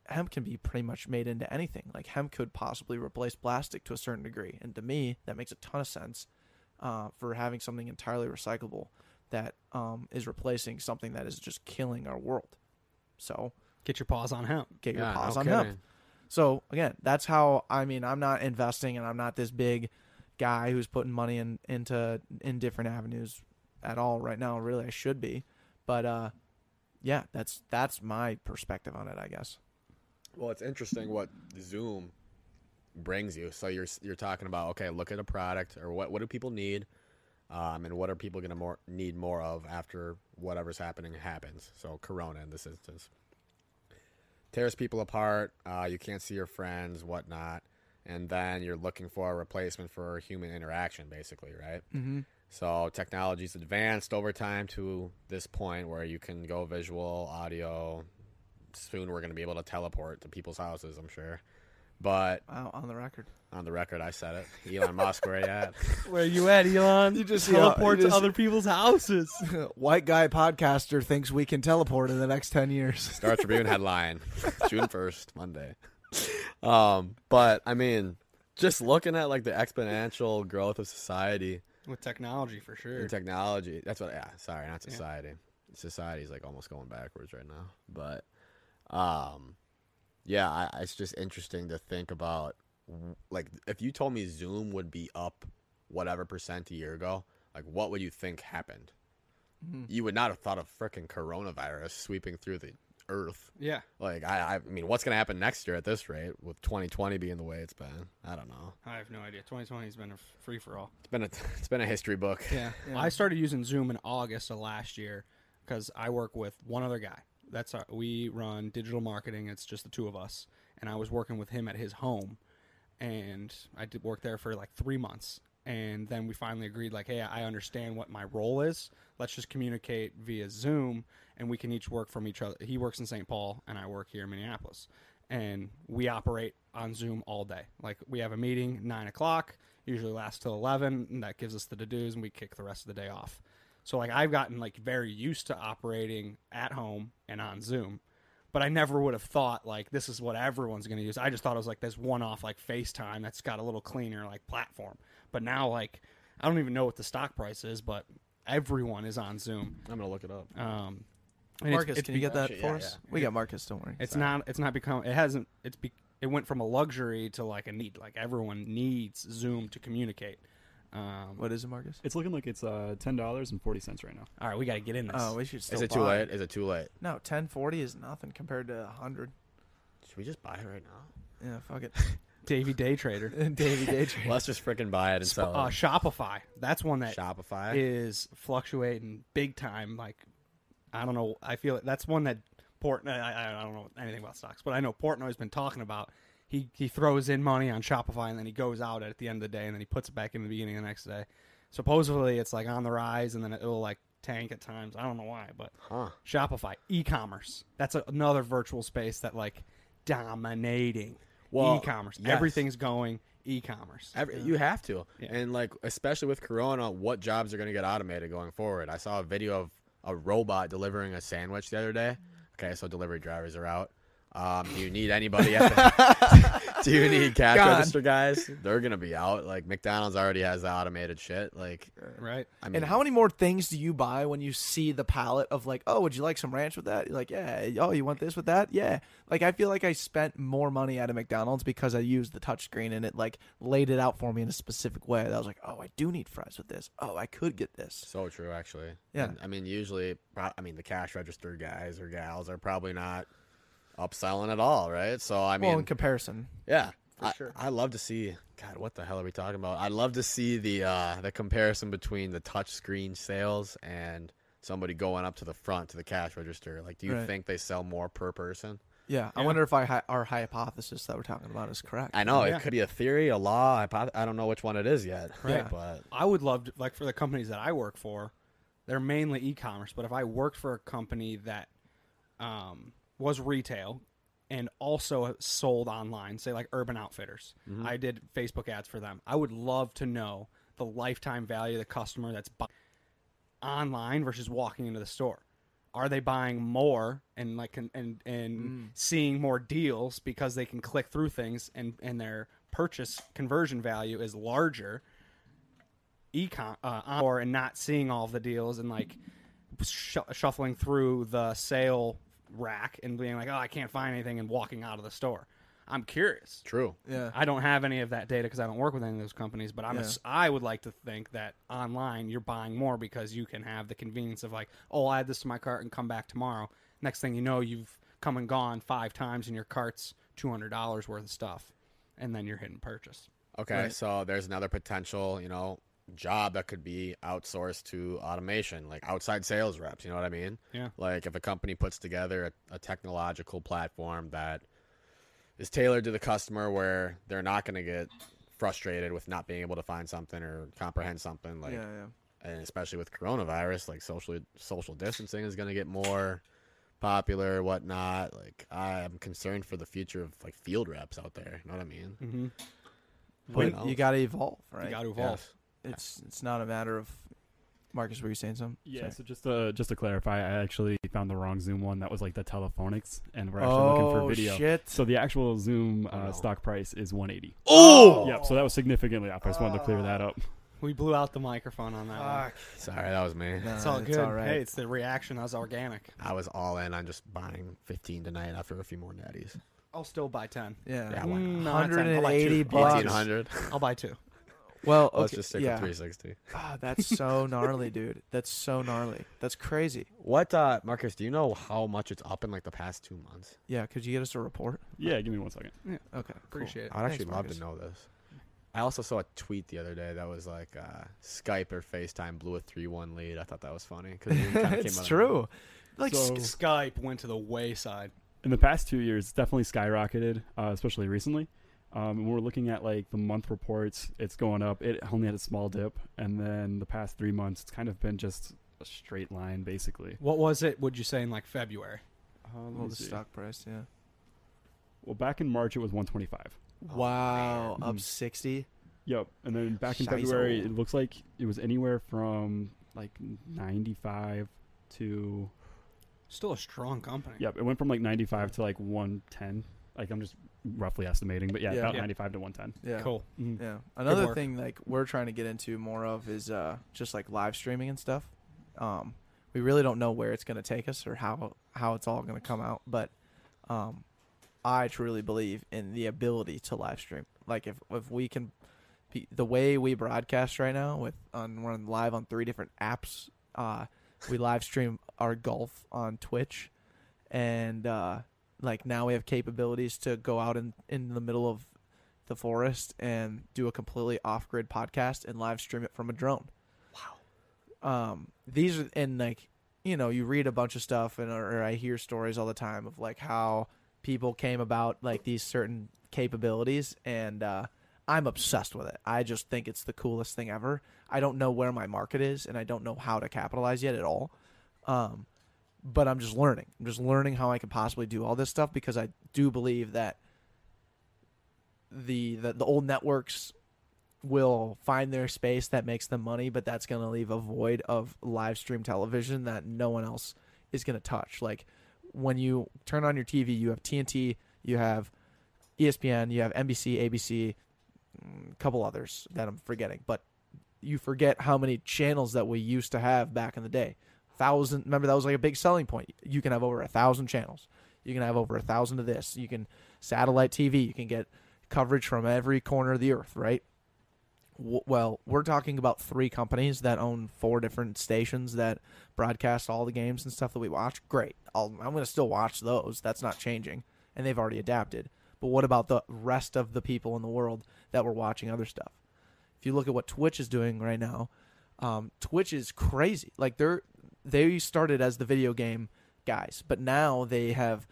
Speaker 4: hemp can be pretty much made into anything. Like hemp could possibly replace plastic to a certain degree, and to me, that makes a ton of sense uh, for having something entirely recyclable that um, is replacing something that is just killing our world. So
Speaker 3: Get your paws on hemp.
Speaker 4: get your
Speaker 5: Yeah, no
Speaker 4: paws on
Speaker 5: kidding.
Speaker 4: hemp. So again, that's how I mean I'm not investing and I'm not this big guy who's putting money in into in different avenues at all right now. Really I should be. But uh yeah, that's that's my perspective on it, I guess.
Speaker 5: Well, it's interesting what Zoom brings you. So you're you're talking about okay, look at a product or what what do people need, um, and what are people gonna more need more of after whatever's happening happens. So Corona in this instance tears people apart. Uh, you can't see your friends, whatnot, and then you're looking for a replacement for human interaction, basically, right? Mm-hmm. So technology's advanced over time to this point where you can go visual, audio, soon we're going to be able to teleport to people's houses, I'm sure. But
Speaker 4: Wow, uh, on the record.
Speaker 5: on the record, I said it. Elon Musk, where you at?
Speaker 3: Where you at, Elon? you
Speaker 4: just see how-
Speaker 3: teleport
Speaker 4: you
Speaker 3: to
Speaker 4: just-
Speaker 3: other people's houses.
Speaker 4: White guy podcaster thinks we can teleport in the next 10 years.
Speaker 5: Star Tribune headline, June 1st, Monday. Um, but I mean, just looking at like the exponential growth of society
Speaker 3: With technology, for sure.
Speaker 5: and technology. That's what. Yeah, sorry, not society. Society's like almost going backwards right now. But, um, yeah, I, I- it's just interesting to think about. w- Like, if you told me Zoom would be up whatever percent a year ago, like, what would you think happened? You would not have thought of frickin' coronavirus sweeping through the earth.
Speaker 3: yeah.
Speaker 5: Like, I, I mean, what's gonna happen next year at this rate with 2020 being the way it's been? I don't know.
Speaker 3: I have no idea. 2020 has been a free for all.
Speaker 5: It's been a, it's been a history book.
Speaker 3: Yeah. I started using Zoom in August of last year because I work with one other guy. That's our, we run digital marketing. It's just the two of us, and I was working with him at his home, and I did work there for like three months, and then we finally agreed like, hey, I understand what my role is. Let's just communicate via Zoom, and we can each work from each other. He works in St. Paul, and I work here in Minneapolis, and we operate on Zoom all day. Like we have a meeting nine o'clock usually lasts till 11 and that gives us the to-dos and we kick the rest of the day off so like i've gotten like very used to operating at home and on zoom but i never would have thought like this is what everyone's going to use i just thought it was like this one-off like facetime that's got a little cleaner like platform but now like i don't even know what the stock price is but everyone is on Zoom.
Speaker 5: I'm gonna look it up.
Speaker 3: Um, and it's-
Speaker 4: Marcus,
Speaker 3: it's
Speaker 4: can you
Speaker 3: be-
Speaker 4: get that
Speaker 5: Actually,
Speaker 4: for
Speaker 5: yeah,
Speaker 4: us?
Speaker 5: yeah.
Speaker 4: We got Marcus. Don't worry.
Speaker 3: It's not. It's not become. It hasn't. It's be. It went from a luxury to like a need. Like everyone needs Zoom to communicate. Um,
Speaker 4: What is it, Marcus?
Speaker 7: It's looking like it's uh, ten dollars and forty cents right now.
Speaker 3: all right, we got to get in this.
Speaker 4: Oh, we should still.
Speaker 5: Is it
Speaker 4: buy
Speaker 5: too late? Is it too late?
Speaker 4: No, ten forty is nothing compared to hundred.
Speaker 5: Should we just buy it right now?
Speaker 4: Yeah, fuck it.
Speaker 3: Davy Day Trader,
Speaker 4: Davey Day Trader.
Speaker 5: Let's just freaking buy it and
Speaker 3: Sp-
Speaker 5: sell
Speaker 3: uh,
Speaker 5: it.
Speaker 3: Shopify. That's one that
Speaker 5: Shopify.
Speaker 3: is fluctuating big time. Like, I don't know. I feel that's one that Portnoy. I, I don't know anything about stocks, but I know Portnoy's been talking about. He he throws in money on Shopify and then he goes out at the end of the day and then he puts it back in the beginning of the next day. Supposedly it's like on the rise and then it'll like tank at times. I don't know why, but
Speaker 5: Huh.
Speaker 3: Shopify e-commerce. That's a, another virtual space that like dominating
Speaker 5: Well,
Speaker 3: e-commerce.
Speaker 5: yes.
Speaker 3: Everything's going e-commerce.
Speaker 5: Every, You have to,
Speaker 3: Yeah.
Speaker 5: and like especially with Corona, what jobs are going to get automated going forward? I saw a video of a robot delivering a sandwich the other day. Okay, so delivery drivers are out. Um, do you need anybody? At the, do you need cash
Speaker 4: Gone.
Speaker 5: register guys? They're gonna be out. Like McDonald's already has the automated shit. Like,
Speaker 3: right?
Speaker 5: I mean,
Speaker 4: And how many more things do you buy when you see the palette of like, oh, would you like some ranch with that? You're like, yeah. Oh, you want this with that? Yeah. Like, I feel like I spent more money at a McDonald's because I used the touchscreen and it like laid it out for me in a specific way. That I was like, oh, I do need fries with this. Oh, I could get this.
Speaker 5: So true, actually.
Speaker 4: Yeah.
Speaker 5: And, I mean, usually, pro- I mean, the cash register guys or gals are probably not upselling at all, right? So I mean,
Speaker 4: well, in comparison,
Speaker 5: yeah, for I, sure. I love to see. God, what the hell are we talking about? I love to see the uh, the comparison between the touch screen sales and somebody going up to the front to the cash register. Like, do you
Speaker 4: Right.
Speaker 5: think they sell more per person?
Speaker 4: yeah. I wonder if I, hi- our hypothesis that we're talking about is correct.
Speaker 5: I know
Speaker 3: Yeah.
Speaker 5: it could be a theory, a law. I, prob- I don't know which one it is yet.
Speaker 4: Right.
Speaker 5: But
Speaker 3: I would love to, like for the companies that I work for, they're mainly e-commerce. But if I worked for a company that um, was retail and also sold online, say like Urban Outfitters, I did Facebook ads for them. I would love to know the lifetime value of the customer that's buying online versus walking into the store. Are they buying more and like and and, and seeing more deals because they can click through things and and their purchase conversion value is larger econ uh, on- or and not seeing all the deals and like sh- shuffling through the sale rack and being like, oh, I can't find anything and walking out of the store. I'm curious.
Speaker 5: true.
Speaker 4: Yeah.
Speaker 3: I don't have any of that data because I don't work with any of those companies, but I'm
Speaker 4: Yeah.
Speaker 3: ass- I would like to think that online you're buying more because you can have the convenience of like, oh, I'll add this to my cart and come back tomorrow. Next thing you know, you've come and gone five times and your cart's two hundred dollars worth of stuff, and then you're hitting purchase.
Speaker 5: Okay, so there's another potential, you know, job that could be outsourced to automation, like outside sales reps. You know what I mean?
Speaker 3: Yeah.
Speaker 5: Like if a company puts together a, a technological platform that is tailored to the customer, where they're not going to get frustrated with not being able to find something or comprehend something, like,
Speaker 4: yeah.
Speaker 5: and especially with coronavirus, like social social distancing is going to get more popular, whatnot. Like I'm concerned for the future of like field reps out there. You know what I mean?
Speaker 3: Mm-hmm.
Speaker 5: Wait,
Speaker 4: But you got to evolve, right?
Speaker 3: You got to evolve.
Speaker 5: Yes.
Speaker 4: it's it's not a matter of Marcus. Were you saying something?
Speaker 7: Yeah.
Speaker 4: Sorry.
Speaker 7: So just to just to clarify, I actually found the wrong Zoom one. That was like the telephonics, and we're actually looking
Speaker 4: Oh,
Speaker 7: for video.
Speaker 4: shit. Oh,
Speaker 7: So the actual Zoom uh,
Speaker 5: no.
Speaker 7: stock price is 180.
Speaker 5: Oh,
Speaker 7: Yep. So that was significantly up. I just wanted to clear that
Speaker 4: Ah.
Speaker 7: up.
Speaker 3: We blew out the microphone on that. one.
Speaker 5: sorry, that was me.
Speaker 4: Nah,
Speaker 3: It's all good.
Speaker 4: right.
Speaker 3: Hey, it's the reaction. That was organic.
Speaker 5: I was all in on just buying 15 tonight after a few more natties.
Speaker 3: I'll still buy 10.
Speaker 4: yeah.
Speaker 5: Yeah, why
Speaker 3: Mm,
Speaker 5: not?
Speaker 3: no, not 10. I'll buy
Speaker 4: 180
Speaker 3: two.
Speaker 4: bucks.
Speaker 3: I'll buy
Speaker 5: 1800.
Speaker 3: two. I'll buy two.
Speaker 4: Well, okay,
Speaker 5: Let's just stick
Speaker 4: yeah.
Speaker 5: with 360.
Speaker 4: Ah, that's so gnarly, dude. That's so gnarly. That's crazy.
Speaker 5: What, uh, Marcus? Do you know how much it's up in like the past two months?
Speaker 4: Yeah, could you get us a report?
Speaker 7: Yeah. Give me one second.
Speaker 4: Okay, cool.
Speaker 3: Appreciate it.
Speaker 5: I'd actually
Speaker 4: Thanks,
Speaker 5: love
Speaker 4: Marcus.
Speaker 5: to know this. I also saw a tweet the other day that was like uh, Skype or FaceTime blew a 3-1 lead. I thought that was funny because
Speaker 4: it's true. Like,
Speaker 7: So-
Speaker 4: s-
Speaker 3: Skype went to the wayside.
Speaker 7: in the past two years, it's definitely skyrocketed, uh, especially recently. Um, and we're looking at like the month reports, it's going up. It only had a small dip, and then the past three months, it's kind of been just a straight line, basically.
Speaker 3: What was it, would you say, in like February?
Speaker 7: Uh, let
Speaker 4: Um, well,
Speaker 7: me
Speaker 4: the
Speaker 7: see.
Speaker 4: stock price, yeah.
Speaker 7: Well, back in March, it was 125.
Speaker 3: Oh,
Speaker 4: wow,
Speaker 7: man.
Speaker 4: up
Speaker 7: Mhm.
Speaker 4: 60.
Speaker 7: Yep, and then back in
Speaker 4: Shizzle.
Speaker 7: February, it looks like it was anywhere from like 95 to
Speaker 3: Still a strong company.
Speaker 7: yep, it went from like 95 to like 110 Like I'm just roughly estimating, but yeah,
Speaker 4: Yeah.
Speaker 7: about
Speaker 3: Yeah.
Speaker 7: 95 to 110.
Speaker 4: Yeah.
Speaker 3: Cool.
Speaker 7: Mhm.
Speaker 4: Yeah. Another
Speaker 3: work.
Speaker 4: thing like we're trying to get into more of is uh just like live streaming and stuff. Um we really don't know where it's going to take us or how how it's all going to come out, but um I truly believe in the ability to live stream. Like if if we can be the way we broadcast right now with on we're on live on three different apps. Uh we live stream our golf on Twitch and uh like now we have capabilities to go out in in the middle of the forest and do a completely off-grid podcast and live stream it from a drone. Wow. Um, these are and like you know you read a bunch of stuff and or, I hear stories all the time of like how people came about like these certain capabilities and uh, I'm obsessed with it. I just think it's the coolest thing ever. I don't know where my market is and I don't know how to capitalize yet at all. Um, but I'm just learning. I'm just learning how I can possibly do all this stuff because I do believe that the the, the old networks will find their space that makes them money, but that's going to leave a void of live stream television that no one else is going to touch. Like when you turn on your TV, you have TNT, you have E ESPN, you have NBC, ABC, a mm, couple others that I'm forgetting, but you forget how many channels that we used to have back in the day. Thousand, remember that was like a big selling point. You can have over a thousand channels. You can have over a thousand of this. You can satellite TV. You can get coverage from every corner of the earth, right? W- well, we're talking about three companies that own four different stations that broadcast all the games and stuff that we watch. Great. I'll, I'm going to still watch those. That's not changing. And they've already adapted. But what about the rest of the people in the world that were watching other stuff? If you look at what Twitch is doing right now, um, Twitch is crazy. Like they're they started as the video game guys, but now they have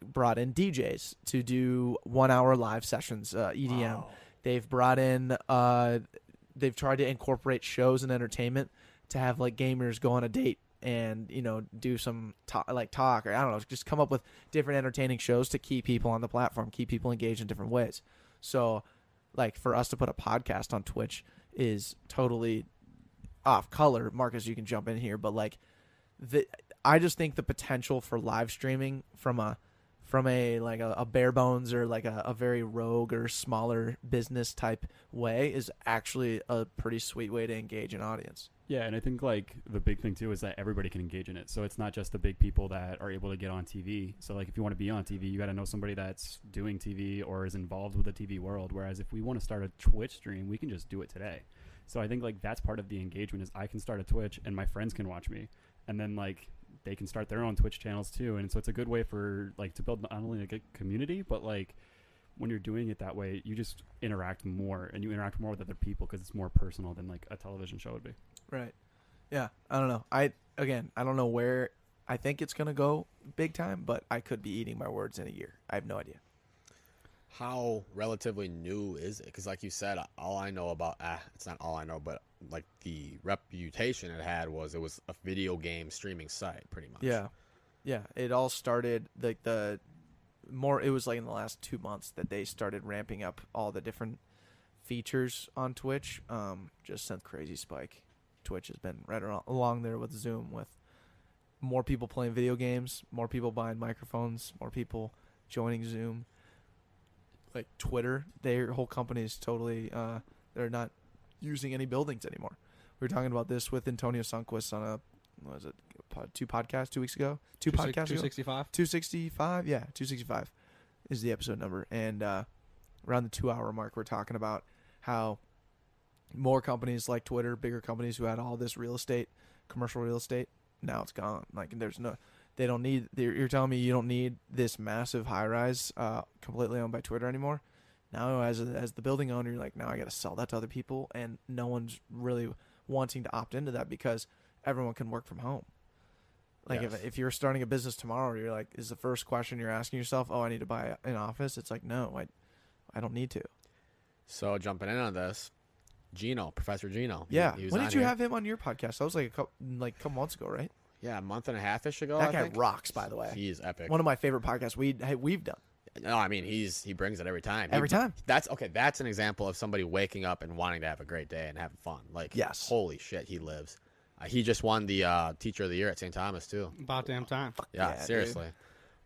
Speaker 4: brought in DJs to do one hour live sessions, uh, EDM. They've brought in, uh, they've tried to incorporate shows and entertainment to have like gamers go on a date and you know do some ta like talk or I don't know, just come up with different entertaining shows to keep people on the platform, keep people engaged in different ways. So, like for us to put a podcast on Twitch is totally off color. Marcus, you can jump in here, but like the I just think the potential for live streaming from a from a like a, a bare bones or like a, a very rogue or smaller business type way is actually a pretty sweet way to engage an audience.
Speaker 7: Yeah, and I think like the big thing too is that everybody can engage in it. So it's not just the big people that are able to get on TV. So like if you want to be on TV, you got to know somebody that's doing TV or is involved with the TV world. Whereas if we want to start a Twitch stream, we can just do it today. So I think like that's part of the engagement is I can start a Twitch and my friends can watch me, and then like they can start their own Twitch channels too. And so it's a good way for like to build not only like a community but like when you're doing it that way, you just interact more and you interact more with other people because it's more personal than like a television show would be.
Speaker 4: Right. Yeah. I don't know. I again, I don't know where I think it's gonna go big time, but I could be eating my words in a year. I have no idea.
Speaker 5: How relatively new is it? Because, like you said, all I know about, ah, it's not all I know, but like the reputation it had was it was a video game streaming site, pretty much.
Speaker 4: Yeah. Yeah. It all started like the more it was like in the last two months that they started ramping up all the different features on Twitch. Um, just since Crazy Spike. Twitch has been right around, along there with Zoom with more people playing video games, more people buying microphones, more people joining Zoom. Like Twitter, their whole company is totally uh, they're not using any buildings anymore. We were talking about this with Antonio Sunquist on a what was it pod, two podcasts two weeks ago, two, podcasts ago,
Speaker 3: 265.
Speaker 4: 265 yeah 265 is the episode number and uh, around the two hour mark we're talking about how more companies like twitter bigger companies who had all this real estate commercial real estate now it's gone like there's no they don't need they're- you're telling me you don't need this massive high rise uh, completely owned by twitter anymore now as, a- as the building owner you're like now i gotta sell that to other people and no one's really wanting to opt into that because everyone can work from home like if,
Speaker 5: Yes.
Speaker 4: if you're starting a business tomorrow, you're like, is the first question you're asking yourself, oh, I need to buy an office? It's like, no, I, I don't need to.
Speaker 5: So, jumping in on this, Gino, Professor Gino. he-
Speaker 4: Yeah.
Speaker 5: he was
Speaker 4: when
Speaker 5: on
Speaker 4: did you
Speaker 5: here.
Speaker 4: have him on your podcast? That was like a couple, like a couple months ago, right?
Speaker 5: Yeah, a month and a half ish ago.
Speaker 4: that
Speaker 5: I
Speaker 4: guy
Speaker 5: think.
Speaker 4: rocks, by the way.
Speaker 5: He's epic.
Speaker 4: One of my favorite podcasts we hey, we've done.
Speaker 5: No, I mean he's he brings it every time. He-
Speaker 4: Every time.
Speaker 5: That's okay. That's an example of somebody waking up and wanting to have a great day and having fun. Like
Speaker 4: Yes.
Speaker 5: holy shit, he lives. Uh, he just won the uh, Teacher of the Year at St. Thomas too.
Speaker 3: About damn time.
Speaker 5: Yeah,
Speaker 4: yeah, dude.
Speaker 5: seriously.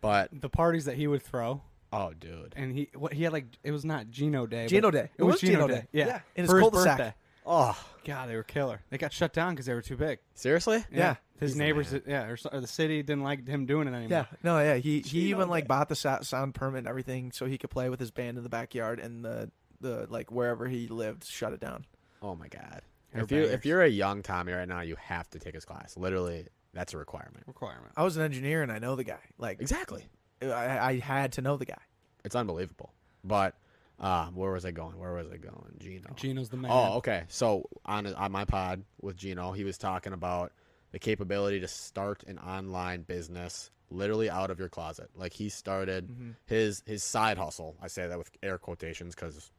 Speaker 5: But
Speaker 3: The parties that he would throw.
Speaker 5: Oh, dude.
Speaker 3: and he what he had like it was not Gino Day. but-
Speaker 4: Gino Day.
Speaker 3: It was Gino Day. Yeah.
Speaker 4: In his
Speaker 3: For
Speaker 4: cul-de-sac.
Speaker 3: birthday.
Speaker 5: Oh,
Speaker 3: God, they were killer. They got shut down because they were too big.
Speaker 5: seriously?
Speaker 4: Yeah.
Speaker 3: His
Speaker 5: He's the
Speaker 3: neighbors, yeah, or, so- or the city didn't like him doing it anymore.
Speaker 4: Yeah, no, yeah. He he even like bought the sou- sound permit and everything so he could play with his band in the backyard and the the like wherever he lived shut it down.
Speaker 5: Oh my god.
Speaker 3: They're
Speaker 5: If you
Speaker 3: bangers.
Speaker 5: if you're a young Tommy right now, you have to take his class. Literally, that's a requirement.
Speaker 3: requirement.
Speaker 4: I was an engineer and I know the guy. Like
Speaker 5: Exactly.
Speaker 4: I, I had to know the guy.
Speaker 5: It's unbelievable. But uh, where was I going? Where was I going? Gino.
Speaker 3: Gino's the man.
Speaker 5: Oh, okay. So on on my pod with Gino, he was talking about the capability to start an online business literally out of your closet. Like he started his his side hustle. I say that with air quotations because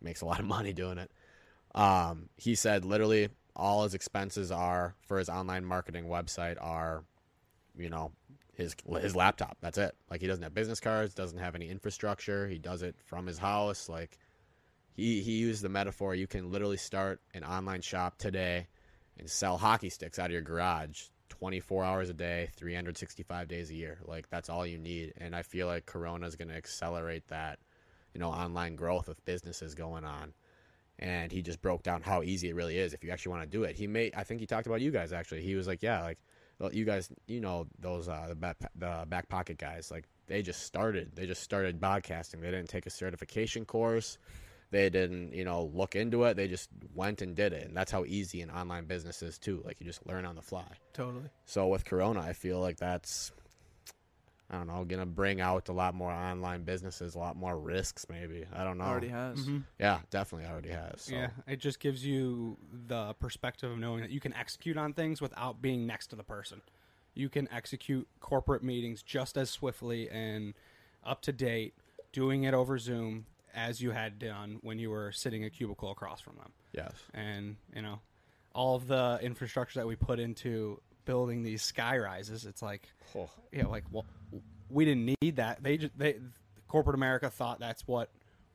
Speaker 5: makes a lot of money doing it. Um, he said literally all his expenses are for his online marketing website are, you know, his his laptop. That's it. Like he doesn't have business cards, doesn't have any infrastructure. He does it from his house. Like he he used the metaphor you can literally start an online shop today and sell hockey sticks out of your garage 24 hours a day 365 days a year like that's all you need and i feel like corona is going to accelerate that you know online growth of businesses going on and he just broke down how easy it really is if you actually want to do it he may i think he talked about you guys actually he was like yeah like well, you guys you know those uh the back, the back pocket guys like they just started they just started podcasting they didn't take a certification course they didn't you know look into it they just went and did it and that's how easy an online business is too like you just learn on the fly
Speaker 4: Totally.
Speaker 5: so with corona i feel like that's i don't know gonna bring out a lot more online businesses a lot more risks maybe i don't know
Speaker 4: Already has.
Speaker 3: Mm-hmm.
Speaker 5: yeah definitely already has so.
Speaker 3: Yeah, it just gives you the perspective of knowing that you can execute on things without being next to the person. You can execute corporate meetings just as swiftly and up to date, doing it over Zoom as you had done when you were sitting a cubicle across from them.
Speaker 5: yes
Speaker 3: And, you know, all of the infrastructure that we put into building these sky rises, it's like,
Speaker 5: Oh.
Speaker 3: yeah, like well, we didn't need that. They just they corporate America thought that's what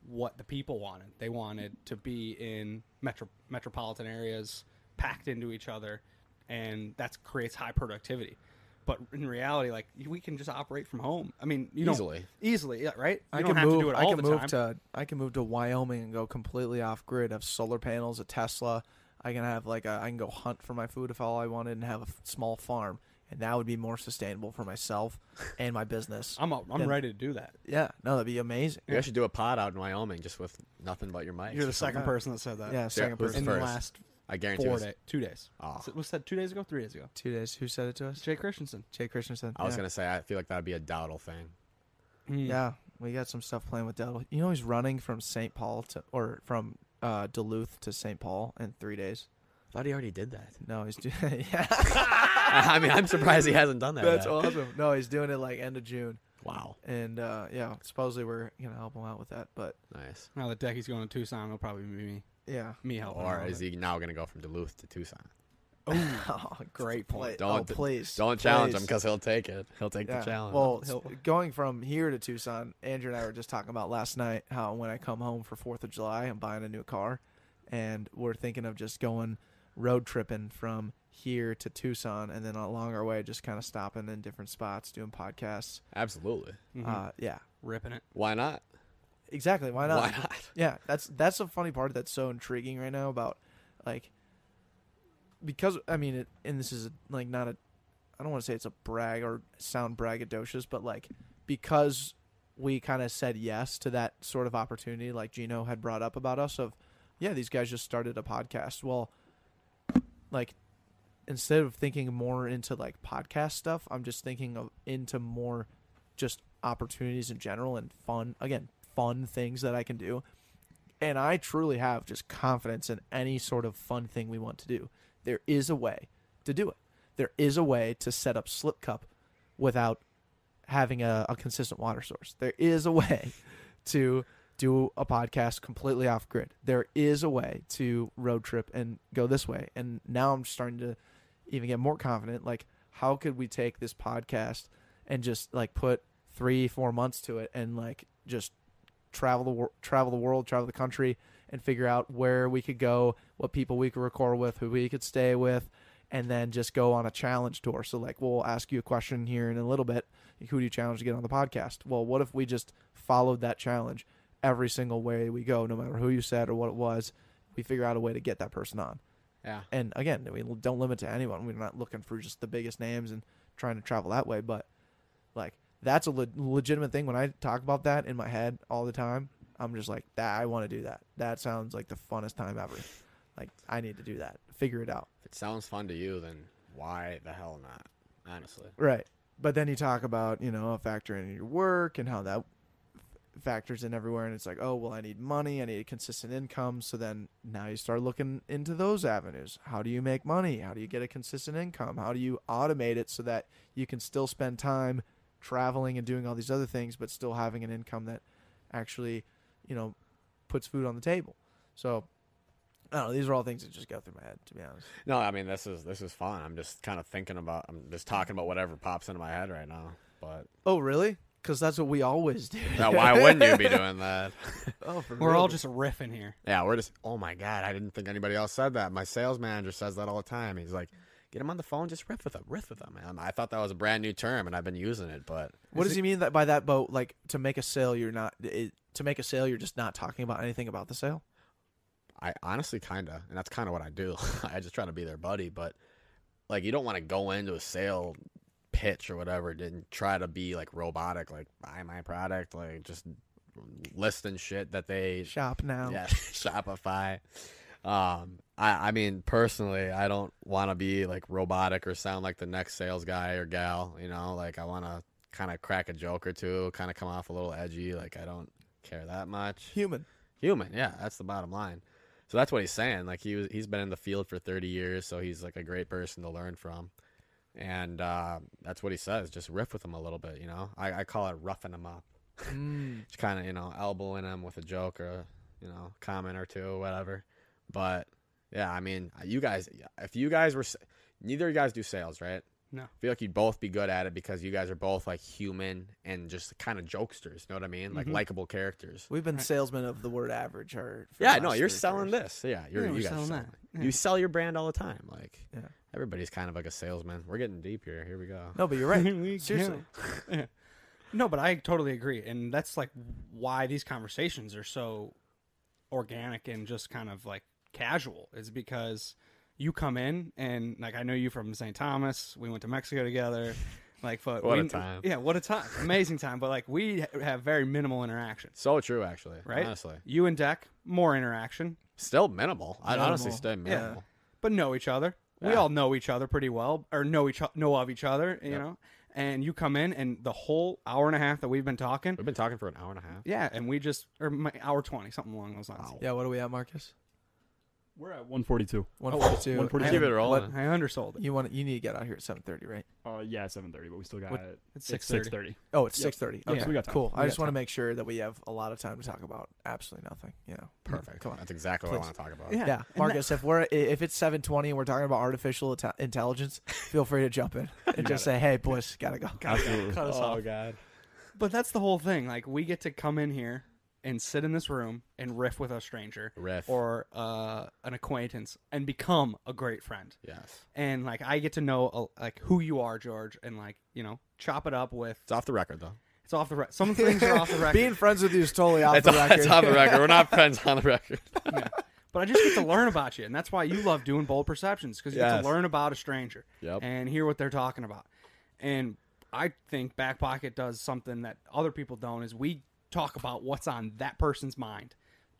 Speaker 3: what the people wanted. They wanted to be in metro metropolitan areas packed into each other, and that creates high productivity. But in reality, like we can just operate from home. I mean, you don't-
Speaker 5: Easily.
Speaker 3: easily, yeah, right? You
Speaker 4: I
Speaker 3: don't
Speaker 4: can
Speaker 3: have
Speaker 4: move.
Speaker 3: to do it
Speaker 4: I
Speaker 3: all
Speaker 4: can
Speaker 3: the
Speaker 4: move
Speaker 3: time.
Speaker 4: to. I can move to Wyoming and go completely off grid. Have solar panels, a Tesla. I can have like a. I can go hunt for my food if all I wanted, and have a f- small farm, and that would be more sustainable for myself and my business.
Speaker 3: I'm up, I'm
Speaker 4: Yeah.
Speaker 3: ready to do that.
Speaker 4: yeah, no, that'd be amazing.
Speaker 5: you guys should do a pod out in wyoming just with nothing but your mic
Speaker 3: You're the second person that said that.
Speaker 4: Yeah, second
Speaker 5: who's
Speaker 4: person.
Speaker 3: in the
Speaker 5: first?
Speaker 3: last
Speaker 5: i guarantee
Speaker 3: four
Speaker 5: it's-
Speaker 3: day, two days.
Speaker 5: Oh.
Speaker 3: So, was said two days ago, three days ago.
Speaker 4: Two days. Who said it to us?
Speaker 3: Jay Christensen.
Speaker 4: Jay Christensen.
Speaker 5: i was
Speaker 4: yeah.
Speaker 5: gonna say i feel like that'd be a dowdle thing
Speaker 4: Yeah, we got some stuff playing with Dell. You know, he's running from St. Paul to or from uh, Duluth to St. Paul in three days.
Speaker 5: i thought he already did that
Speaker 4: No, he's doing. yeah,
Speaker 5: i mean i'm surprised he hasn't done that
Speaker 4: that's
Speaker 5: yet.
Speaker 4: awesome. No, he's doing it like end of June,
Speaker 5: wow
Speaker 4: and uh, yeah, supposedly we're gonna help him out with that. But
Speaker 5: nice
Speaker 3: Now that Decky's going to Tucson, it'll probably be me.
Speaker 4: yeah,
Speaker 3: Me helping.
Speaker 5: or is he now gonna go from duluth to tucson
Speaker 4: oh,
Speaker 3: Great point.
Speaker 4: oh,
Speaker 5: Don't-
Speaker 4: please
Speaker 5: Don't challenge him
Speaker 4: please.
Speaker 5: because he'll take it. He'll take
Speaker 4: Yeah.
Speaker 5: the challenge.
Speaker 4: Well, s- going from here to Tucson, Andrew and I were just talking about last night how when I come home for Fourth of July, I'm buying a new car, and we're thinking of just going road tripping from here to Tucson, and then along our way, just kind of stopping in different spots, doing podcasts.
Speaker 5: absolutely.
Speaker 4: Uh, yeah,
Speaker 3: ripping it?
Speaker 5: Why not?
Speaker 4: exactly. Why not?
Speaker 5: Why not?
Speaker 4: Yeah, that's that's the funny part that's so intriguing right now about like because I mean, it, and this is like not a I don't want to say it's a brag or sound braggadocious, but like because we kind of said yes to that sort of opportunity, like Gino had brought up about us of yeah, these guys just started a podcast. Well, like instead of thinking more into like podcast stuff, I'm just thinking of into more just opportunities in general and fun again, fun things that I can do and I truly have just confidence in any sort of fun thing we want to do. There is a way to do it. There is a way to set up Slip Cup without having a, a consistent water source. There is a way to do a podcast completely off grid. There is a way to road trip and go this way. And now I'm starting to even get more confident. Like, how could we take this podcast and just like put three, four months to it and like just travel the wor- travel the world, travel the country, and figure out where we could go, what people we could record with, who we could stay with, and then just go on a challenge tour. So like we'll ask you a question here in a little bit. like, Who do you challenge to get on the podcast? Well, what if we just followed that challenge every single way we go, no matter who you said or what it was, we figure out a way to get that person on.
Speaker 5: Yeah.
Speaker 4: And again, we don't limit to anyone. We're not looking for just the biggest names and trying to travel that way, but like that's a le- legitimate thing when I talk about that in my head all the time. I'm just like, that I want to do that. That sounds like the funnest time ever. Like I need to do that. Figure it out.
Speaker 5: If it sounds fun to you, then why the hell not? Honestly.
Speaker 4: Right. But then you talk about, you know, factoring in your work and how that f- factors in everywhere. And it's like, oh, well, I need money. I need a consistent income. So then now you start looking into those avenues. How do you make money? How do you get a consistent income? How do you automate it so that you can still spend time traveling and doing all these other things, but still having an income that actually, you know, puts food on the table? So, I don't know. These are all things that just go through my head, to be honest.
Speaker 5: No, I mean this is this is fun. I'm just kind of thinking about. I'm just talking about whatever pops into my head right now. But
Speaker 4: Oh, really? Because that's what we always do.
Speaker 5: now, why wouldn't you be doing that?
Speaker 4: Oh, for
Speaker 3: We're
Speaker 4: real.
Speaker 3: all just riffing here.
Speaker 5: Yeah, we're just. Oh my god, I didn't think anybody else said that. My sales manager says that all the time. He's like, get him on the phone, just riff with him, riff with him. man." I thought that was a brand new term, and I've been using it. But
Speaker 4: What does he mean that by that boat? Like to make a sale, you're not it, to make a sale. You're just not talking about anything about the sale.
Speaker 5: I honestly kinda, and that's kind of what I do. I just try to be their buddy, but like you don't want to go into a sale pitch or whatever and try to be like robotic, like buy my product, like just listing shit that they
Speaker 4: Shop now.
Speaker 5: yeah Shopify. Um, I I mean personally, I don't want to be like robotic or sound like the next sales guy or gal. You know, like I want to kind of crack a joke or two, kind of come off a little edgy. Like I don't care that much
Speaker 4: Human.
Speaker 5: human. Yeah, that's the bottom line. So that's what he's saying. Like he was, he's been in the field for 30 years, so he's like a great person to learn from. And uh, that's what he says. Just riff with him a little bit, you know. I, I call it roughing him up.
Speaker 4: Mm.
Speaker 5: Just kind of you know elbowing him with a joke or you know comment or two or whatever. But yeah, I mean, uh, you guys, if you guys were, s- neither of you guys do sales, right?
Speaker 3: No.
Speaker 5: I feel like you'd both be good at it because you guys are both like human and just kind of jokesters. Know what I mean?
Speaker 3: Mm-hmm.
Speaker 5: Like likable characters.
Speaker 4: We've been salesmen of the word average. Or for the
Speaker 5: Yeah, no,
Speaker 4: last
Speaker 5: you're
Speaker 4: 30
Speaker 5: selling
Speaker 4: years.
Speaker 5: this. Yeah, you're
Speaker 3: Yeah, we're
Speaker 5: you guys
Speaker 3: selling
Speaker 5: selling
Speaker 3: that.
Speaker 5: it. You sell your brand all the time. Like
Speaker 4: Yeah.
Speaker 5: everybody's kind of like a salesman. We're getting deep here. Here we go.
Speaker 4: No, but you're right.
Speaker 3: We
Speaker 4: Seriously.
Speaker 3: Yeah. No, but I totally agree, and that's like why these conversations are so organic and just kind of like casual is because you come in and like I know you from St. Thomas. We went to Mexico together. Like, but
Speaker 5: What a
Speaker 3: we-
Speaker 5: time.
Speaker 3: Yeah, what a time! Amazing time. But like, we ha- have very minimal interaction,
Speaker 5: So true, actually.
Speaker 3: right?
Speaker 5: Honestly,
Speaker 3: you and Deck more interaction.
Speaker 5: still minimal. I'd honestly
Speaker 4: Minimal.
Speaker 5: stay minimal.
Speaker 3: but know each other. We all know each other pretty well, or know each know of each other, you know. And you come in, and the whole hour and a half that we've been talking,
Speaker 5: We've been talking for an hour and a half.
Speaker 3: yeah, and we just or my, hour twenty, something along those lines.
Speaker 5: Wow.
Speaker 4: Yeah. What are we at, Marcus?
Speaker 7: We're at 142.
Speaker 4: One forty-two.
Speaker 7: 142.
Speaker 5: Keep it rolling.
Speaker 3: I undersold it.
Speaker 4: You want? You need to get out here at seven thirty, right?
Speaker 7: Uh, yeah, 7:30, but we still got
Speaker 3: What- it's 6:30.
Speaker 7: 6:30.
Speaker 4: Oh, it's
Speaker 7: Yep.
Speaker 4: six thirty.
Speaker 7: Yeah,
Speaker 4: Okay,
Speaker 7: so we got time.
Speaker 4: cool.
Speaker 7: We
Speaker 4: I
Speaker 7: got
Speaker 4: just want to
Speaker 7: time.
Speaker 4: make sure that we have a lot of time to talk about absolutely nothing. You know.
Speaker 5: Perfect.
Speaker 4: Come on.
Speaker 5: That's exactly what I
Speaker 4: Please.
Speaker 5: want to talk about.
Speaker 3: Yeah.
Speaker 4: Yeah,
Speaker 3: and that-
Speaker 4: Marcus. if we're if it's seven twenty and we're talking about artificial inte- intelligence, feel free to jump in and just say, "Hey, boys, gotta go."
Speaker 7: Absolutely.
Speaker 5: Oh God.
Speaker 3: But that's the whole thing. Like we get to come in here and sit in this room and riff with a stranger,
Speaker 5: Riff.
Speaker 3: or uh, an acquaintance, and become a great friend.
Speaker 5: Yes.
Speaker 3: And like I get to know uh, like who you are, George, and like you know chop it up with.
Speaker 5: It's off the record though.
Speaker 3: It's off the record. Some things are off the record.
Speaker 4: Being friends with you is totally off
Speaker 5: It's,
Speaker 4: the
Speaker 5: off,
Speaker 4: record.
Speaker 5: it's off the record. We're not friends on the record.
Speaker 3: But I just get to learn about you, and that's why you love doing bold perceptions because you get
Speaker 5: Yes.
Speaker 3: to learn about a stranger
Speaker 5: Yep.
Speaker 3: and hear what they're talking about. And I think Back Pocket does something that other people don't is we talk about what's on that person's mind.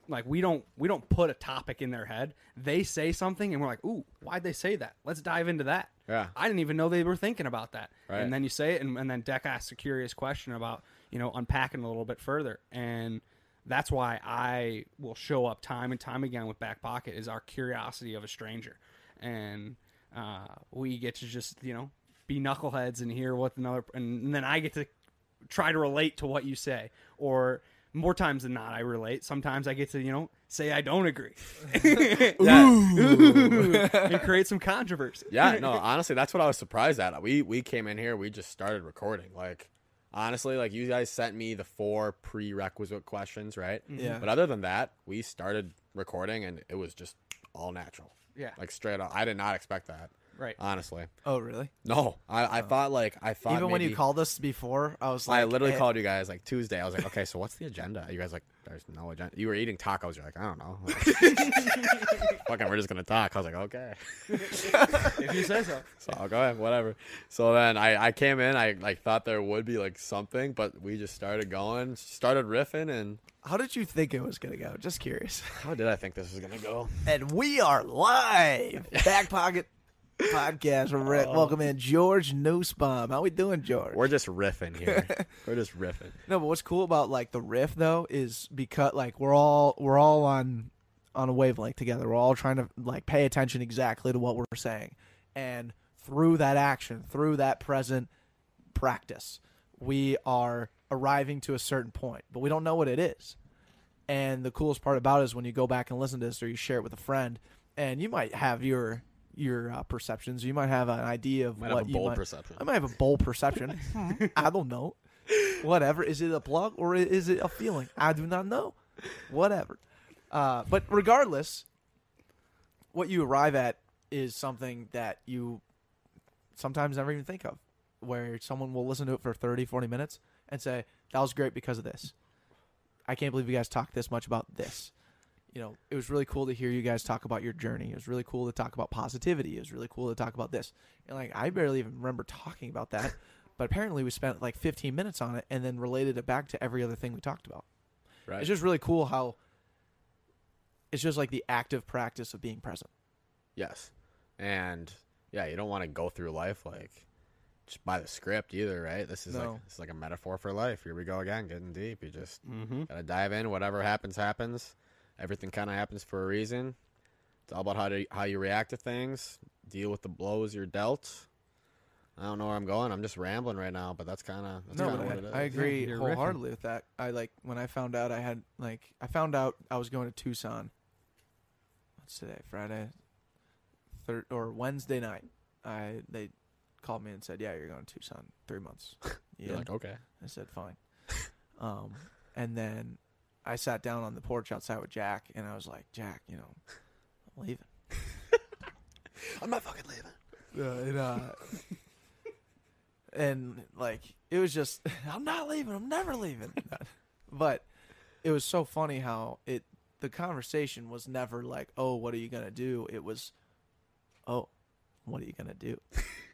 Speaker 3: Like we don't we don't put a topic in their head. They say something, and we're like, "Ooh, why'd they say that? Let's dive into that."
Speaker 5: Yeah.
Speaker 3: I didn't even know they were thinking about that.
Speaker 5: Right.
Speaker 3: And then you say it, and, and then Deck asks a curious question about, you know, unpacking a little bit further. And that's why I will show up time and time again with Back Pocket is our curiosity of a stranger. And uh, we get to just, you know, be knuckleheads and hear what another, and, and then I get to try to relate to what you say. Or more times than not, I relate. Sometimes I get to, you know, say I don't agree and create some controversy.
Speaker 5: Yeah, no, honestly, that's what I was surprised at. We we came in here, we just started recording. Like honestly, like you guys sent me the four prerequisite questions, right?
Speaker 4: Yeah.
Speaker 5: But other than that, we started recording and it was just all natural.
Speaker 3: Yeah.
Speaker 5: Like straight up. I did not expect that.
Speaker 3: Right.
Speaker 5: Honestly,
Speaker 4: Oh, really?
Speaker 5: no. I, I thought like I thought
Speaker 4: Even when you
Speaker 5: maybe-
Speaker 4: called us before, I was like,
Speaker 5: I literally
Speaker 4: eh,
Speaker 5: called you guys like Tuesday. I was like, okay, so what's the agenda? You guys like, there's no agenda. You were eating tacos. You're like, I don't know. Fucking, we're just gonna talk. I was like, okay.
Speaker 3: If you say so.
Speaker 5: So I'll go ahead, whatever. So then I, I came in. I like thought there would be like something, but we just started going, started riffing, and
Speaker 4: How did you think it was gonna go? Just curious.
Speaker 5: how did I think this was gonna go?
Speaker 4: And we are live. Back pocket podcast. We're re- Welcome in George Newsbaum. How we doing, George?
Speaker 5: We're just riffing here. we're just riffing.
Speaker 4: No, but what's cool about like the riff though is because like we're all we're all on on a wavelength together. We're all trying to like pay attention exactly to what we're saying, and through that action, through that present practice, we are arriving to a certain point, but we don't know what it is. And the coolest part about it is when you go back and listen to this, or you share it with a friend, and you might have your your uh, perceptions. You might have an idea of
Speaker 5: Might have
Speaker 4: what
Speaker 5: a
Speaker 4: you
Speaker 5: bold
Speaker 4: might-
Speaker 5: perception.
Speaker 4: I might have a bold perception. I don't know. Whatever. Is it a plug or is it a feeling? I do not know. Whatever. Uh, but regardless, what you arrive at is something that you sometimes never even think of, where someone will listen to it for 30, 40 minutes and say, that was great because of this. I can't believe you guys talked this much about this. You know, it was really cool to hear you guys talk about your journey. It was really cool to talk about positivity. It was really cool to talk about this. And like, I barely even remember talking about that, but apparently we spent like 15 minutes on it and then related it back to every other thing we talked about.
Speaker 5: Right.
Speaker 4: It's just really cool how it's just like the active practice of being present.
Speaker 5: Yes. And yeah, you don't want to go through life like just by the script either, right? This is
Speaker 4: No.
Speaker 5: like it's like a metaphor for life. Here we go again, getting deep. You just
Speaker 3: Mm-hmm.
Speaker 5: gotta dive in. Whatever happens, happens. Everything kind of happens for a reason. It's all about how to, how you react to things, deal with the blows you're dealt. I don't know where I'm going. I'm just rambling right now, but that's kind of that's
Speaker 4: No,
Speaker 5: kind of
Speaker 4: but
Speaker 5: what it is.
Speaker 4: I, I agree
Speaker 3: you're riffing.
Speaker 4: wholeheartedly with that. I like when I found out I had like I found out I was going to Tucson. What's today? Friday, third or Wednesday night. I they called me and said, "Yeah, you're going to Tucson three months."
Speaker 5: You're
Speaker 4: Yeah,
Speaker 5: like okay,
Speaker 4: I said, "Fine." um, and then I sat down on the porch outside with Jack, and I was like, "Jack, you know, I'm leaving."
Speaker 5: I'm not fucking leaving.
Speaker 4: Yeah, and, uh, and like it was just, I'm not leaving. I'm never leaving. but it was so funny how it the conversation was never like, oh, what are you gonna do? It was, oh, what are you gonna do?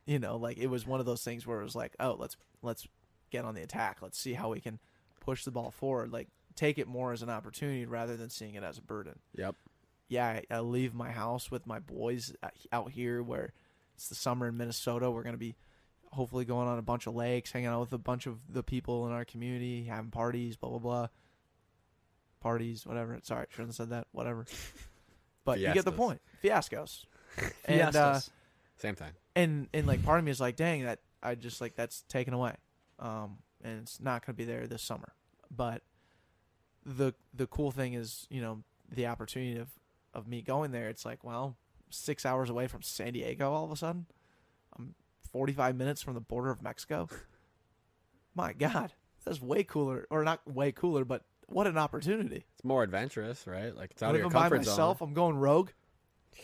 Speaker 4: you know, like it was one of those things where it was like, oh, let's let's get on the attack. Let's see how we can push the ball forward. Like take it more as an opportunity rather than seeing it as a burden
Speaker 5: Yep.
Speaker 4: yeah, I, I leave my house with my boys uh, out here where it's the summer in Minnesota. We're going to be hopefully going on a bunch of lakes, hanging out with a bunch of the people in our community, having parties, blah, blah, blah. Parties, whatever. Sorry, shouldn't have said that. Whatever. But you get the
Speaker 5: Fiestas.
Speaker 4: point. Fiascos. and, uh,
Speaker 5: Same thing.
Speaker 4: and, and like part of me is like, dang, that I just like, that's taken away. Um, and it's not going to be there this summer. But the the cool thing is, you know, the opportunity of of me going there. It's like, well, six hours away from San Diego. All of a sudden, I'm 45 minutes from the border of Mexico. My God, that's way cooler, or not way cooler, but what an opportunity!
Speaker 5: It's more adventurous, right? Like it's out of your
Speaker 4: Living by
Speaker 5: comfort
Speaker 4: myself, I'm going rogue.
Speaker 5: zone.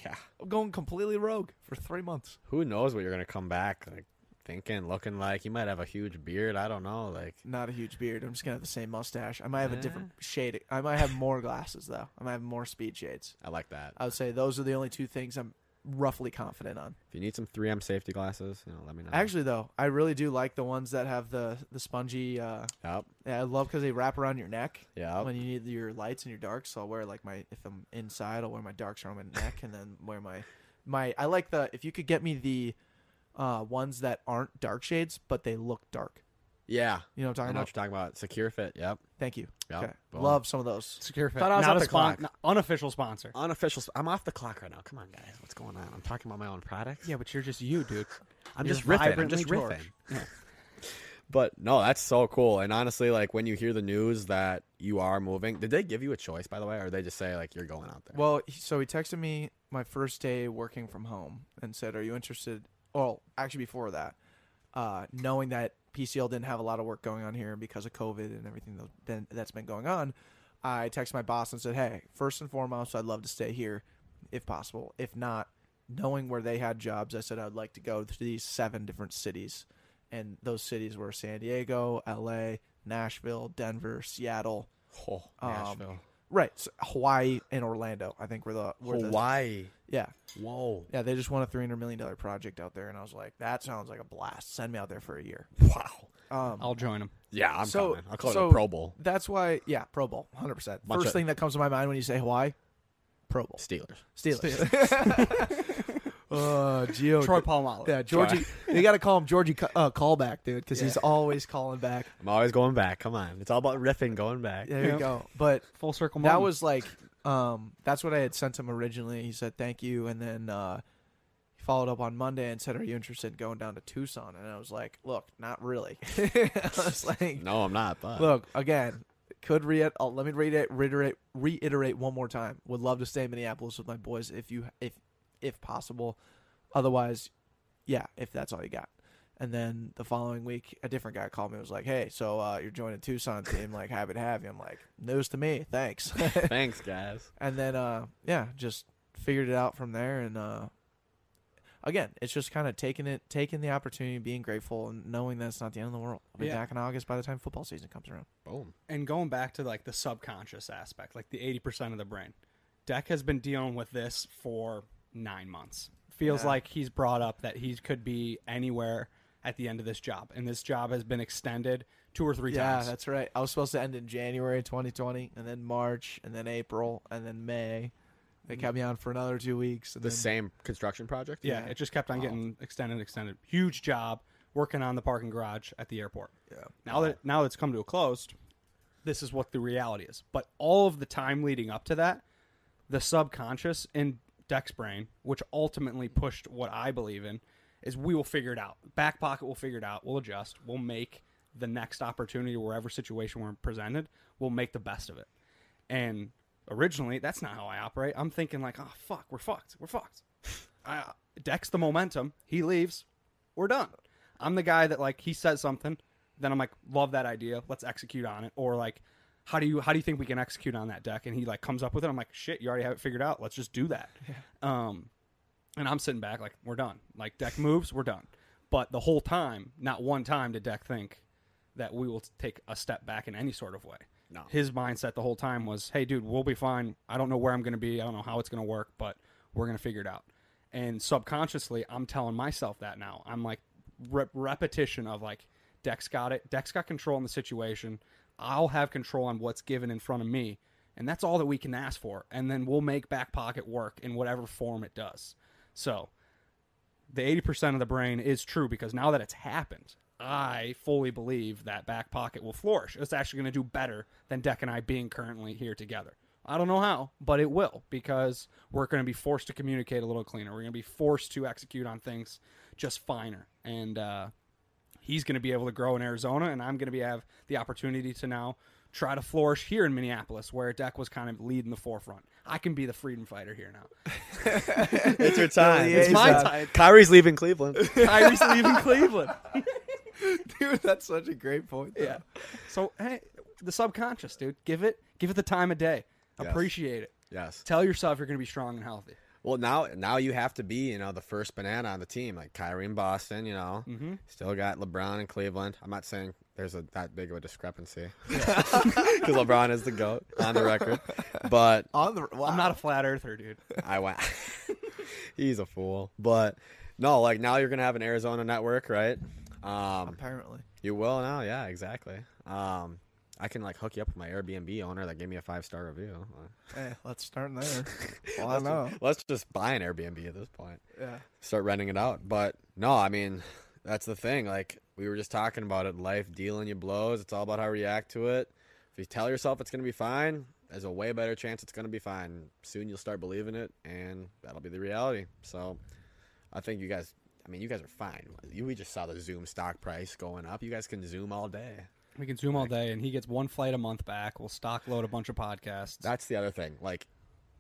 Speaker 5: Yeah.
Speaker 4: I'm going completely rogue for three months.
Speaker 5: Who knows what you're gonna come back like thinking, looking like? You might have a huge beard. I don't know. Like
Speaker 4: Not a huge beard. I'm just gonna have the same mustache. I might have a different shade. I might have more glasses though. I might have more speed shades.
Speaker 5: I like that.
Speaker 4: I
Speaker 3: Uh,
Speaker 4: would say those are the only two things I'm roughly confident on.
Speaker 5: If you need some 3M safety glasses, you know, let me know.
Speaker 4: Actually, though, I really do like the ones that have the the spongy. Uh,
Speaker 5: yep,
Speaker 4: yeah, I love because they wrap around your neck
Speaker 5: yep.
Speaker 4: when you need your lights and your darks. So I'll wear like my if I'm inside, I'll wear my darks around my neck, and then wear my my. I like the if you could get me the uh, ones that aren't dark shades but they look dark.
Speaker 5: yeah,
Speaker 4: You know what I'm talking
Speaker 5: I know
Speaker 4: about?
Speaker 5: what you're talking about. Secure Fit. Yep,
Speaker 4: Thank you.
Speaker 5: Yep.
Speaker 4: Okay,
Speaker 5: Boom.
Speaker 4: love some of those.
Speaker 3: Secure fit.
Speaker 5: Thought I was
Speaker 3: Not
Speaker 5: off
Speaker 3: a
Speaker 5: the clock.
Speaker 3: spon- not- unofficial sponsor.
Speaker 5: Unofficial. Sp- I'm off the clock right now. Come on, guys. What's going on? I'm talking about my own products.
Speaker 3: Yeah, but you're just you, dude.
Speaker 5: I'm
Speaker 3: You're
Speaker 5: just riffing. I'm
Speaker 3: vibrantly
Speaker 5: just
Speaker 3: George.
Speaker 5: riffing. But no, that's so cool. And honestly, like when you hear the news that you are moving, did they give you a choice, by the way, or they just say like you're going out there?
Speaker 4: Well, he- so he texted me my first day working from home and said, "Are you interested?" Well, actually, before that, uh, knowing that PCL didn't have a lot of work going on here because of COVID and everything tho- then- that's been going on, I texted my boss and said, "Hey, first and foremost, I'd love to stay here, if possible. If not, knowing where they had jobs, I said I'd like to go to these seven different cities. And those cities were San Diego, LA, Nashville, Denver, Seattle,
Speaker 5: Oh,
Speaker 4: Um,
Speaker 5: Nashville,
Speaker 4: right, so Hawaii, and Orlando. I think were the were the-
Speaker 5: Hawaii.
Speaker 4: yeah,
Speaker 5: Whoa.
Speaker 4: yeah. They just won a three hundred million dollar project out there, and I was like, that sounds like a blast. Send me out there for a year.
Speaker 5: Wow.
Speaker 4: Um,
Speaker 3: I'll join him.
Speaker 5: Yeah, I'm
Speaker 4: So-
Speaker 5: coming. I'll call it
Speaker 4: so-
Speaker 5: a Pro Bowl.
Speaker 4: that's why, yeah, Pro Bowl, hundred percent.
Speaker 5: Bunch
Speaker 4: First
Speaker 5: of-
Speaker 4: thing that comes to my mind when you say Hawaii, Pro Bowl,
Speaker 5: Steelers.
Speaker 4: Steelers. uh, Gio,
Speaker 3: Troy Polamalu.
Speaker 4: Yeah, Georgie. they got to call him Georgie Cu- uh, Callback, dude, because he's always calling back.
Speaker 5: I'm always going back. Come on. It's all about riffing, going back.
Speaker 4: There you go. But
Speaker 3: Full circle.
Speaker 4: that
Speaker 3: moment.
Speaker 4: was like, um, that's what I had sent him originally. He said thank you, and then uh, he followed up on Monday and said, "Are you interested in going down to Tucson?" And I was like, "Look, not really." I was like,
Speaker 5: No, I'm not. But
Speaker 4: "Look, again." Could re- I'll, let me read it, reiterate, reiterate one more time. Would love to stay in Minneapolis with my boys if you, if, if possible. Otherwise, yeah, if that's all you got. And then the following week, a different guy called me and was like, hey, so uh, you're joining Tucson team. Like, happy to have you. I'm like, news to me. Thanks.
Speaker 5: thanks, guys.
Speaker 4: and then, uh, yeah, just figured it out from there. And uh, again, it's just kind of taking it, taking the opportunity, being grateful, and knowing that it's not the end of the world. I'll be
Speaker 3: Yeah.
Speaker 4: back in August by the time football season comes around.
Speaker 5: Boom.
Speaker 3: and going back to like the subconscious aspect, like the eighty percent of the brain, Deck has been dealing with this for nine months. Feels like he's brought up that he could be anywhere at the end of this job, and this job has been extended two or three
Speaker 4: Yeah,
Speaker 3: times.
Speaker 4: that's right. I was supposed to end in January 2020, and then March, and then April, and then May. They kept me on for another two weeks. And
Speaker 5: The
Speaker 4: then,
Speaker 5: same construction project.
Speaker 3: yeah, it just kept on getting extended, extended. Huge job working on the parking garage at the airport. Yeah. Now that now it's come to a close, this is what the reality is. But all of the time leading up to that, the subconscious in Deck's brain, which ultimately pushed what I believe in, is we will figure it out. Back pocket will figure it out. We'll adjust. We'll make the next opportunity, wherever situation we're presented, we'll make the best of it. And originally, that's not how I operate. I'm thinking like, oh fuck, we're fucked. We're fucked. I, Deck's the momentum. He leaves. We're done. I'm the guy that like he says something, then I'm like, love that idea. Let's execute on it. Or like, how do you how do you think we can execute on that deck? And he like comes up with it. I'm like, shit, you already have it figured out. Let's just do that. Um, and I'm sitting back like, we're done. Like deck moves, we're done. But the whole time, not one time did deck think that we will take a step back in any sort of way.
Speaker 5: No.
Speaker 3: His mindset the whole time was, hey, dude, we'll be fine. I don't know where I'm going to be. I don't know how it's going to work, but we're going to figure it out. And subconsciously, I'm telling myself that now. I'm like, rep- repetition of like, Dex got it. Dex got control in the situation. I'll have control on what's given in front of me. And that's all that we can ask for. And then we'll make back pocket work in whatever form it does. So the 80% of the brain is true because now that it's happened, I fully believe that back pocket will flourish. It's actually going to do better than Deck and I being currently here together. I don't know how, but it will because we're going to be forced to communicate a little cleaner. We're going to be forced to execute on things just finer. And uh, he's going to be able to grow in Arizona, and I'm going to be have the opportunity to now try to flourish here in Minneapolis, where Deck was kind of leading the forefront. I can be the freedom fighter here now.
Speaker 5: It's your time.
Speaker 4: It's my
Speaker 5: time. Kyrie's leaving Cleveland.
Speaker 3: Kyrie's leaving Cleveland.
Speaker 4: Dude, that's such a great point. though.
Speaker 3: Yeah. So hey, the subconscious, dude, give it give it the time of day.
Speaker 5: Yes.
Speaker 3: Appreciate it.
Speaker 5: yes.
Speaker 3: Tell yourself you're going to be strong and healthy.
Speaker 5: Well, now now you have to be, you know, the first banana on the team, like Kyrie in Boston. You know,
Speaker 4: Mm-hmm.
Speaker 5: still got LeBron in Cleveland. I'm not saying there's a that big of a discrepancy because LeBron is the goat on the record, but
Speaker 4: On the, wow.
Speaker 3: I'm not a flat earther, dude.
Speaker 5: I went. He's a fool, but no, like now you're gonna have an Arizona network, right? Um,
Speaker 4: apparently.
Speaker 5: you will now, yeah, exactly. Um, I can like hook you up with my Airbnb owner that gave me a five star review.
Speaker 4: Eh, let's start there. well, I know.
Speaker 5: Let's just buy an Airbnb at this point.
Speaker 4: Yeah.
Speaker 5: start renting it out. But no, I mean, that's the thing. Like we were just talking about it. Life dealing you blows. It's all about how you react to it. If you tell yourself it's gonna be fine, there's a way better chance it's gonna be fine. Soon you'll start believing it, and that'll be the reality. So, I think you guys. I mean, you guys are fine. You we just saw the Zoom stock price going up. You guys can Zoom all day.
Speaker 3: We can zoom all day, and he gets one flight a month back. We'll stock load a bunch of podcasts.
Speaker 5: That's the other thing. Like,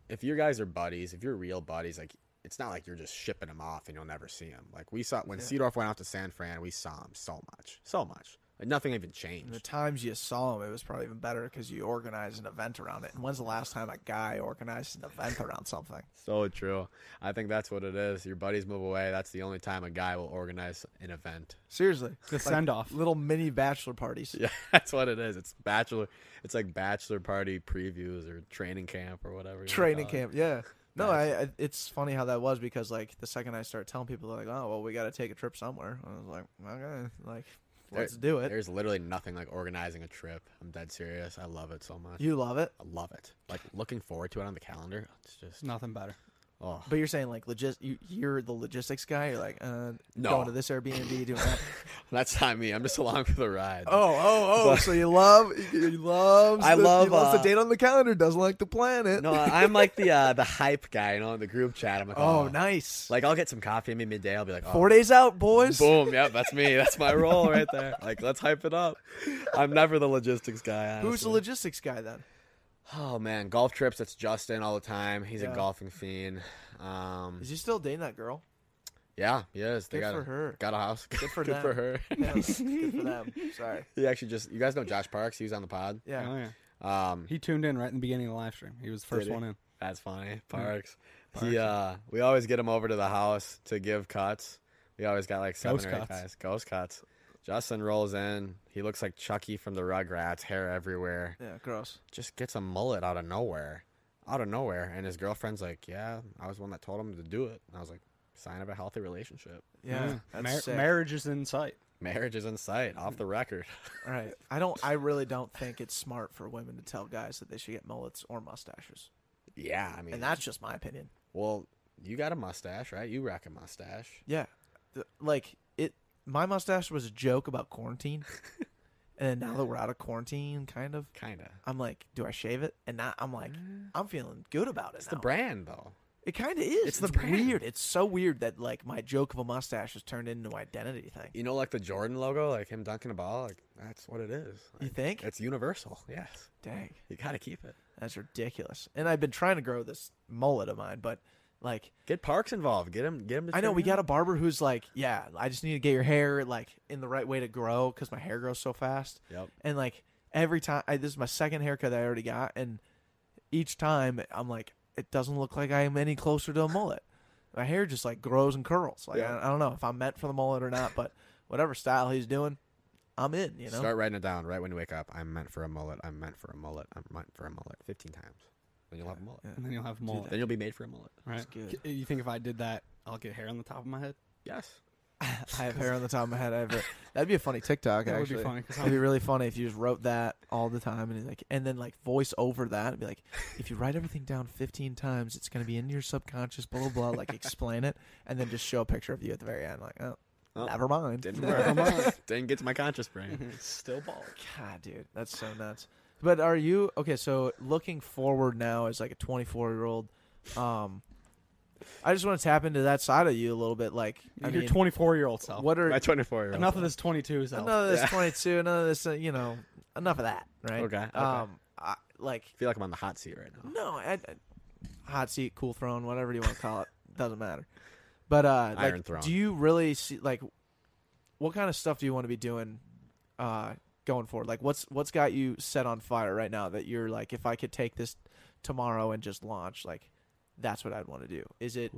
Speaker 5: if you guys are buddies, if you're real buddies, like it's not like you're just shipping them off and you'll never see them. Like we saw when Seedorf went out to San Fran, we saw him so much, so much. Like nothing even
Speaker 4: And the
Speaker 5: changed.
Speaker 4: times you saw him, it was probably even better because you organized an event around it. And when's the last time a guy organized an event around something?
Speaker 5: So true. I think that's what it is. Your buddies move away. That's the only time a guy will organize an event.
Speaker 4: Seriously,
Speaker 3: The send-off.
Speaker 4: little mini bachelor parties.
Speaker 5: Yeah, that's what it is. It's bachelor. It's like bachelor party previews or training camp or whatever. you wanna
Speaker 4: training
Speaker 5: call it.
Speaker 4: camp. Yeah. No, I,
Speaker 5: Nice.
Speaker 4: I. It's funny how that was because like the second I start telling people, they're like, "Oh, well, we got to take a trip somewhere." I was like, "Okay, like,
Speaker 5: There-
Speaker 4: let's do it."
Speaker 5: There's literally nothing like organizing a trip. I'm dead serious. I love it so much.
Speaker 4: You love it,
Speaker 5: I love it. Like looking forward to it on the calendar. It's just
Speaker 3: Nothing better.
Speaker 5: oh
Speaker 4: but you're saying like logis- you, You're the logistics guy. You're like, uh,
Speaker 5: No.
Speaker 4: going to this Airbnb, doing that.
Speaker 5: that's not me. I'm just along for the ride.
Speaker 4: oh, oh, oh. so you love, you love.
Speaker 5: I
Speaker 4: the,
Speaker 5: love,
Speaker 4: He loves
Speaker 5: uh,
Speaker 4: the date on the calendar. Doesn't like the planet.
Speaker 5: No, I'm like the uh, the hype guy, you know, in the group chat. I'm like,
Speaker 4: Oh, nice.
Speaker 5: uh, Like I'll get some coffee in midday. I'll be like, oh,
Speaker 4: Four days out, boys.
Speaker 5: Boom. Yep, that's me. That's my role right there. Like, let's hype it up. I'm never the logistics guy. Honestly.
Speaker 4: Who's the logistics guy then?
Speaker 5: Oh man, golf trips. That's Justin all the time. He's
Speaker 4: Yeah.
Speaker 5: a golfing fiend. Um,
Speaker 4: Is he still dating that girl?
Speaker 5: yeah, he is. They
Speaker 4: Good
Speaker 5: got
Speaker 4: for
Speaker 5: a,
Speaker 4: her.
Speaker 5: Got a house. Good
Speaker 4: for
Speaker 5: Good
Speaker 4: them.
Speaker 5: for her.
Speaker 4: Yeah, good for them. Sorry.
Speaker 5: he actually just. You guys know Josh Parks. He was on the pod.
Speaker 4: Yeah.
Speaker 3: Oh yeah.
Speaker 5: Um,
Speaker 3: He tuned in right in the beginning of the live stream. He was the first
Speaker 5: he?
Speaker 3: one in.
Speaker 5: That's funny. Parks. He uh we always get him over to the house to give cuts. We always got like seven
Speaker 3: Ghost
Speaker 5: or eight
Speaker 3: cuts.
Speaker 5: guys. Ghost cuts. Justin rolls in. He looks like Chucky from the Rugrats, hair everywhere.
Speaker 4: Yeah. Gross.
Speaker 5: Just gets a mullet out of nowhere. Out of nowhere. And his girlfriend's like, Yeah, I was the one that told him to do it. And I was like, sign of a healthy relationship.
Speaker 4: Yeah.
Speaker 5: Mm.
Speaker 3: Yeah.
Speaker 4: That's
Speaker 3: Mar-
Speaker 4: sick.
Speaker 3: marriage is in sight.
Speaker 5: Marriage is in sight, off the record.
Speaker 4: All right. I don't. I really don't think it's smart for women to tell guys that they should get mullets or mustaches.
Speaker 5: yeah, I mean
Speaker 4: And that's just my opinion.
Speaker 5: well, you got a mustache, right? You rock a mustache.
Speaker 4: Yeah. Th- Like it. My mustache was a joke about quarantine, and now that we're out of quarantine, kind of,
Speaker 5: Kinda.
Speaker 4: I'm like, do I shave it? And now I'm like, I'm feeling good about it.
Speaker 5: Mm. It's the
Speaker 4: now.
Speaker 5: brand though.
Speaker 4: It kind of is.
Speaker 5: It's
Speaker 4: It's,
Speaker 5: the brand.
Speaker 4: weird. It's so weird that like my joke of a mustache has turned into an identity thing.
Speaker 5: you know, like the Jordan logo, like him dunking a ball, like that's what it is.
Speaker 4: You
Speaker 5: Like,
Speaker 4: think?
Speaker 5: It's universal. Yes.
Speaker 4: Dang.
Speaker 5: You got to keep it.
Speaker 4: That's ridiculous. And I've been trying to grow this mullet of mine, but like
Speaker 5: Get Parks involved. Get him. Get him. To
Speaker 4: I know
Speaker 5: trim
Speaker 4: we
Speaker 5: it
Speaker 4: got
Speaker 5: up.
Speaker 4: a barber who's like, yeah, I just need to get your hair like in the right way to grow because my hair grows so fast.
Speaker 5: Yep.
Speaker 4: And like every time, I, this is my second haircut that I already got, and each time I'm like, it doesn't look like I am any closer to a mullet. My hair just like grows and curls. Like
Speaker 5: Yeah.
Speaker 4: I, I don't know if I'm meant for the mullet or not, but whatever style he's doing, I'm in. You know,
Speaker 5: Start writing it down right when you wake up. I'm meant for a mullet. I'm meant for a mullet. I'm meant for a mullet. Fifteen times. Then you'll have a mullet.
Speaker 4: yeah.
Speaker 3: And then you'll have more.
Speaker 5: Then you'll be made for a mullet.
Speaker 3: Right.
Speaker 4: good.
Speaker 3: K- You think if I did that, I'll get hair on the top of my head?
Speaker 5: Yes.
Speaker 4: I have hair on the top of my head. I have a, that'd be a funny TikTok.
Speaker 3: That would
Speaker 4: actually.
Speaker 3: be funny. 'cause
Speaker 4: It'd be
Speaker 3: I'm-
Speaker 4: really funny if you just wrote that all the time and like, and then like voice over that and be like, if you write everything down 15 times, it's gonna be in your subconscious, blah blah blah. Like explain it, and then just show a picture of you at the very end, like, oh,
Speaker 5: Oh,
Speaker 4: never mind.
Speaker 5: Didn't work. Didn't get to my conscious brain.
Speaker 3: still bald.
Speaker 4: God, dude, that's so nuts. But are you okay? So looking forward now as like a 24 year old, um, I just want to tap into that side of you a little bit. Like, I
Speaker 3: Your
Speaker 4: mean,
Speaker 3: 24 year old self.
Speaker 4: what are
Speaker 5: My 24 year old.
Speaker 3: Enough of this 22 self.
Speaker 4: none of this
Speaker 5: Yeah.
Speaker 4: 22, none of this, uh, you know, enough of that, right?
Speaker 5: Okay, okay.
Speaker 4: Um, I, like.
Speaker 5: I feel like I'm on the hot seat right now.
Speaker 4: No, I, I- hot seat, cool throne, whatever you want to call it, doesn't matter. But uh, like,
Speaker 5: Iron throne.
Speaker 4: do you really see like what kind of stuff do you want to be doing uh, going forward? Like, what's what's got you set on fire right now that you're like, if I could take this tomorrow and just launch, like, that's what I'd want to do. Is it?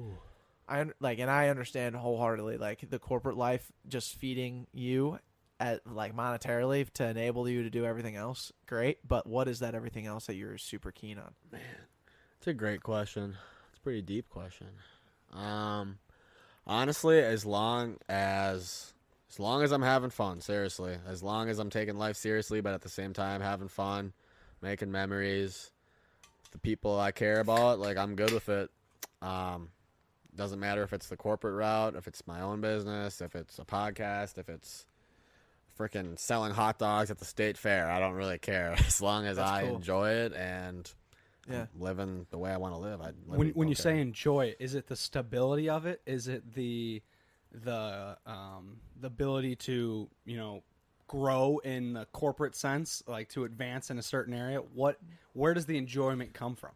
Speaker 4: I un- like, and I understand wholeheartedly, like the corporate life just feeding you at like monetarily to enable you to do everything else. Great, but what is that everything else that you're super keen on?
Speaker 5: It's a great question. It's a pretty deep question. Um, honestly, as long as as long as I'm having fun, seriously, as long as I'm taking life seriously, but at the same time having fun, making memories, with the people I care about, like I'm good with it. Um, doesn't matter if it's the corporate route, if it's my own business, if it's a podcast, if it's freaking selling hot dogs at the state fair. I don't really care as long as
Speaker 4: That's
Speaker 5: I
Speaker 4: cool.
Speaker 5: enjoy it and
Speaker 4: Yeah.
Speaker 5: living the way I want to live. I live
Speaker 3: when
Speaker 5: it
Speaker 3: when you
Speaker 5: okay.
Speaker 3: say enjoy it, is it the stability of it? Is it the the um, the ability to you know grow in the corporate sense, like to advance in a certain area? What where does the enjoyment come from?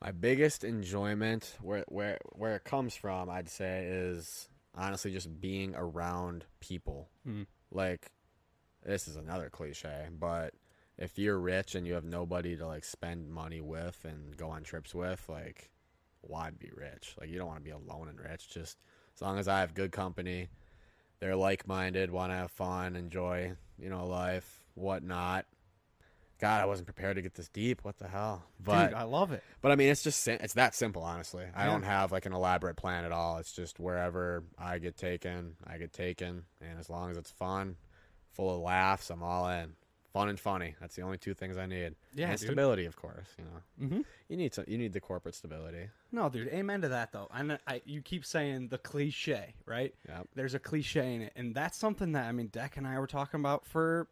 Speaker 5: my biggest enjoyment, where where where it comes from, I'd say is honestly just being around people.
Speaker 3: Hmm.
Speaker 5: Like, this is another cliche, but if you're rich and you have nobody to like spend money with and go on trips with, like, why be rich? Like, you don't want to be alone and rich. Just as long as I have good company, they're like minded, want to have fun, enjoy, you know, life, whatnot. God, I wasn't prepared to get this deep. What the hell? But
Speaker 3: Dude, I love it.
Speaker 5: but I mean, it's just sim- it's that simple, honestly. I
Speaker 3: Yeah.
Speaker 5: don't have like an elaborate plan at all. It's just wherever I get taken, I get taken, and as long as it's fun, full of laughs, I'm all in. Fun and funny. That's the only two things I need.
Speaker 3: Yeah,
Speaker 5: and
Speaker 3: dude.
Speaker 5: stability, of course. You know,
Speaker 3: Mhm.
Speaker 5: you need some, you need the corporate stability.
Speaker 3: No, dude. Amen to that, though. And I, you keep saying the cliche, right?
Speaker 5: Yep.
Speaker 3: There's a cliche in it, and that's something that I mean, Deck and I were talking about for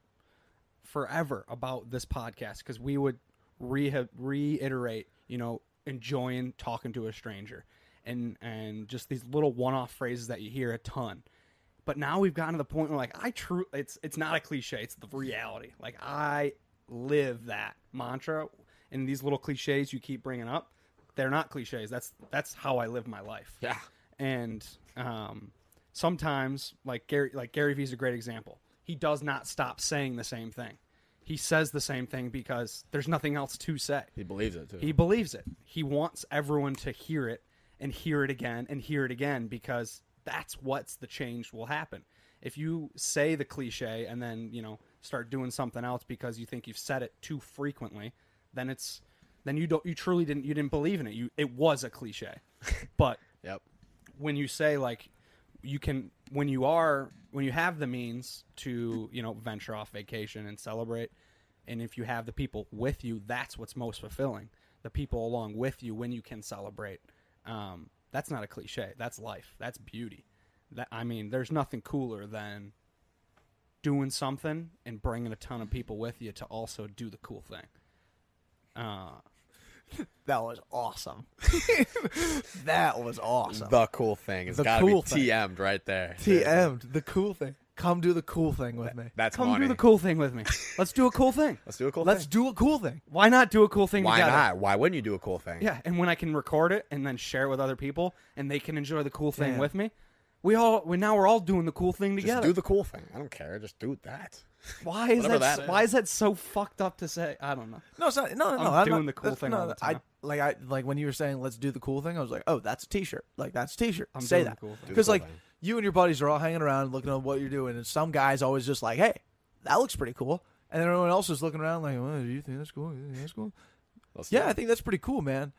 Speaker 3: forever about this podcast because we would re- reiterate, you know, enjoying talking to a stranger, and and just these little one-off phrases that you hear a ton. But now we've gotten to the point where, like, I true, it's it's not a cliche; it's the reality. Like, I live that mantra, and these little cliches you keep bringing up, they're not cliches. That's that's how I live my life
Speaker 5: Yeah.
Speaker 3: and um, sometimes like Gary like Gary Vee's a great example. He does not stop saying the same thing. He says the same thing because there's nothing else to say.
Speaker 5: He believes it too.
Speaker 3: He believes it. He wants everyone to hear it and hear it again and hear it again because that's what's the change will happen. If you say the cliche and then, you know, start doing something else because you think you've said it too frequently, then it's then you don't you truly didn't you didn't believe in it. You it was a cliche. But
Speaker 5: yep.
Speaker 3: when you say like you can when you are when you have the means to you know venture off vacation and celebrate and if you have the people with you that's what's most fulfilling the people along with you when you can celebrate um, that's not a cliche that's life that's beauty that i mean there's nothing cooler than doing something and bringing a ton of people with you to also do the cool thing uh,
Speaker 4: That was awesome. that was awesome.
Speaker 5: The cool thing is
Speaker 4: The
Speaker 5: got to
Speaker 4: cool
Speaker 5: be
Speaker 4: thing.
Speaker 5: TM'd right there.
Speaker 4: TM'd the cool thing. Come do the cool thing with me.
Speaker 5: That's
Speaker 3: come
Speaker 5: money.
Speaker 3: do the cool thing with me let's do a cool thing
Speaker 5: Let's do a cool
Speaker 4: Let's
Speaker 5: thing.
Speaker 4: do a cool thing.
Speaker 3: why not do a cool thing
Speaker 5: Why
Speaker 3: together?
Speaker 5: not? Why wouldn't you do a cool thing?
Speaker 3: Yeah, and when I can record it and then share it with other people, and they can enjoy the cool thing
Speaker 4: Damn.
Speaker 3: with me, we all we now we're all doing the cool thing
Speaker 5: Just
Speaker 3: together.
Speaker 5: do the cool thing. I don't care. Just do that.
Speaker 3: why is
Speaker 5: whatever
Speaker 3: that,
Speaker 5: that
Speaker 3: Why
Speaker 5: is.
Speaker 3: is that so fucked up to say? I don't know.
Speaker 4: No, it's not. No, no,
Speaker 3: I'm
Speaker 4: no. I'm
Speaker 3: doing
Speaker 4: not-
Speaker 3: the cool
Speaker 4: that's-
Speaker 3: thing
Speaker 4: No,
Speaker 3: all the time.
Speaker 4: I like I like when you were saying let's do the cool thing. I was like, oh, that's a T-shirt. Like that's a T-shirt.
Speaker 3: I'm
Speaker 4: Say
Speaker 3: doing the
Speaker 4: that
Speaker 3: cool thing.
Speaker 5: Do the
Speaker 4: because
Speaker 5: cool
Speaker 4: like
Speaker 5: thing.
Speaker 4: you and your buddies are all hanging around looking at what you're doing, and some guys always just like, hey, that looks pretty cool, and everyone else is looking around like, well, do you think that's cool? You think that's cool.
Speaker 5: Let's do
Speaker 4: Yeah, I
Speaker 5: it.
Speaker 4: think that's pretty cool, man.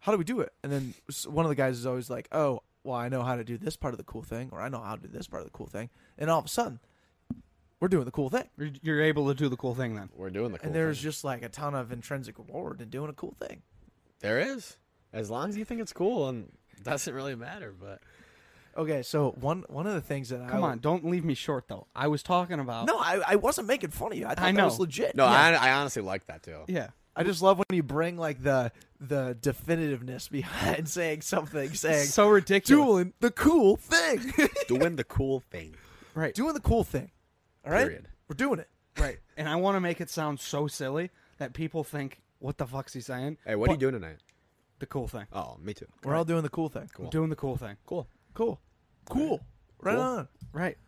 Speaker 4: How do we do it? And then s- one of the guys is always like, oh, well, I know how to do this part of the cool thing, or I know how to do this part of the cool thing, and all of a sudden, we're doing the cool thing.
Speaker 3: You're, you're able to do the cool thing then.
Speaker 5: We're doing the cool
Speaker 4: and there's
Speaker 5: thing.
Speaker 4: just like a ton of intrinsic reward in doing a cool thing.
Speaker 5: There is. As long as you think it's cool and doesn't really matter, but
Speaker 4: Okay, so one one of the things that I
Speaker 3: Come
Speaker 4: would-
Speaker 3: on, don't leave me short though. I was talking about
Speaker 4: no, I, I wasn't making fun of you. I thought
Speaker 3: I
Speaker 4: that was
Speaker 3: know.
Speaker 4: legit.
Speaker 5: no,
Speaker 4: Yeah.
Speaker 5: I, I honestly like that too.
Speaker 3: Yeah,
Speaker 4: I just love when you bring like the the definitiveness behind saying something, saying
Speaker 3: so ridiculous.
Speaker 4: doing the cool thing,
Speaker 5: Doing the cool thing.
Speaker 3: Right,
Speaker 4: doing the cool thing. All right,
Speaker 5: Period.
Speaker 4: we're doing it.
Speaker 3: right. And I want to make it sound so silly that people think, "What the fuck's he saying?"
Speaker 5: Hey, what
Speaker 3: But
Speaker 5: are you doing tonight?
Speaker 3: The cool thing.
Speaker 5: Oh, me too.
Speaker 4: We're all doing the cool thing.
Speaker 5: Cool.
Speaker 3: Doing the cool thing.
Speaker 5: Cool.
Speaker 4: Cool, cool, right
Speaker 5: Cool.
Speaker 4: on.
Speaker 3: Right.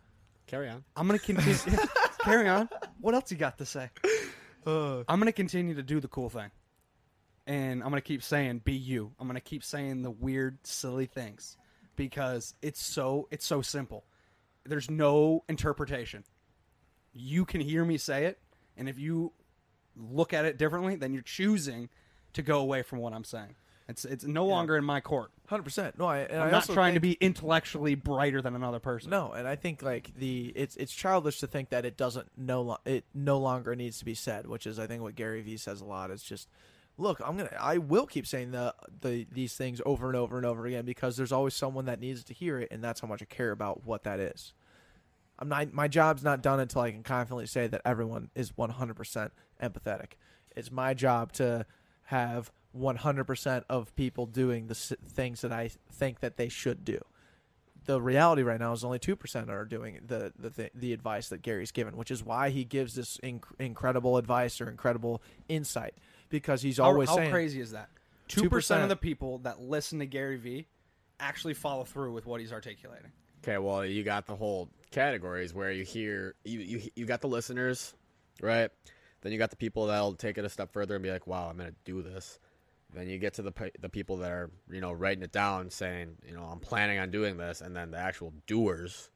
Speaker 5: Carry on.
Speaker 3: I'm gonna continue. Carry on. What else you got to say?
Speaker 4: Uh.
Speaker 3: I'm gonna continue to do the cool thing, and I'm gonna keep saying "be you." I'm gonna keep saying the weird, silly things because it's so it's so simple. There's no interpretation. You can hear me say it, and if you look at it differently, then you're choosing to go away from what I'm saying. It's it's no longer in my court.
Speaker 4: Hundred percent. No, I, and
Speaker 3: I'm
Speaker 4: I
Speaker 3: not
Speaker 4: also
Speaker 3: trying to
Speaker 4: think-
Speaker 3: be intellectually brighter than another person.
Speaker 4: No, and I think like the it's it's childish to think that it doesn't no lo- it no longer needs to be said, which is I think what Gary Vee says a lot is just look, I'm going to I will keep saying the the these things over and over and over again because there's always someone that needs to hear it and that's how much I care about what that is. I'm not my job's not done until I can confidently say that everyone is 100% empathetic. It's my job to have 100% of people doing the s- things that I think that they should do the reality right now is only 2% are doing the the, th- the advice that Gary's given, which is why he gives this inc- incredible advice or incredible insight because he's
Speaker 3: How-
Speaker 4: always
Speaker 3: how,
Speaker 4: saying
Speaker 3: crazy is that? Two
Speaker 4: 2%.
Speaker 3: percent of the people that listen to Gary Vee actually follow through with what he's articulating.
Speaker 5: Okay, well, you got the whole categories where you hear you you you got the listeners, right? Then you got the people that'll take it a step further and be like, "Wow, I'm gonna do this." Then you get to the pe- the people that are you know writing it down, saying, "You know, I'm planning on doing this," and then the actual doers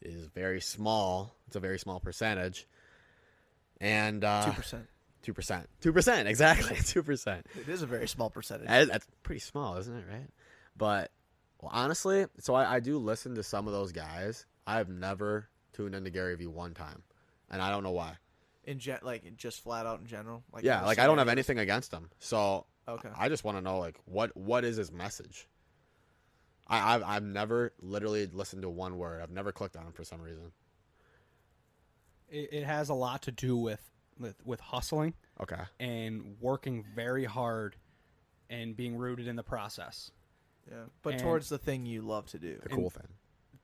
Speaker 5: is very small. It's a very small percentage, and
Speaker 4: Two
Speaker 5: uh,
Speaker 4: percent.
Speaker 5: two percent, two percent, exactly, two percent.
Speaker 4: It is a very small percentage.
Speaker 5: That- that's pretty small, isn't it? Right? But well, honestly, so I, I do listen to some of those guys. I've never tuned into Gary Vee one time, and I don't know why.
Speaker 4: in gen- like just flat out in general. Like
Speaker 5: yeah,
Speaker 4: just
Speaker 5: like I don't have
Speaker 4: any-
Speaker 5: anything against him, so
Speaker 4: Okay.
Speaker 5: I just want to know like what what is his message. I, I've I've never literally listened to one word. I've never clicked on him for some reason.
Speaker 3: It, it has a lot to do with with, with hustling
Speaker 5: Okay,
Speaker 3: and working very hard and being rooted in the process.
Speaker 4: Yeah. But
Speaker 3: And-
Speaker 4: towards the thing you love to do.
Speaker 5: the
Speaker 3: And-
Speaker 5: cool thing.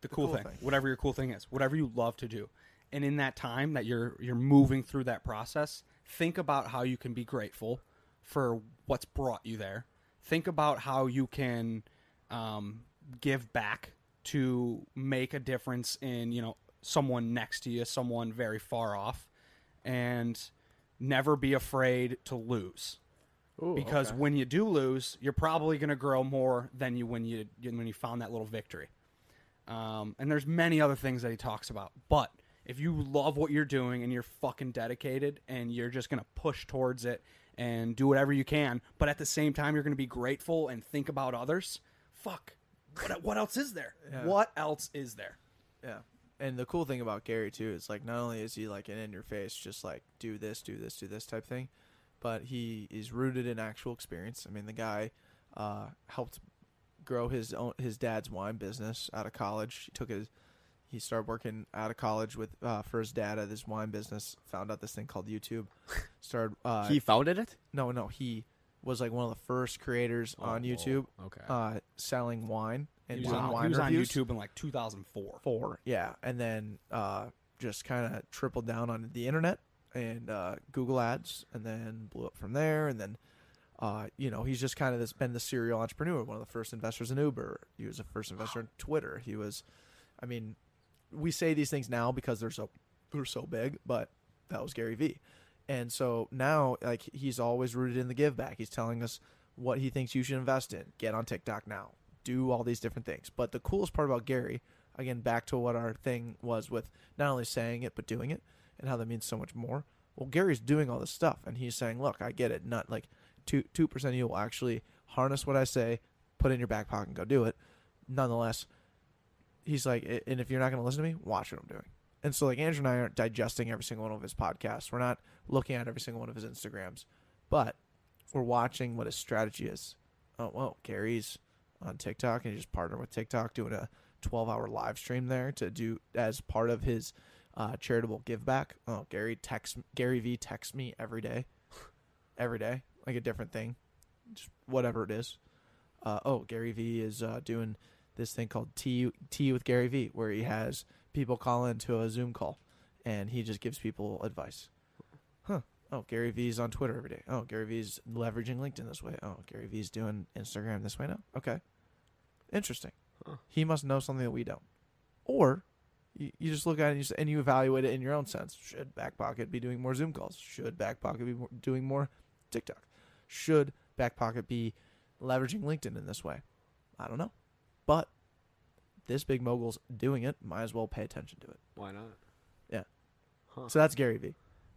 Speaker 3: the cool,
Speaker 4: cool
Speaker 3: thing,
Speaker 4: thing.
Speaker 3: whatever your cool thing is, whatever you love to do. And in that time that you're you're moving through that process, think about how you can be grateful for what's brought you there. Think about how you can um, give back to make a difference in you know someone next to you, someone very far off, and never be afraid to lose because when you do lose, you're probably going to grow more than you when you when you found that little victory. Um, and there's many other things that he talks about, but if you love what you're doing and you're fucking dedicated and you're just going to push towards it and do whatever you can, but at the same time you're going to be grateful and think about others. Fuck. What, what else is there? What else is there?
Speaker 4: Yeah. And the cool thing about Gary too is like not only is he like an in your face, just like do this, do this, do this type thing, but he is rooted in actual experience. I mean, the guy uh, helped grow his own his dad's wine business out of college. He took his he started working out of college with uh, for his dad at his wine business. Found out this thing called YouTube. Started uh,
Speaker 5: he founded it
Speaker 4: no no he was like one of the first creators on YouTube
Speaker 5: Okay,
Speaker 4: uh, selling wine and
Speaker 3: Oh, he was,
Speaker 4: doing
Speaker 3: on,
Speaker 4: wine
Speaker 3: he was on
Speaker 4: reviews
Speaker 3: YouTube in like 2004.
Speaker 4: four. Yeah, and then uh, just kind of tripled down on the internet and uh, Google Ads, and then blew up from there. And then, uh, you know, he's just kind of this been the serial entrepreneur, one of the first investors in Uber. He was the first investor in Twitter. He was, I mean, we say these things now because they're so they're so big, but that was Gary Vee. And so now, like, he's always rooted in the give back. He's telling us what he thinks you should invest in. Get on TikTok now. Do all these different things. But the coolest part about Gary, again, back to what our thing was with not only saying it, but doing it and how that means so much more. Well, Gary's doing all this stuff and he's saying, look, I get it. Not like two, 2% of you will actually harness what I say, put it in your back pocket and go do it. Nonetheless, he's like, "A- and if you're not going to listen to me, watch what I'm doing. And so, like, Andrew and I aren't digesting every single one of his podcasts. We're not looking at every single one of his Instagrams, but we're watching what his strategy is. Oh, well, Gary's on TikTok and he just partnered with TikTok doing a 12 hour live stream there to do as part of his uh, charitable give back. Oh, Gary texts Gary V texts me every day, every day, like a different thing, just whatever it is. Uh, oh, Gary V is uh, doing this thing called Tea Tea with Gary V, where he has people call into a Zoom call, and he just gives people advice. Huh. Oh, Gary V's on Twitter every day. Oh, Gary V's leveraging LinkedIn this way. Oh, Gary V's doing Instagram this way now. Okay, interesting. He must know something that we don't, or you, you just look at it and you, s- and you evaluate it in your own sense. Should back pocket be doing more Zoom calls? Should back pocket be more, doing more TikTok? Should back pocket be leveraging LinkedIn in this way? I don't know, but this big mogul's doing it. Might as well pay attention to it.
Speaker 5: why not?
Speaker 4: So that's Gary Vee.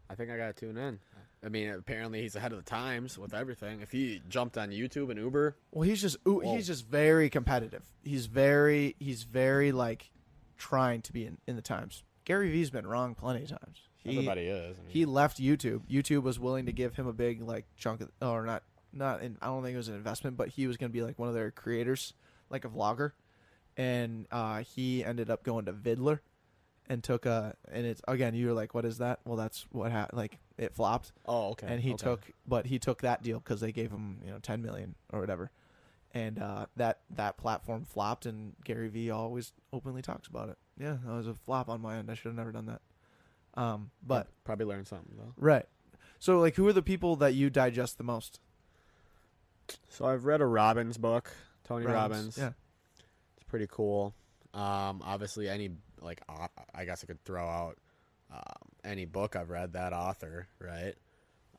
Speaker 5: I think I gotta tune in. I mean, apparently he's ahead of the times with everything. If he jumped on YouTube and Uber,
Speaker 4: Well, he's just ooh, he's just very competitive. He's very he's very like trying to be in, in the times. Gary Vee's been wrong plenty of times. He,
Speaker 5: everybody is. I mean,
Speaker 4: he left YouTube. YouTube was willing to give him a big like chunk of, or not not in, I don't think it was an investment, but he was going to be like one of their creators, like a vlogger, and uh, he ended up going to Vidler, and took a and it's again you were like what is that? Well, that's what ha- like it flopped.
Speaker 5: Oh, okay.
Speaker 4: and he
Speaker 5: okay.
Speaker 4: took but he took that deal because they gave him you know 10 million or whatever and uh, that that platform flopped and gary vee always openly talks about it yeah that was a flop on my end i should have never done that um, but
Speaker 5: probably learned something though.
Speaker 4: right so like who are the people that you digest the most
Speaker 5: So I've read a Robbins book, Tony Robbins.
Speaker 4: yeah
Speaker 5: it's pretty cool. Um, obviously, any like au- I guess I could throw out um, any book I've read that author, right?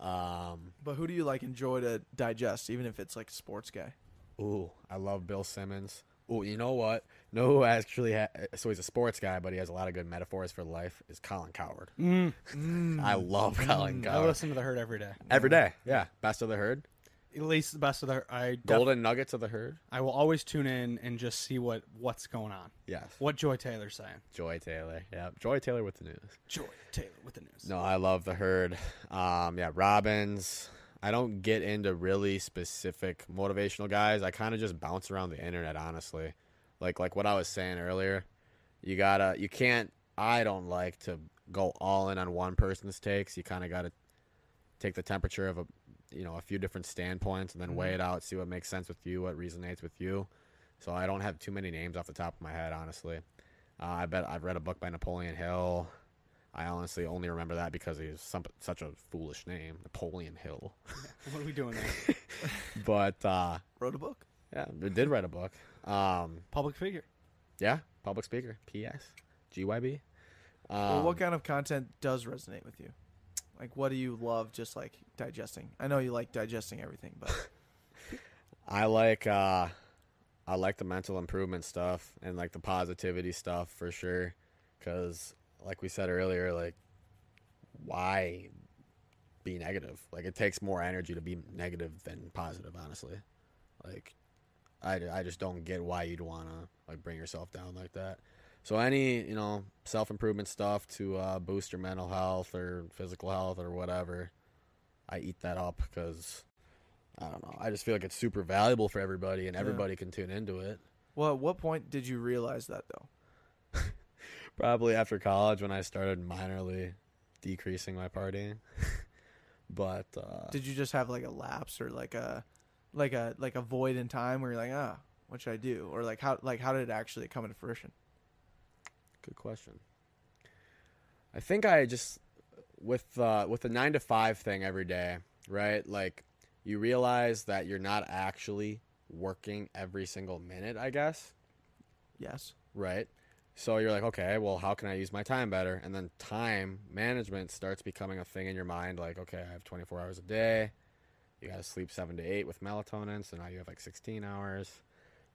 Speaker 5: Um,
Speaker 4: But who do you like enjoy to digest, even if it's like sports guy?
Speaker 5: Ooh, I love Bill Simmons. Ooh, you know what? No, who actually ha- so he's a sports guy, but he has a lot of good metaphors for life. Is Colin Coward? I love Colin
Speaker 3: I
Speaker 5: Coward
Speaker 3: listen to the herd every day.
Speaker 5: every day. Yeah, best of the herd,
Speaker 3: At least the best of the. I def-
Speaker 5: golden nuggets of the herd.
Speaker 3: I will always tune in and just see what what's going on.
Speaker 5: Yes,
Speaker 3: What Joy Taylor's saying.
Speaker 5: Joy Taylor. Yeah, Joy Taylor with the news.
Speaker 3: Joy Taylor with the news.
Speaker 5: No, I love the herd. Um, yeah, Robbins. I don't get into really specific motivational guys. I kind of just bounce around the internet, honestly. Like like what I was saying earlier, you gotta you can't. I don't like to go all in on one person's takes. You kind of gotta take the temperature of a you know a few different standpoints and then weigh it out, see what makes sense with you, what resonates with you. So I don't have too many names off the top of my head, honestly. Uh, I bet I've read a book by Napoleon Hill. I honestly only remember that because he's some, such a foolish name, Napoleon Hill.
Speaker 3: What are we doing? There?
Speaker 5: But uh,
Speaker 4: Wrote a book.
Speaker 5: yeah, I did write a book. Um,
Speaker 3: Public figure.
Speaker 5: yeah, public speaker, P.S. G.Y.B. Um,
Speaker 4: well, what kind of content does resonate with you? Like, what do you love? Just like digesting. I know you like digesting everything, but
Speaker 5: I like uh, I like the mental improvement stuff and like the positivity stuff for sure, because like we said earlier, like why be negative? Like it takes more energy to be negative than positive, honestly. Like I, I just don't get why you'd want to like bring yourself down like that. So any you know self improvement stuff to uh, boost your mental health or physical health or whatever, I eat that up because I don't know. I just feel like it's super valuable for everybody, and everybody can tune into it.
Speaker 4: well, at what point did you realize that though?
Speaker 5: Probably after college when I started minorly decreasing my partying, but uh,
Speaker 4: Did you just have like a lapse or like a like a like a void in time where you're like, ah, what should I do? Or like how like how did it actually come into fruition?
Speaker 5: good question. I think I just with uh, with the nine to five thing every day, right? Like you realize that you're not actually working every single minute. I guess
Speaker 4: Yes.
Speaker 5: right? So you're like, okay, well, how can I use my time better? And then time management starts becoming a thing in your mind. Like, okay, I have 24 hours a day. You got to sleep seven to eight with melatonin. So now you have like 16 hours.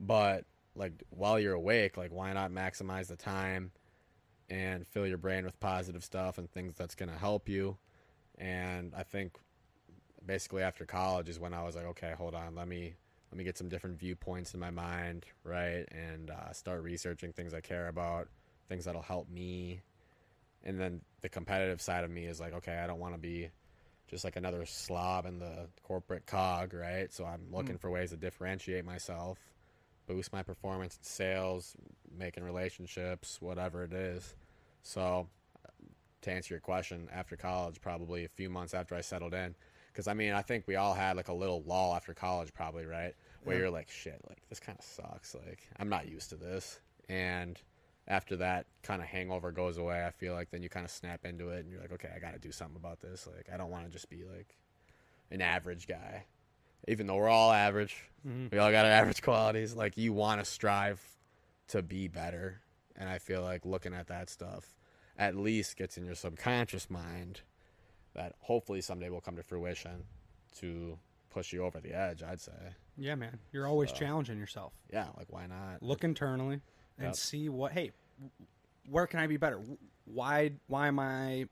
Speaker 5: But like while you're awake, like, why not maximize the time and fill your brain with positive stuff and things that's going to help you? And I think basically after college is when I was like, okay, hold on, let me let me get some different viewpoints in my mind, right? And uh, start researching things I care about, things that'll help me. And then the competitive side of me is like, okay, I don't want to be just like another slob in the corporate cog, right? So I'm looking for ways to differentiate myself, boost my performance in sales, making relationships, whatever it is. So uh, to answer your question, after college, probably a few months after I settled in, because I mean, I think we all had like a little lull after college, probably, right? Where you're like, shit, like this kind of sucks. Like, I'm not used to this. And after that kind of hangover goes away, I feel like then you kind of snap into it and you're like, okay, I got to do something about this. Like, I don't want to just be like an average guy, even though we're all average. We all got our average qualities. Like, you want to strive to be better. And I feel like looking at that stuff at least gets in your subconscious mind that hopefully someday will come to fruition to push you over the edge, I'd say.
Speaker 3: Yeah, man. You're always challenging yourself.
Speaker 5: Yeah, like why not?
Speaker 3: Look internally and
Speaker 5: Yep.
Speaker 3: see what. Hey, where can I be better? Why? Why am I?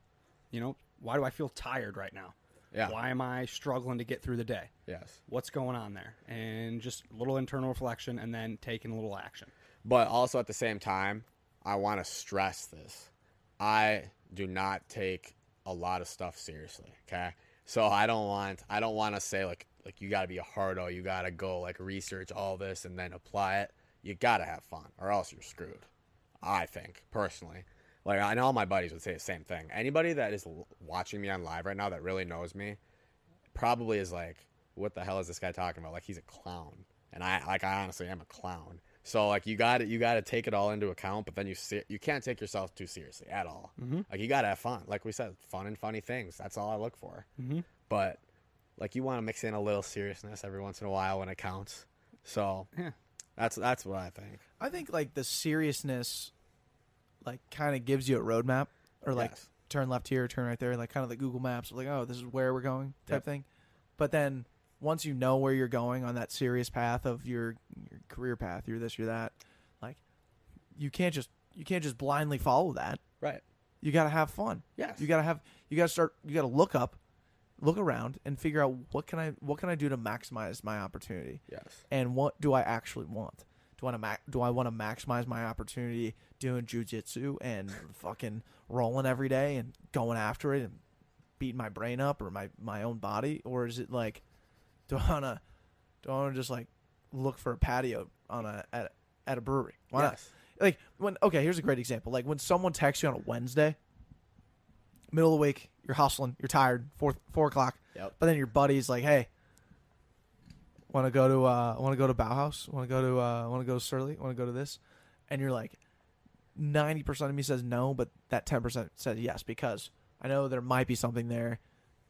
Speaker 3: You know, why do I feel tired right now?
Speaker 5: Yeah.
Speaker 3: Why am I struggling to get through the day?
Speaker 5: Yes.
Speaker 3: What's going on there? And just a little internal reflection, and then taking a little action.
Speaker 5: But also at the same time, I want to stress this. I do not take a lot of stuff seriously, okay? So I don't want I don't want to say like like you got to be a hardo, you got to go like research all this and then apply it. You got to have fun or else you're screwed. I think personally. Like I know all my buddies would say the same thing. Anybody that is l- watching me on live right now that really knows me, probably is like, what the hell is this guy talking about? Like he's a clown, and I like I honestly am a clown. So like you got to You got to take it all into account, but then you se- you can't take yourself too seriously at all. Like you got to have fun. Like we said, fun and funny things. That's all I look for. But like you want to mix in a little seriousness every once in a while when it counts. So
Speaker 3: Yeah.
Speaker 5: That's that's what I think.
Speaker 4: I think like the seriousness, like kind of gives you a roadmap, or like
Speaker 5: Yes.
Speaker 4: turn left here, turn right there, like kind of the Google Maps, like oh this is where we're going type
Speaker 5: Yep.
Speaker 4: thing. But then once you know where you're going on that serious path of your your career path, you're this, you're that, like you can't just you can't just blindly follow that.
Speaker 5: Right.
Speaker 4: You got to have fun.
Speaker 5: Yes.
Speaker 4: You got to have you got to start you got to look up, look around, and figure out what can I what can I do to maximize my opportunity
Speaker 5: yes.
Speaker 4: and what do I actually want? Do I want to ma- do I want to maximize my opportunity doing jujitsu and fucking rolling every day and going after it and beating my brain up or my my own body or is it like do I want to do I want to just like look for a patio on a at, at a brewery? Why not?
Speaker 5: Yes.
Speaker 4: Like when okay, here's a great example. Like when someone texts you on a Wednesday, middle of the week, you're hustling, you're tired, four four o'clock.
Speaker 5: Yep.
Speaker 4: But then your buddy's like, "Hey, want to go to uh, want to go to Bauhaus? Want to go to uh, want to go to Surly? Want to go to this?" And you're like, ninety percent of me says no, but that ten percent says yes because I know there might be something there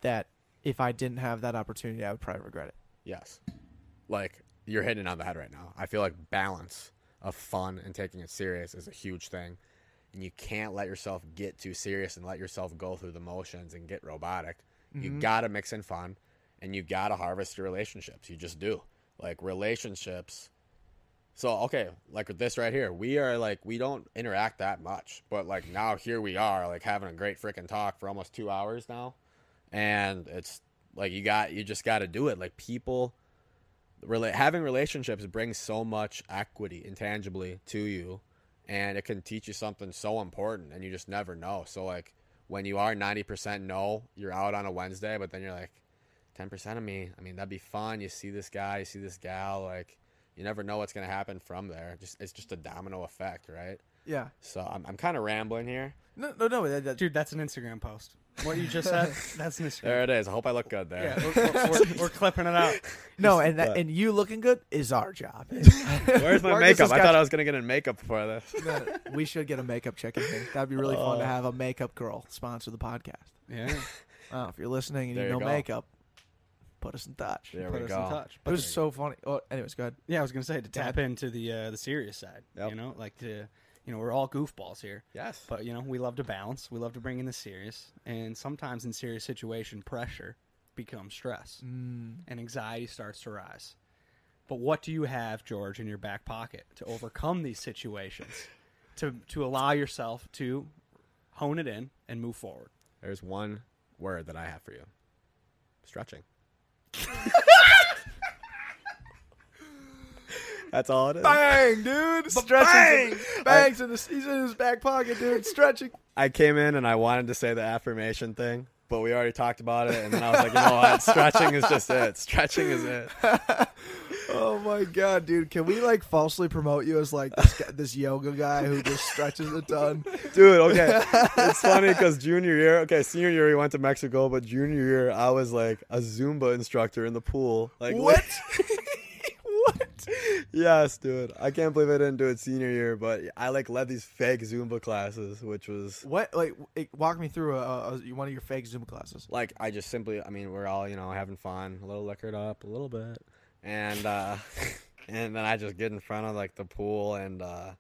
Speaker 4: that if I didn't have that opportunity, I would probably regret it.
Speaker 5: Yes. Like you're hitting it on the head right now. I feel like balance of fun and taking it serious is a huge thing. And you can't let yourself get too serious and let yourself go through the motions and get robotic. You gotta mix in fun and you gotta harvest your relationships. You just do. Like relationships so okay, like with this right here, we are like we don't interact that much, but like now here we are, like having a great freaking talk for almost two hours now, and it's like you got you just got to do it. Like people, rela- having relationships brings so much equity intangibly to you, and it can teach you something so important, and you just never know. So like when you are ninety percent no, you're out on a Wednesday, but then you're like ten percent of me. I mean that'd be fun. You see this guy, you see this gal, like you never know what's gonna happen from there. Just it's just a domino effect, right?
Speaker 4: Yeah,
Speaker 5: So I'm I'm kind of rambling here.
Speaker 4: no, no, no. That, that,
Speaker 3: Dude, that's an Instagram post. What you just said, that's an Instagram.
Speaker 5: There it is. I hope I look good there.
Speaker 3: Yeah, we're, we're, we're, we're clipping it out.
Speaker 4: no, and that, and you looking good is our job.
Speaker 5: Where's my
Speaker 4: Marcus has
Speaker 5: makeup? I
Speaker 4: got
Speaker 5: thought I was gonna get in makeup for this.
Speaker 4: we should get a makeup chick. I think that'd be really
Speaker 5: Uh.
Speaker 4: fun to have a makeup girl sponsor the podcast.
Speaker 3: Yeah,
Speaker 4: Oh, if you're listening and
Speaker 5: There
Speaker 4: you know
Speaker 5: you go.
Speaker 4: makeup, put us in touch.
Speaker 5: There
Speaker 3: put
Speaker 5: we
Speaker 3: us
Speaker 5: go.
Speaker 3: in touch.
Speaker 4: It was so funny. Oh, anyways, go ahead.
Speaker 3: Yeah, I was gonna say to tap into the uh, the serious side. You know, like to you know we're all goofballs here,
Speaker 5: Yes.
Speaker 3: but you know we love to balance. We love to bring in the serious, and sometimes in serious situation, pressure becomes stress,
Speaker 4: Mm.
Speaker 3: and anxiety starts to rise. But what do you have, George, in your back pocket to overcome these situations, to to allow yourself to hone it in and move forward?
Speaker 5: There's one word that I have for you. Stretching. That's all it is.
Speaker 4: Bang, dude! Stretching. Bang's in, the, he's in his back pocket, dude. Stretching.
Speaker 5: I came in and I wanted to say the affirmation thing, but we already talked about it, and then I was like, you know what? Stretching is just it. Stretching is it.
Speaker 4: Oh my god, dude! Can we like falsely promote you as like this, guy, this yoga guy who just stretches a ton?
Speaker 5: dude. Okay, it's funny because junior year, okay, senior year we went to Mexico, but junior year I was like a Zumba instructor in the pool. Like
Speaker 4: What?
Speaker 5: what? Yes, dude. I can't believe I didn't do it senior year, but I like led these fake Zumba classes, which was
Speaker 4: What? Like, it, walk me through a, a, a- one of your fake Zoom classes.
Speaker 5: like I just simply, I mean, we're all you know having fun, a little liquored up, a little bit, and uh and then I just get in front of like the pool and. uh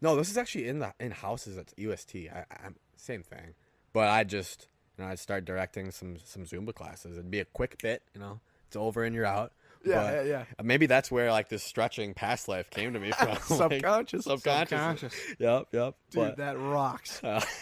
Speaker 5: No, this is actually in the in houses at UST. I, I'm same thing, but I just you know I'd start directing some some Zumba classes. It'd be a quick bit, you know, it's over and you're out.
Speaker 4: Yeah,
Speaker 5: But
Speaker 4: yeah,
Speaker 5: Maybe that's where like this stretching past life came to me from. like,
Speaker 4: Subconscious.
Speaker 5: subconscious.
Speaker 3: Subconscious.
Speaker 5: Yep, yep.
Speaker 4: Dude,
Speaker 5: but,
Speaker 4: that rocks.
Speaker 5: uh,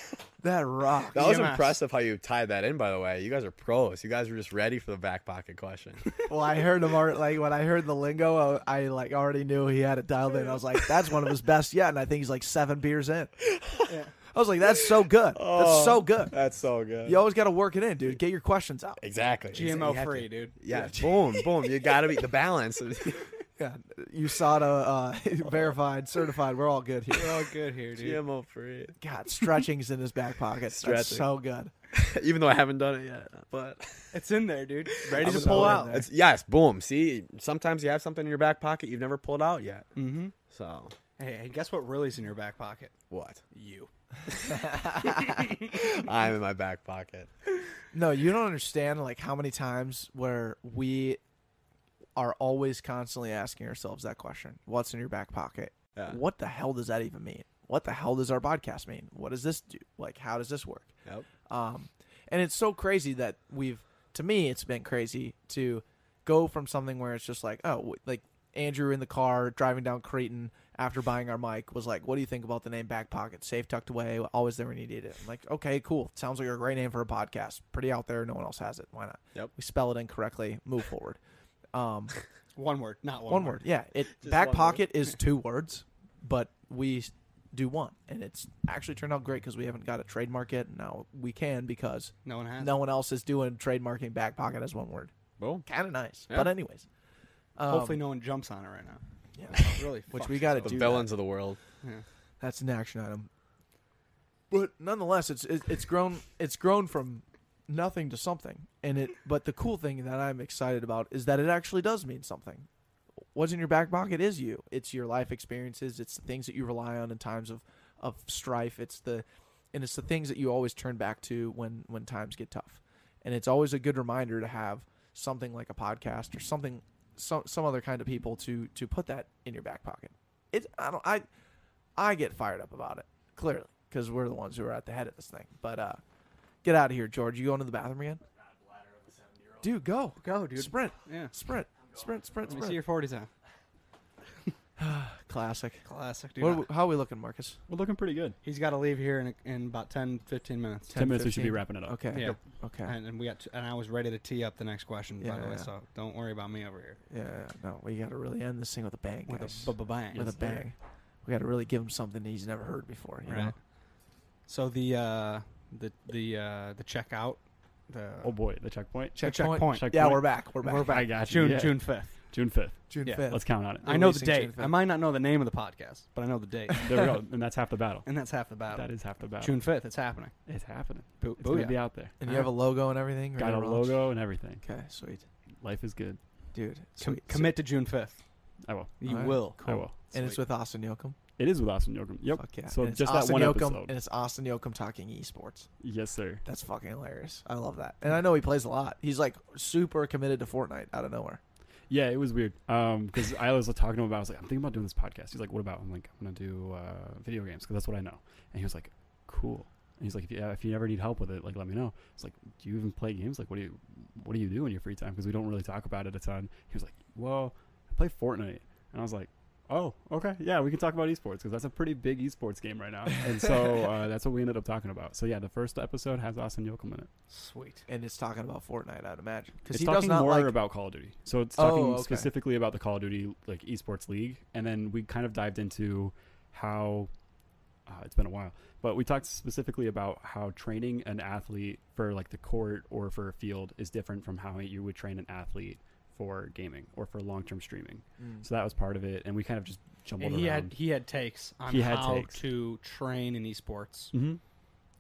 Speaker 4: That rocks.
Speaker 5: that was
Speaker 3: EMS.
Speaker 5: impressive how you tied that in. By the way, you guys are pros. You guys were just ready for the back pocket question.
Speaker 4: Well, I heard him already. Like when I heard the lingo, uh, I, I like already knew he had it dialed in. I was like, "That's one of his best yet," and I think he's like seven beers in. I was like, "That's so good. That's so good."
Speaker 5: Oh, that's so good.
Speaker 4: You always got to work it in, dude. Get your questions out.
Speaker 5: Exactly. You
Speaker 3: GMO
Speaker 5: have to-
Speaker 3: free, dude.
Speaker 5: Yeah. boom, boom. You gotta be the balance.
Speaker 4: Yeah, USADA uh, verified, certified. We're all good here.
Speaker 3: We're all good here, dude.
Speaker 5: GMO free.
Speaker 4: God, stretching's in his back pocket. That's
Speaker 5: Stretching.
Speaker 4: so good.
Speaker 5: even though I haven't done it yet. But
Speaker 3: It's in there, dude. Ready
Speaker 4: I'm
Speaker 3: to
Speaker 4: so
Speaker 3: pull
Speaker 4: in
Speaker 3: out.
Speaker 4: there.
Speaker 5: it's yes, boom. See, sometimes you have something in your back pocket you've never pulled out yet. Mm-hmm. So
Speaker 3: Hey, and guess what really's in your back pocket?
Speaker 5: what?
Speaker 3: You.
Speaker 5: I'm in my back pocket.
Speaker 4: No, you don't understand like how many times where we are always constantly asking ourselves that question what's in your back pocket
Speaker 5: Yeah.
Speaker 4: what the hell does that even mean what the hell does our podcast mean what does this do like how does this work
Speaker 5: Yep.
Speaker 4: um, and it's so crazy that we've, to me, it's been crazy to go from something where it's just like, oh, w- like Andrew in the car driving down Creighton after buying our mic was like, what do you think about the name Back Pocket? Safe tucked away, always there when you need it. I'm like, okay, cool. Sounds like a great name for a podcast. Pretty out there. No one else has it. Why not?
Speaker 5: Yep.
Speaker 4: We spell it incorrectly. Move forward. Um,
Speaker 3: One word, not one,
Speaker 4: one word. Yeah. It
Speaker 5: Just
Speaker 4: back
Speaker 5: one word.
Speaker 4: pocket is two words, but we s- do one, and it's actually turned out great because we haven't got a trademark yet. Now we can because
Speaker 3: No one has.
Speaker 4: no one else is doing trademarking back pocket as one word.
Speaker 5: Boom.
Speaker 4: Kind of nice.
Speaker 5: Yeah.
Speaker 4: But anyways, um,
Speaker 3: Hopefully, no one jumps on it right now.
Speaker 4: yeah,
Speaker 3: Really,
Speaker 4: which
Speaker 3: fucks
Speaker 4: we
Speaker 3: us
Speaker 4: got
Speaker 5: The
Speaker 4: to do.
Speaker 5: villains of the world.
Speaker 4: that. That's an action item. But nonetheless, it's it- it's grown it's grown from nothing to something, and it. But the cool thing that I'm excited about is that it actually does mean something. What's in your back pocket is you. It's your life experiences. It's the things that you rely on in times of of strife. It's the and it's the things that you always turn back to when when times get tough. And it's always a good reminder to have something like a podcast or something some some other kind of people to to put that in your back pocket. It's I don't I I get fired up about it clearly because we're the ones who are at the head of this thing. But uh, get out of here, George. You going to the bathroom again? Dude, go
Speaker 3: Go, dude.
Speaker 4: sprint,
Speaker 3: Yeah.
Speaker 4: sprint, sprint, sprint,
Speaker 3: Let me see
Speaker 4: sprint.
Speaker 3: your 40s out.
Speaker 4: Classic.
Speaker 3: Classic, dude.
Speaker 4: What are we- how are we looking, Marcus?
Speaker 7: We're looking pretty good.
Speaker 3: He's got to leave here in, in about 10, 15 minutes.
Speaker 7: 10, minutes, we should be
Speaker 4: 15.
Speaker 7: wrapping it up.
Speaker 4: Okay.
Speaker 3: Yeah.
Speaker 4: Okay.
Speaker 3: And, and we got t- and I was ready to tee up the next question by
Speaker 4: Yeah,
Speaker 3: the way,
Speaker 4: yeah.
Speaker 3: so don't worry about me over here.
Speaker 4: Yeah. No, we got to really end this thing with a bang,
Speaker 3: With
Speaker 4: guys.
Speaker 3: a b- b- bang.
Speaker 4: With a bang. We got to really give him something he's never heard before. You
Speaker 3: Right.
Speaker 4: know?
Speaker 3: So the uh the the uh the checkout the
Speaker 7: Oh boy, the checkpoint.
Speaker 3: the
Speaker 4: checkpoint.
Speaker 7: Checkpoint.
Speaker 4: Yeah, we're back. We're back.
Speaker 3: We're back.
Speaker 7: I got you.
Speaker 3: June
Speaker 7: yeah.
Speaker 3: June 5th.
Speaker 7: June fifth.
Speaker 4: June
Speaker 3: Yeah,
Speaker 4: 5th.
Speaker 7: Let's count on it.
Speaker 3: I know the
Speaker 4: Releasing
Speaker 3: date.
Speaker 4: June 5th.
Speaker 3: I might not know the name of the podcast, but I know the date.
Speaker 7: There we go. And that's half the battle.
Speaker 3: and that's half the battle.
Speaker 7: That is half the battle.
Speaker 3: June 5th, it's happening.
Speaker 7: It's happening.
Speaker 3: Bo-
Speaker 7: It's gonna
Speaker 3: booyah.
Speaker 7: be out there.
Speaker 4: And you have a logo and everything.
Speaker 7: Got a
Speaker 4: ready to launch?
Speaker 7: logo and everything.
Speaker 4: Okay, sweet,
Speaker 7: Life is good.
Speaker 4: dude.
Speaker 3: Com-
Speaker 4: Sweet.
Speaker 3: commit to June 5th.
Speaker 7: I will.
Speaker 3: You
Speaker 4: All right.
Speaker 3: will.
Speaker 7: I will.
Speaker 4: and it's with Austin Yoakum.
Speaker 7: It is with Austin Yoakum. Yep.
Speaker 4: Fuck yeah.
Speaker 7: So
Speaker 4: And it's
Speaker 7: just
Speaker 4: Austin
Speaker 7: that one
Speaker 4: Yoakum,
Speaker 7: episode.
Speaker 4: And it's Austin Yoakum talking esports.
Speaker 7: Yes, sir.
Speaker 4: That's fucking hilarious. I love that. And I know he plays a lot. He's like super committed to Fortnite out of nowhere.
Speaker 7: Yeah, it was weird. Um, because I was talking to him about, I was like, I'm thinking about doing this podcast. He's like, What about? I'm like, I'm gonna do uh, video games because that's what I know. And he was like, Cool. And he's like, if you, if you ever need help with it, like, let me know. It's like, do you even play games? Like, what do you, what do you do in your free time? Because we don't really talk about it a ton. He was like, well, I play Fortnite, and I was like, oh, okay, yeah, we can talk about esports because that's a pretty big esports game right now. And so uh, that's what we ended up talking about. So yeah, the first episode has Austin Yoakum in it.
Speaker 3: Sweet.
Speaker 4: And it's talking about Fortnite, I'd imagine. Because
Speaker 7: It's
Speaker 4: he
Speaker 7: talking
Speaker 4: does not
Speaker 7: more
Speaker 4: like.
Speaker 7: about Call of Duty. So it's
Speaker 4: Oh,
Speaker 7: talking
Speaker 4: okay.
Speaker 7: specifically about the Call of Duty like esports league, and then we kind of dived into how uh, it's been a while, but we talked specifically about how training an athlete for like the court or for a field is different from how you would train an athlete for gaming or for long term streaming. So that was part of it, and we kind of just jumbled
Speaker 3: Mm. And he had
Speaker 7: around.
Speaker 3: he had takes on
Speaker 7: He had
Speaker 3: how
Speaker 7: takes.
Speaker 3: to train in esports.
Speaker 7: hmm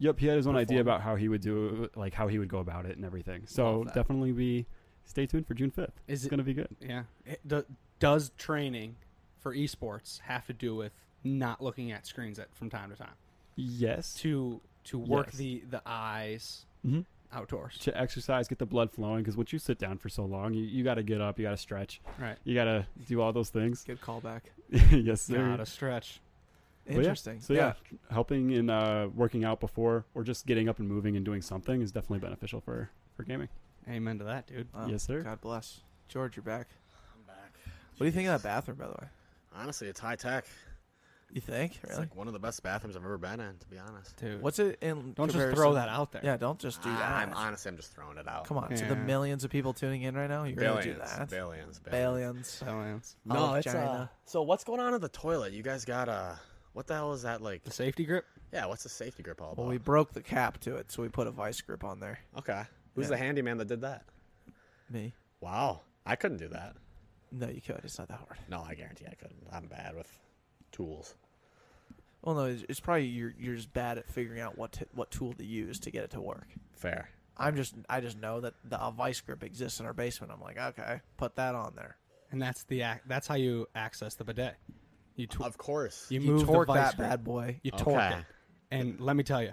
Speaker 7: Yep, he had his own idea
Speaker 3: Perform.
Speaker 7: about how he would do, like how he would go about it and everything. So
Speaker 3: Love that.
Speaker 7: definitely be stay tuned for June fifth.
Speaker 3: Is
Speaker 7: It's
Speaker 3: it
Speaker 7: gonna be good.
Speaker 3: Yeah. It- do- does training for esports have to do with not looking at screens at from time to time
Speaker 7: Yes.
Speaker 3: to to work
Speaker 7: Yes.
Speaker 3: the the eyes
Speaker 7: Mhm.
Speaker 3: outdoors?
Speaker 7: to exercise, get the blood flowing. Because once you sit down for so long, you, you got to get up, you got to stretch,
Speaker 3: Right.
Speaker 7: you got to do all those things.
Speaker 4: Good callback.
Speaker 7: yes, sir.
Speaker 3: Gotta stretch.
Speaker 7: But yeah,
Speaker 4: Interesting.
Speaker 7: So yeah, helping in uh, working out before or just getting up and moving and doing something is definitely beneficial for for gaming.
Speaker 3: Amen to that, dude.
Speaker 4: Wow.
Speaker 7: yes, sir.
Speaker 4: God bless. George, you're back.
Speaker 5: I'm back.
Speaker 4: What do you think of that bathroom, by the way?
Speaker 5: Honestly, it's high tech.
Speaker 4: You think?
Speaker 5: It's
Speaker 4: Really?
Speaker 5: like one of the best bathrooms I've ever been in, to be honest.
Speaker 3: Dude,
Speaker 4: What's it in.
Speaker 3: don't just
Speaker 4: comparison-
Speaker 3: throw that out there.
Speaker 4: Yeah, don't just do that.
Speaker 5: I'm honestly, I'm just throwing it out.
Speaker 4: Come on. To the
Speaker 3: Yeah.
Speaker 4: millions of people tuning in right now, you're going to
Speaker 5: billions,
Speaker 4: do that.
Speaker 5: billions, billions.
Speaker 4: Billions.
Speaker 3: Silence.
Speaker 5: No,
Speaker 4: Olive
Speaker 5: it's uh,
Speaker 4: China.
Speaker 5: so what's going on in the toilet? You guys got uh, what the hell is that like?
Speaker 3: The safety grip.
Speaker 5: Yeah, what's the safety grip all about?
Speaker 4: Well, we broke the cap to it, so we put a vice grip on there.
Speaker 5: okay, who's
Speaker 4: Yeah.
Speaker 5: the handyman that did that?
Speaker 4: Me.
Speaker 5: Wow, I couldn't do that.
Speaker 4: No, you could. It's not that hard.
Speaker 5: No, I guarantee I couldn't. I'm bad with tools.
Speaker 4: Well, no, it's, it's probably you're you're just bad at figuring out what t- what tool to use to get it to work.
Speaker 5: Fair.
Speaker 4: I'm just I just know that the a vice grip exists in our basement. I'm like, okay, put that on there.
Speaker 3: And that's the ac- that's how you access the bidet. You tw-
Speaker 5: Of course.
Speaker 3: you
Speaker 4: You
Speaker 3: move the
Speaker 4: torque
Speaker 3: vice
Speaker 4: that
Speaker 3: grip.
Speaker 4: bad boy.
Speaker 3: You torque
Speaker 5: Okay.
Speaker 3: it. And let me tell you,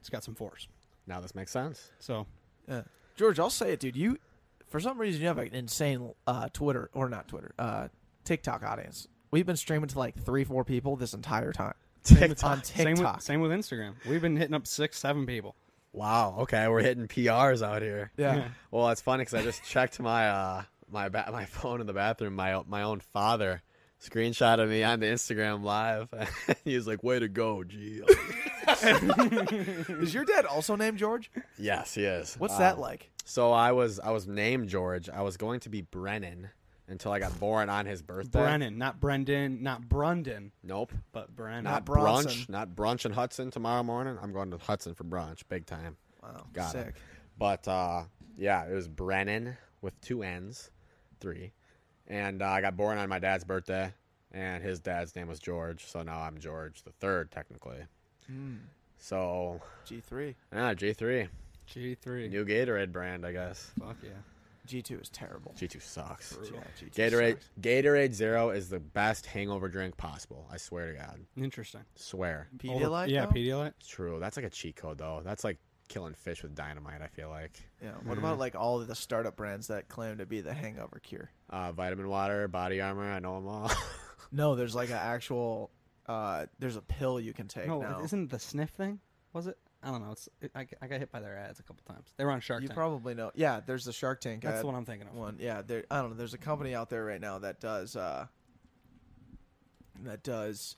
Speaker 3: it's got some force.
Speaker 5: Now this makes sense.
Speaker 3: So
Speaker 4: Yeah. George, I'll say it, dude. You For some reason, you have an insane uh, Twitter or not Twitter, uh, TikTok audience. We've been streaming to like three, four people this entire time on
Speaker 3: Same
Speaker 4: TikTok.
Speaker 3: with, same with Instagram. We've been hitting up six, seven people.
Speaker 5: Wow. Okay, we're hitting PRs out here.
Speaker 4: yeah.
Speaker 5: Well, it's funny because I just checked my uh my ba- my phone in the bathroom. My my own father screenshotted me on the Instagram live. he was like, "Way to go, G."
Speaker 4: Is your dad also named George?
Speaker 5: yes, he is.
Speaker 4: What's
Speaker 5: Um,
Speaker 4: that like?
Speaker 5: So I was I was named George. I was going to be Brennan until I got born on his birthday.
Speaker 3: Brennan, not Brendan, not Brundon,
Speaker 5: Nope.
Speaker 3: but Brennan.
Speaker 5: Not,
Speaker 4: Bronson.
Speaker 5: brunch. Not brunch in Hudson tomorrow morning. I'm going to Hudson for brunch, big time.
Speaker 4: Wow,
Speaker 5: Got
Speaker 4: sick.
Speaker 5: it. But uh, yeah, it was Brennan with two N's, three. And uh, I got born on my dad's birthday, and his dad's name was George. So now I'm George the third, technically. So,
Speaker 4: G three,
Speaker 5: yeah, G3.
Speaker 3: G three.
Speaker 5: New Gatorade brand, I guess.
Speaker 3: Fuck yeah.
Speaker 4: G two is terrible.
Speaker 5: G2 sucks.
Speaker 4: Yeah, G2
Speaker 5: Gatorade
Speaker 4: sucks.
Speaker 5: Gatorade Zero is the best hangover drink possible. I swear to God.
Speaker 3: Interesting.
Speaker 5: Swear.
Speaker 4: Pedialyte.
Speaker 3: yeah,
Speaker 4: though?
Speaker 3: Pedialyte.
Speaker 5: It's true. That's like a cheat code, though. That's like killing fish with dynamite, I feel like.
Speaker 4: Yeah. What
Speaker 3: Mm-hmm.
Speaker 4: about like all of the startup brands that claim to be the hangover cure?
Speaker 5: Uh, vitamin water, body armor, I know them all.
Speaker 4: No, there's like an actual. Uh, there's a pill you can take
Speaker 3: No,
Speaker 4: now.
Speaker 3: isn't it the sniff thing? Was it? I don't know. It's it, I, I got hit by their ads a couple times. They were on Shark
Speaker 4: you
Speaker 3: Tank.
Speaker 4: probably know. Yeah, there's the Shark Tank.
Speaker 3: That's
Speaker 4: ad
Speaker 3: the one I'm thinking of.
Speaker 4: one. Yeah, there. I don't know. There's a company out there right now that does. Uh, that does,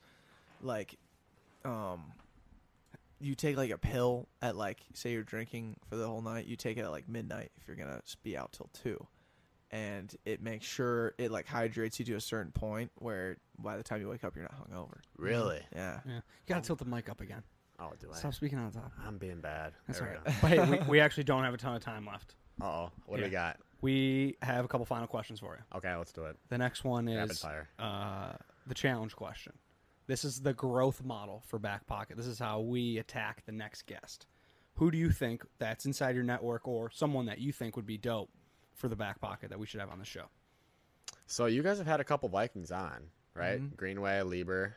Speaker 4: like, um, you take like a pill at like say you're drinking for the whole night. You take it at like midnight if you're gonna be out till two, and it makes sure it like hydrates you to a certain point where by the time you wake up you're not hungover.
Speaker 5: really?
Speaker 4: Yeah.
Speaker 3: Yeah. You gotta tilt the mic up again.
Speaker 5: Oh, do I?
Speaker 3: Stop speaking on top.
Speaker 5: I'm being bad.
Speaker 3: That's all right. But hey, we, we actually don't have a ton of time left.
Speaker 5: Oh, what do we got?
Speaker 3: We have a couple final questions for you.
Speaker 5: Okay, let's do it.
Speaker 3: The next one
Speaker 5: Rapid
Speaker 3: is
Speaker 5: fire.
Speaker 3: uh, the challenge question. This is the growth model for Back Pocket. This is how we attack the next guest. Who do you think that's inside your network or someone that you think would be dope for the Back Pocket that we should have on the show?
Speaker 5: So you guys have had a couple Vikings on, right? Greenway, Lieber.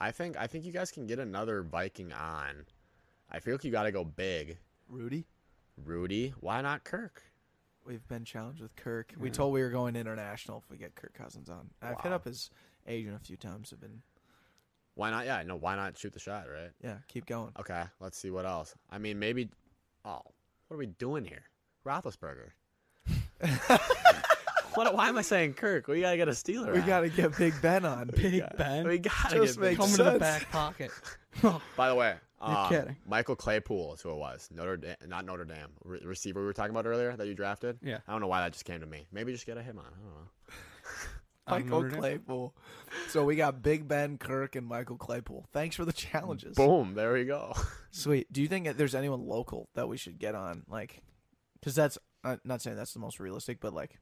Speaker 5: I think I think you guys can get another Viking on. I feel like you got to go big.
Speaker 4: Rudy,
Speaker 5: Rudy, why not Kirk?
Speaker 4: we've been challenged with Kirk. We told we were going international if we get Kirk Cousins on. I've hit
Speaker 5: Wow.
Speaker 4: up his agent a few times. Have been
Speaker 5: Why not? Yeah, no, why not shoot the shot, right?
Speaker 4: yeah, keep going.
Speaker 5: Okay, let's see what else. I mean, maybe. Oh, what are we doing here? Roethlisberger. what, why am I saying Kirk? We gotta get a Steeler.
Speaker 4: We
Speaker 5: on.
Speaker 4: gotta get Big Ben on.
Speaker 3: Big Ben.
Speaker 5: We gotta
Speaker 4: Just makes
Speaker 5: get Big
Speaker 3: Coming
Speaker 5: Ben.
Speaker 3: to the
Speaker 4: sense.
Speaker 3: Back Pocket.
Speaker 5: By the way, um,
Speaker 3: kidding.
Speaker 5: Michael Claypool is who it was. Notre Dame, not Notre Dame, re- receiver we were talking about earlier that you drafted.
Speaker 3: Yeah.
Speaker 5: I don't know why that just came to me. Maybe just get a him on. I don't know.
Speaker 3: On
Speaker 4: Michael
Speaker 3: Notre Dame.
Speaker 4: Claypool. So we got Big Ben, Kirk, and Michael Claypool. Thanks for the challenges.
Speaker 5: Boom, there we go.
Speaker 4: Sweet. Do you think that there's anyone local that we should get on? Like, because that's I'm not saying that's the most realistic, but like,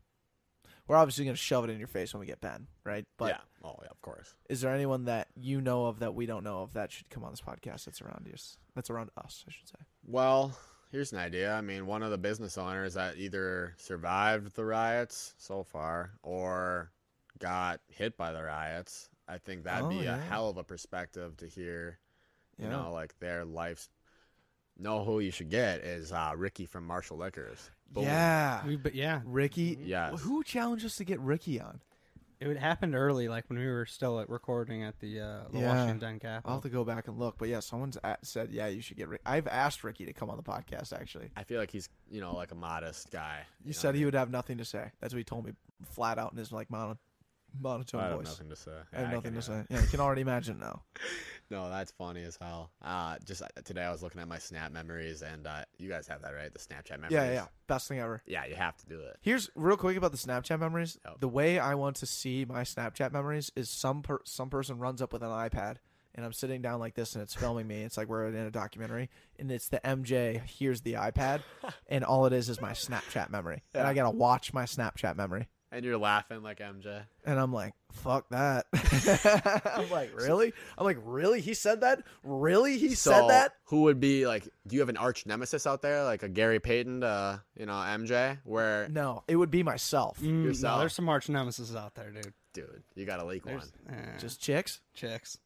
Speaker 4: we're obviously gonna shove it in your face when we get Ben, right? But
Speaker 5: yeah. Oh yeah, of course.
Speaker 4: is there anyone that you know of that we don't know of that should come on this podcast that's around us? That's around us, I should say.
Speaker 5: Well, here's an idea. I mean, one of the business owners that either survived the riots so far or got hit by the riots. I think that'd
Speaker 4: Oh,
Speaker 5: be
Speaker 4: yeah.
Speaker 5: a hell of a perspective to hear. You
Speaker 4: Yeah.
Speaker 5: know, like their life's. Know who you should get is uh, Ricky from Marshall Liquors. Boom.
Speaker 4: Yeah.
Speaker 3: We, but yeah,
Speaker 4: Ricky.
Speaker 5: Mm-hmm. Yes.
Speaker 4: Who challenged us to get Ricky on?
Speaker 3: it would- happened early, like when we were still at recording at the, uh, the
Speaker 4: Yeah.
Speaker 3: Washington
Speaker 4: I'll
Speaker 3: Capitol.
Speaker 5: Oh.
Speaker 4: have to go back and look, but yeah, someone's at, said, yeah, you should get. Rick. I've asked Ricky to come on the podcast. Actually,
Speaker 5: I feel like he's, you know, like a modest guy.
Speaker 4: you said he would have nothing to say. That's what he told me flat out in his like mono, monotone
Speaker 5: I have
Speaker 4: voice.
Speaker 5: nothing to say.
Speaker 4: I have
Speaker 5: Yeah,
Speaker 4: nothing
Speaker 5: can-
Speaker 4: to say. Yeah, you can already imagine now.
Speaker 5: No, that's funny as hell. Uh, just uh, today I was looking at my Snap memories, and uh, you guys have that, right? The Snapchat memories.
Speaker 4: Yeah, yeah, yeah, best thing ever.
Speaker 5: Yeah, you have to do it.
Speaker 4: Here's real quick about the Snapchat memories.
Speaker 3: Oh.
Speaker 5: Yep.
Speaker 4: The way I want to see my Snapchat memories is some per- some person runs up with an iPad and I'm sitting down like this and it's filming me. It's like we're in a documentary and it's the MJ here's the iPad and all it is is my Snapchat memory. And I got to watch my Snapchat memory.
Speaker 5: And you're laughing like MJ.
Speaker 4: And I'm like, fuck that. I'm like, really? I'm like, really? He said that? Really? He said
Speaker 5: So,
Speaker 4: that?
Speaker 5: Who would be like? Do you have an arch nemesis out there, like a Gary Payton, uh, you know, MJ? Where,
Speaker 4: No, it would be myself.
Speaker 3: Mm, no,
Speaker 5: yourself.
Speaker 3: there's some arch nemesis out there, dude.
Speaker 5: dude, you got to leak one.
Speaker 3: There's, eh,
Speaker 4: Just chicks?
Speaker 3: chicks.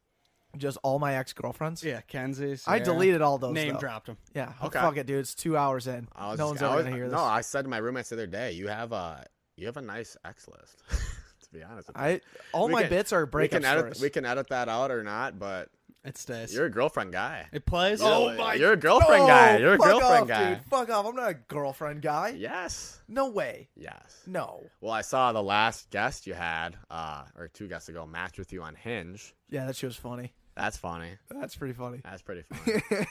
Speaker 4: Just all my ex girlfriends.
Speaker 3: Yeah, Kenzie's.
Speaker 4: I
Speaker 3: yeah.
Speaker 4: deleted all those.
Speaker 3: Name
Speaker 4: though.
Speaker 3: dropped him.
Speaker 4: Yeah. oh,
Speaker 5: Okay.
Speaker 4: Fuck it, dude. It's two hours in.
Speaker 5: I was
Speaker 4: no one's
Speaker 5: just- I
Speaker 4: ever
Speaker 5: was-
Speaker 4: gonna hear this.
Speaker 5: No, I said to my roommates the other day, you have a you have a nice X list. to be honest, with you.
Speaker 4: I all
Speaker 5: We
Speaker 4: my
Speaker 5: can-
Speaker 4: bits are
Speaker 5: we
Speaker 4: breakup
Speaker 5: can edit
Speaker 4: stories.
Speaker 5: we can edit that out or not, but
Speaker 3: It stays.
Speaker 5: you're a girlfriend guy.
Speaker 3: it plays.
Speaker 5: You're- You're a girlfriend guy. You're a
Speaker 4: fuck
Speaker 5: girlfriend
Speaker 4: off,
Speaker 5: guy.
Speaker 4: Dude, fuck off. I'm not a girlfriend guy.
Speaker 5: Yes.
Speaker 4: No way.
Speaker 5: Yes.
Speaker 4: No.
Speaker 5: Well, I saw the last guest you had, uh, or two guests ago, match with you on Hinge.
Speaker 4: Yeah, that shit was funny.
Speaker 5: That's funny.
Speaker 4: That's pretty funny.
Speaker 5: That's pretty funny.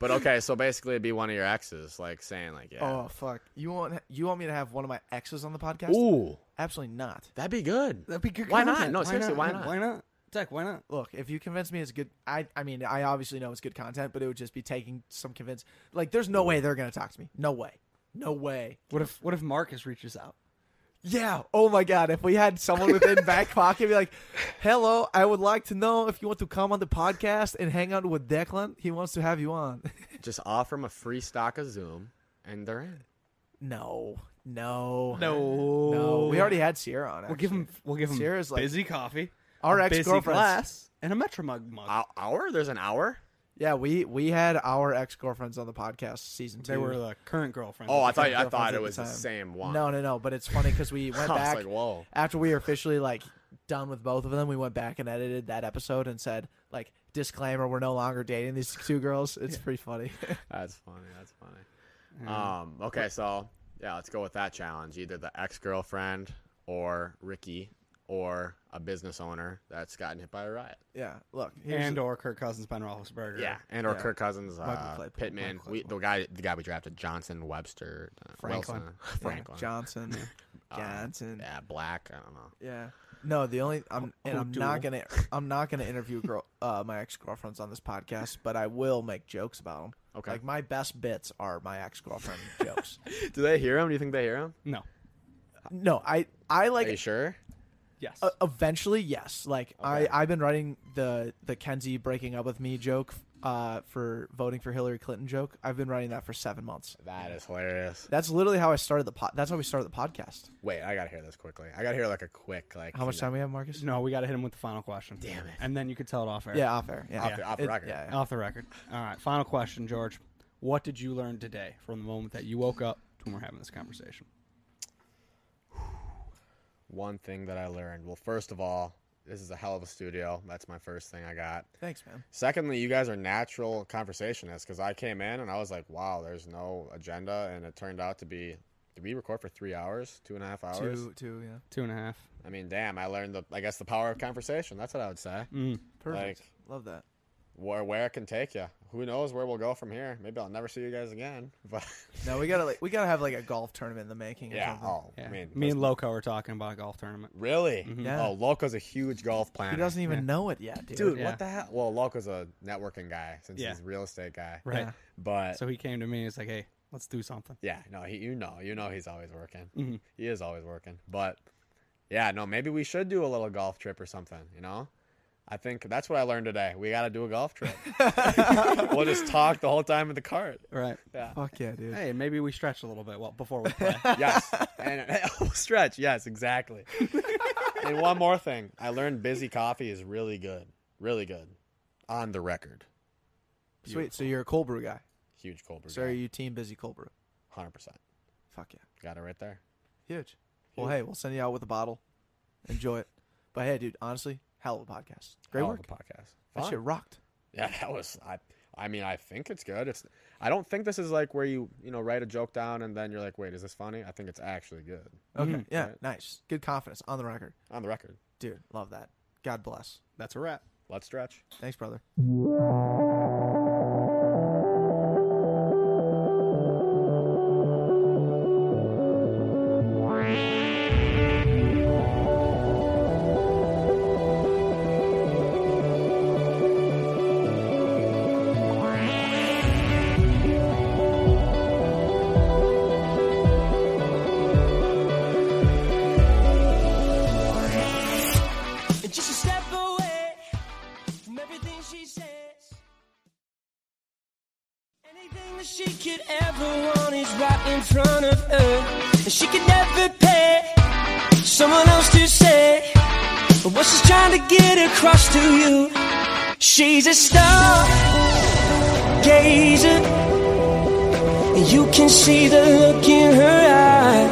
Speaker 5: but okay, so basically, it'd be one of your exes, like saying, like, yeah.
Speaker 4: Oh fuck. You want you want me to have one of my exes on the podcast?
Speaker 5: Ooh,
Speaker 4: Absolutely not.
Speaker 5: that'd be good.
Speaker 3: That'd be good.
Speaker 5: Why not?
Speaker 3: content.
Speaker 5: No, seriously, why not?
Speaker 3: Why not? Zach, why not?
Speaker 4: Look, if you convince me it's good, I I mean I obviously know it's good content, but it would just be taking some convince. Like, there's no way they're gonna talk to me. No way. No way.
Speaker 3: What if What if Marcus reaches out?
Speaker 4: Yeah. Oh my God. If we had someone within back pocket be like, "Hello, I would like to know if you want to come on the podcast and hang out with Declan. He wants to have you on."
Speaker 5: Just offer them a free stock of Zoom, and they're in.
Speaker 4: no. No.
Speaker 3: No,
Speaker 4: No. We already had Sierra on.
Speaker 3: We'll give him.
Speaker 4: actually.
Speaker 3: We'll give him
Speaker 4: Sierra's like-
Speaker 3: busy coffee.
Speaker 4: Our
Speaker 3: a busy
Speaker 4: ex-girlfriends.
Speaker 3: glass and a Metro mug mug.
Speaker 5: Hou- hour? There's an hour?
Speaker 4: Yeah, we we had our ex girlfriends on the podcast season two.
Speaker 3: they were the current girlfriend.
Speaker 5: Oh, I thought I
Speaker 4: girlfriends
Speaker 5: thought
Speaker 4: at
Speaker 5: it
Speaker 4: the
Speaker 5: was the
Speaker 4: time.
Speaker 5: same one.
Speaker 4: No, no, no. But it's funny because we went
Speaker 5: I was
Speaker 4: back
Speaker 5: like, whoa.
Speaker 4: after we were officially like done with both of them. We went back and edited that episode and said like disclaimer: we're no longer dating these two girls. It's pretty funny.
Speaker 5: That's funny. That's funny. Um, okay, so yeah, let's go with that challenge. Either the ex girlfriend or Ricky or a business owner that's gotten hit by a riot.
Speaker 4: yeah. Look. here's
Speaker 3: and or Kirk Cousins, Ben Roethlisberger.
Speaker 5: Yeah, and or
Speaker 4: Yeah.
Speaker 5: Kirk Cousins, uh,
Speaker 4: Claypool,
Speaker 5: Pittman,
Speaker 4: Michael
Speaker 5: we, the guy, the guy we drafted, Johnson, Webster, uh,
Speaker 3: Franklin.
Speaker 5: Wilson,
Speaker 4: Yeah,
Speaker 5: Franklin,
Speaker 4: Johnson.
Speaker 5: uh,
Speaker 4: Johnson.
Speaker 5: yeah, Black. I don't know.
Speaker 4: Yeah. No, the only I'm and I'm not
Speaker 3: O'Toole.
Speaker 4: gonna I'm not gonna interview girl uh, my ex girlfriends on this podcast, but I will make jokes about them.
Speaker 5: Okay.
Speaker 4: Like my best bits are my ex girlfriend jokes.
Speaker 5: Do they hear him? Do you think they hear him?
Speaker 3: No.
Speaker 4: No, I I
Speaker 5: Are you
Speaker 4: like
Speaker 5: sure?
Speaker 3: Yes.
Speaker 4: uh, eventually yes. Like
Speaker 5: Okay.
Speaker 4: I I've been writing the the Kenzie breaking up with me joke uh for voting for Hillary Clinton joke. I've been writing that for seven months.
Speaker 5: That is hilarious.
Speaker 4: That's literally how I started the pod. That's how we started the podcast.
Speaker 5: Wait, I gotta hear this quickly. I gotta hear like a quick like.
Speaker 4: How much time we have, Marcus?
Speaker 3: no, we got to hit him with the final question.
Speaker 5: Damn it.
Speaker 3: And then you could tell it off air.
Speaker 4: Yeah, off air. Yeah,
Speaker 5: Off the- off the record. Um,
Speaker 4: Yeah, yeah.
Speaker 3: Off the record. All right. Final question, George. What did you learn today from the moment that you woke up to when we're having this conversation?
Speaker 5: One thing that I learned. Well, first of all, this is a hell of a studio. That's my first thing I got.
Speaker 4: Thanks, man.
Speaker 5: Secondly, you guys are natural conversationists because I came in and I was like, wow, there's no agenda, and it turned out to be. Did we record for three hours, two and a half hours?
Speaker 4: Two, two, yeah.
Speaker 3: Two and a half.
Speaker 5: I mean, damn, I learned the, I guess, the power of conversation. That's what I would say.
Speaker 4: Perfect.
Speaker 5: Like-
Speaker 4: Love that.
Speaker 5: Where where it can take you. Who knows where we'll go from here? Maybe I'll never see you guys again. But
Speaker 4: No, we gotta like we gotta have like a golf tournament in the making. Or
Speaker 5: yeah,
Speaker 4: something.
Speaker 5: oh,
Speaker 3: Yeah.
Speaker 5: I mean,
Speaker 3: Me
Speaker 5: let's-
Speaker 3: and Loco were talking about a golf tournament.
Speaker 5: really?
Speaker 4: Yeah.
Speaker 5: Oh, Loco's a huge golf
Speaker 4: Mm-hmm. he
Speaker 5: planner.
Speaker 4: doesn't even
Speaker 3: Yeah.
Speaker 4: know it yet, dude.
Speaker 5: Dude,
Speaker 3: Yeah.
Speaker 5: what the hell? Well, Loco's a networking guy since
Speaker 3: Yeah.
Speaker 5: he's a real estate guy.
Speaker 3: Right.
Speaker 4: Yeah.
Speaker 5: But
Speaker 3: So he came to me and he's like, hey, let's do something.
Speaker 5: Yeah, no, he, you know, you know, he's always working.
Speaker 3: Mhm.
Speaker 5: He is always working. But yeah, no, maybe we should do a little golf trip or something. You know, I think that's what I learned today. We got to do a golf trip. we'll just talk the whole time in the cart.
Speaker 3: Right.
Speaker 4: Fuck yeah, dude.
Speaker 3: Hey, maybe we stretch a little bit well before we play.
Speaker 5: Yes, and we'll stretch. Yes, exactly. and one more thing, I learned busy coffee is really good, really good, on the record.
Speaker 4: Sweet. So you're a cold brew guy.
Speaker 5: Huge cold brew.
Speaker 4: So are you team busy cold brew?
Speaker 5: hundred percent.
Speaker 4: Fuck yeah.
Speaker 5: Got it right there.
Speaker 4: Huge. Well, hey, we'll send you out with a bottle. Enjoy it. But hey, dude, honestly, hell of a podcast. Great
Speaker 5: Hell of
Speaker 4: work.
Speaker 5: a podcast.
Speaker 4: That
Speaker 5: Fun.
Speaker 4: shit rocked.
Speaker 5: Yeah, that was I. I mean, I think it's good. It's. I don't think this is like where you you know write a joke down and then you're like, wait, is this funny? I think it's actually good
Speaker 4: Okay. yeah.
Speaker 5: Mm-hmm. Right.
Speaker 4: Nice. Good confidence on the record.
Speaker 5: on the record.
Speaker 4: Dude, love that. God bless.
Speaker 3: That's a wrap.
Speaker 5: Let's stretch.
Speaker 4: Thanks, brother.
Speaker 2: And just a step away from everything she says. Anything that she could ever want is right in front of her. And she could never pay someone else to say what she's trying to get across to you. She's a star gazer. You can see the look in her eye.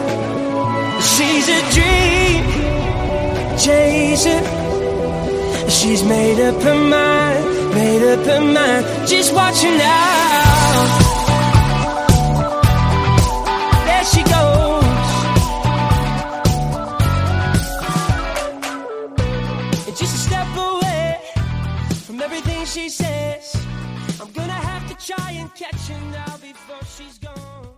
Speaker 2: She's a dream chaser. She's made up her mind, made up her mind. Just watch her now. There she goes. Just a step away from everything she says. I'm gonna have to try and catch her now before she's gone.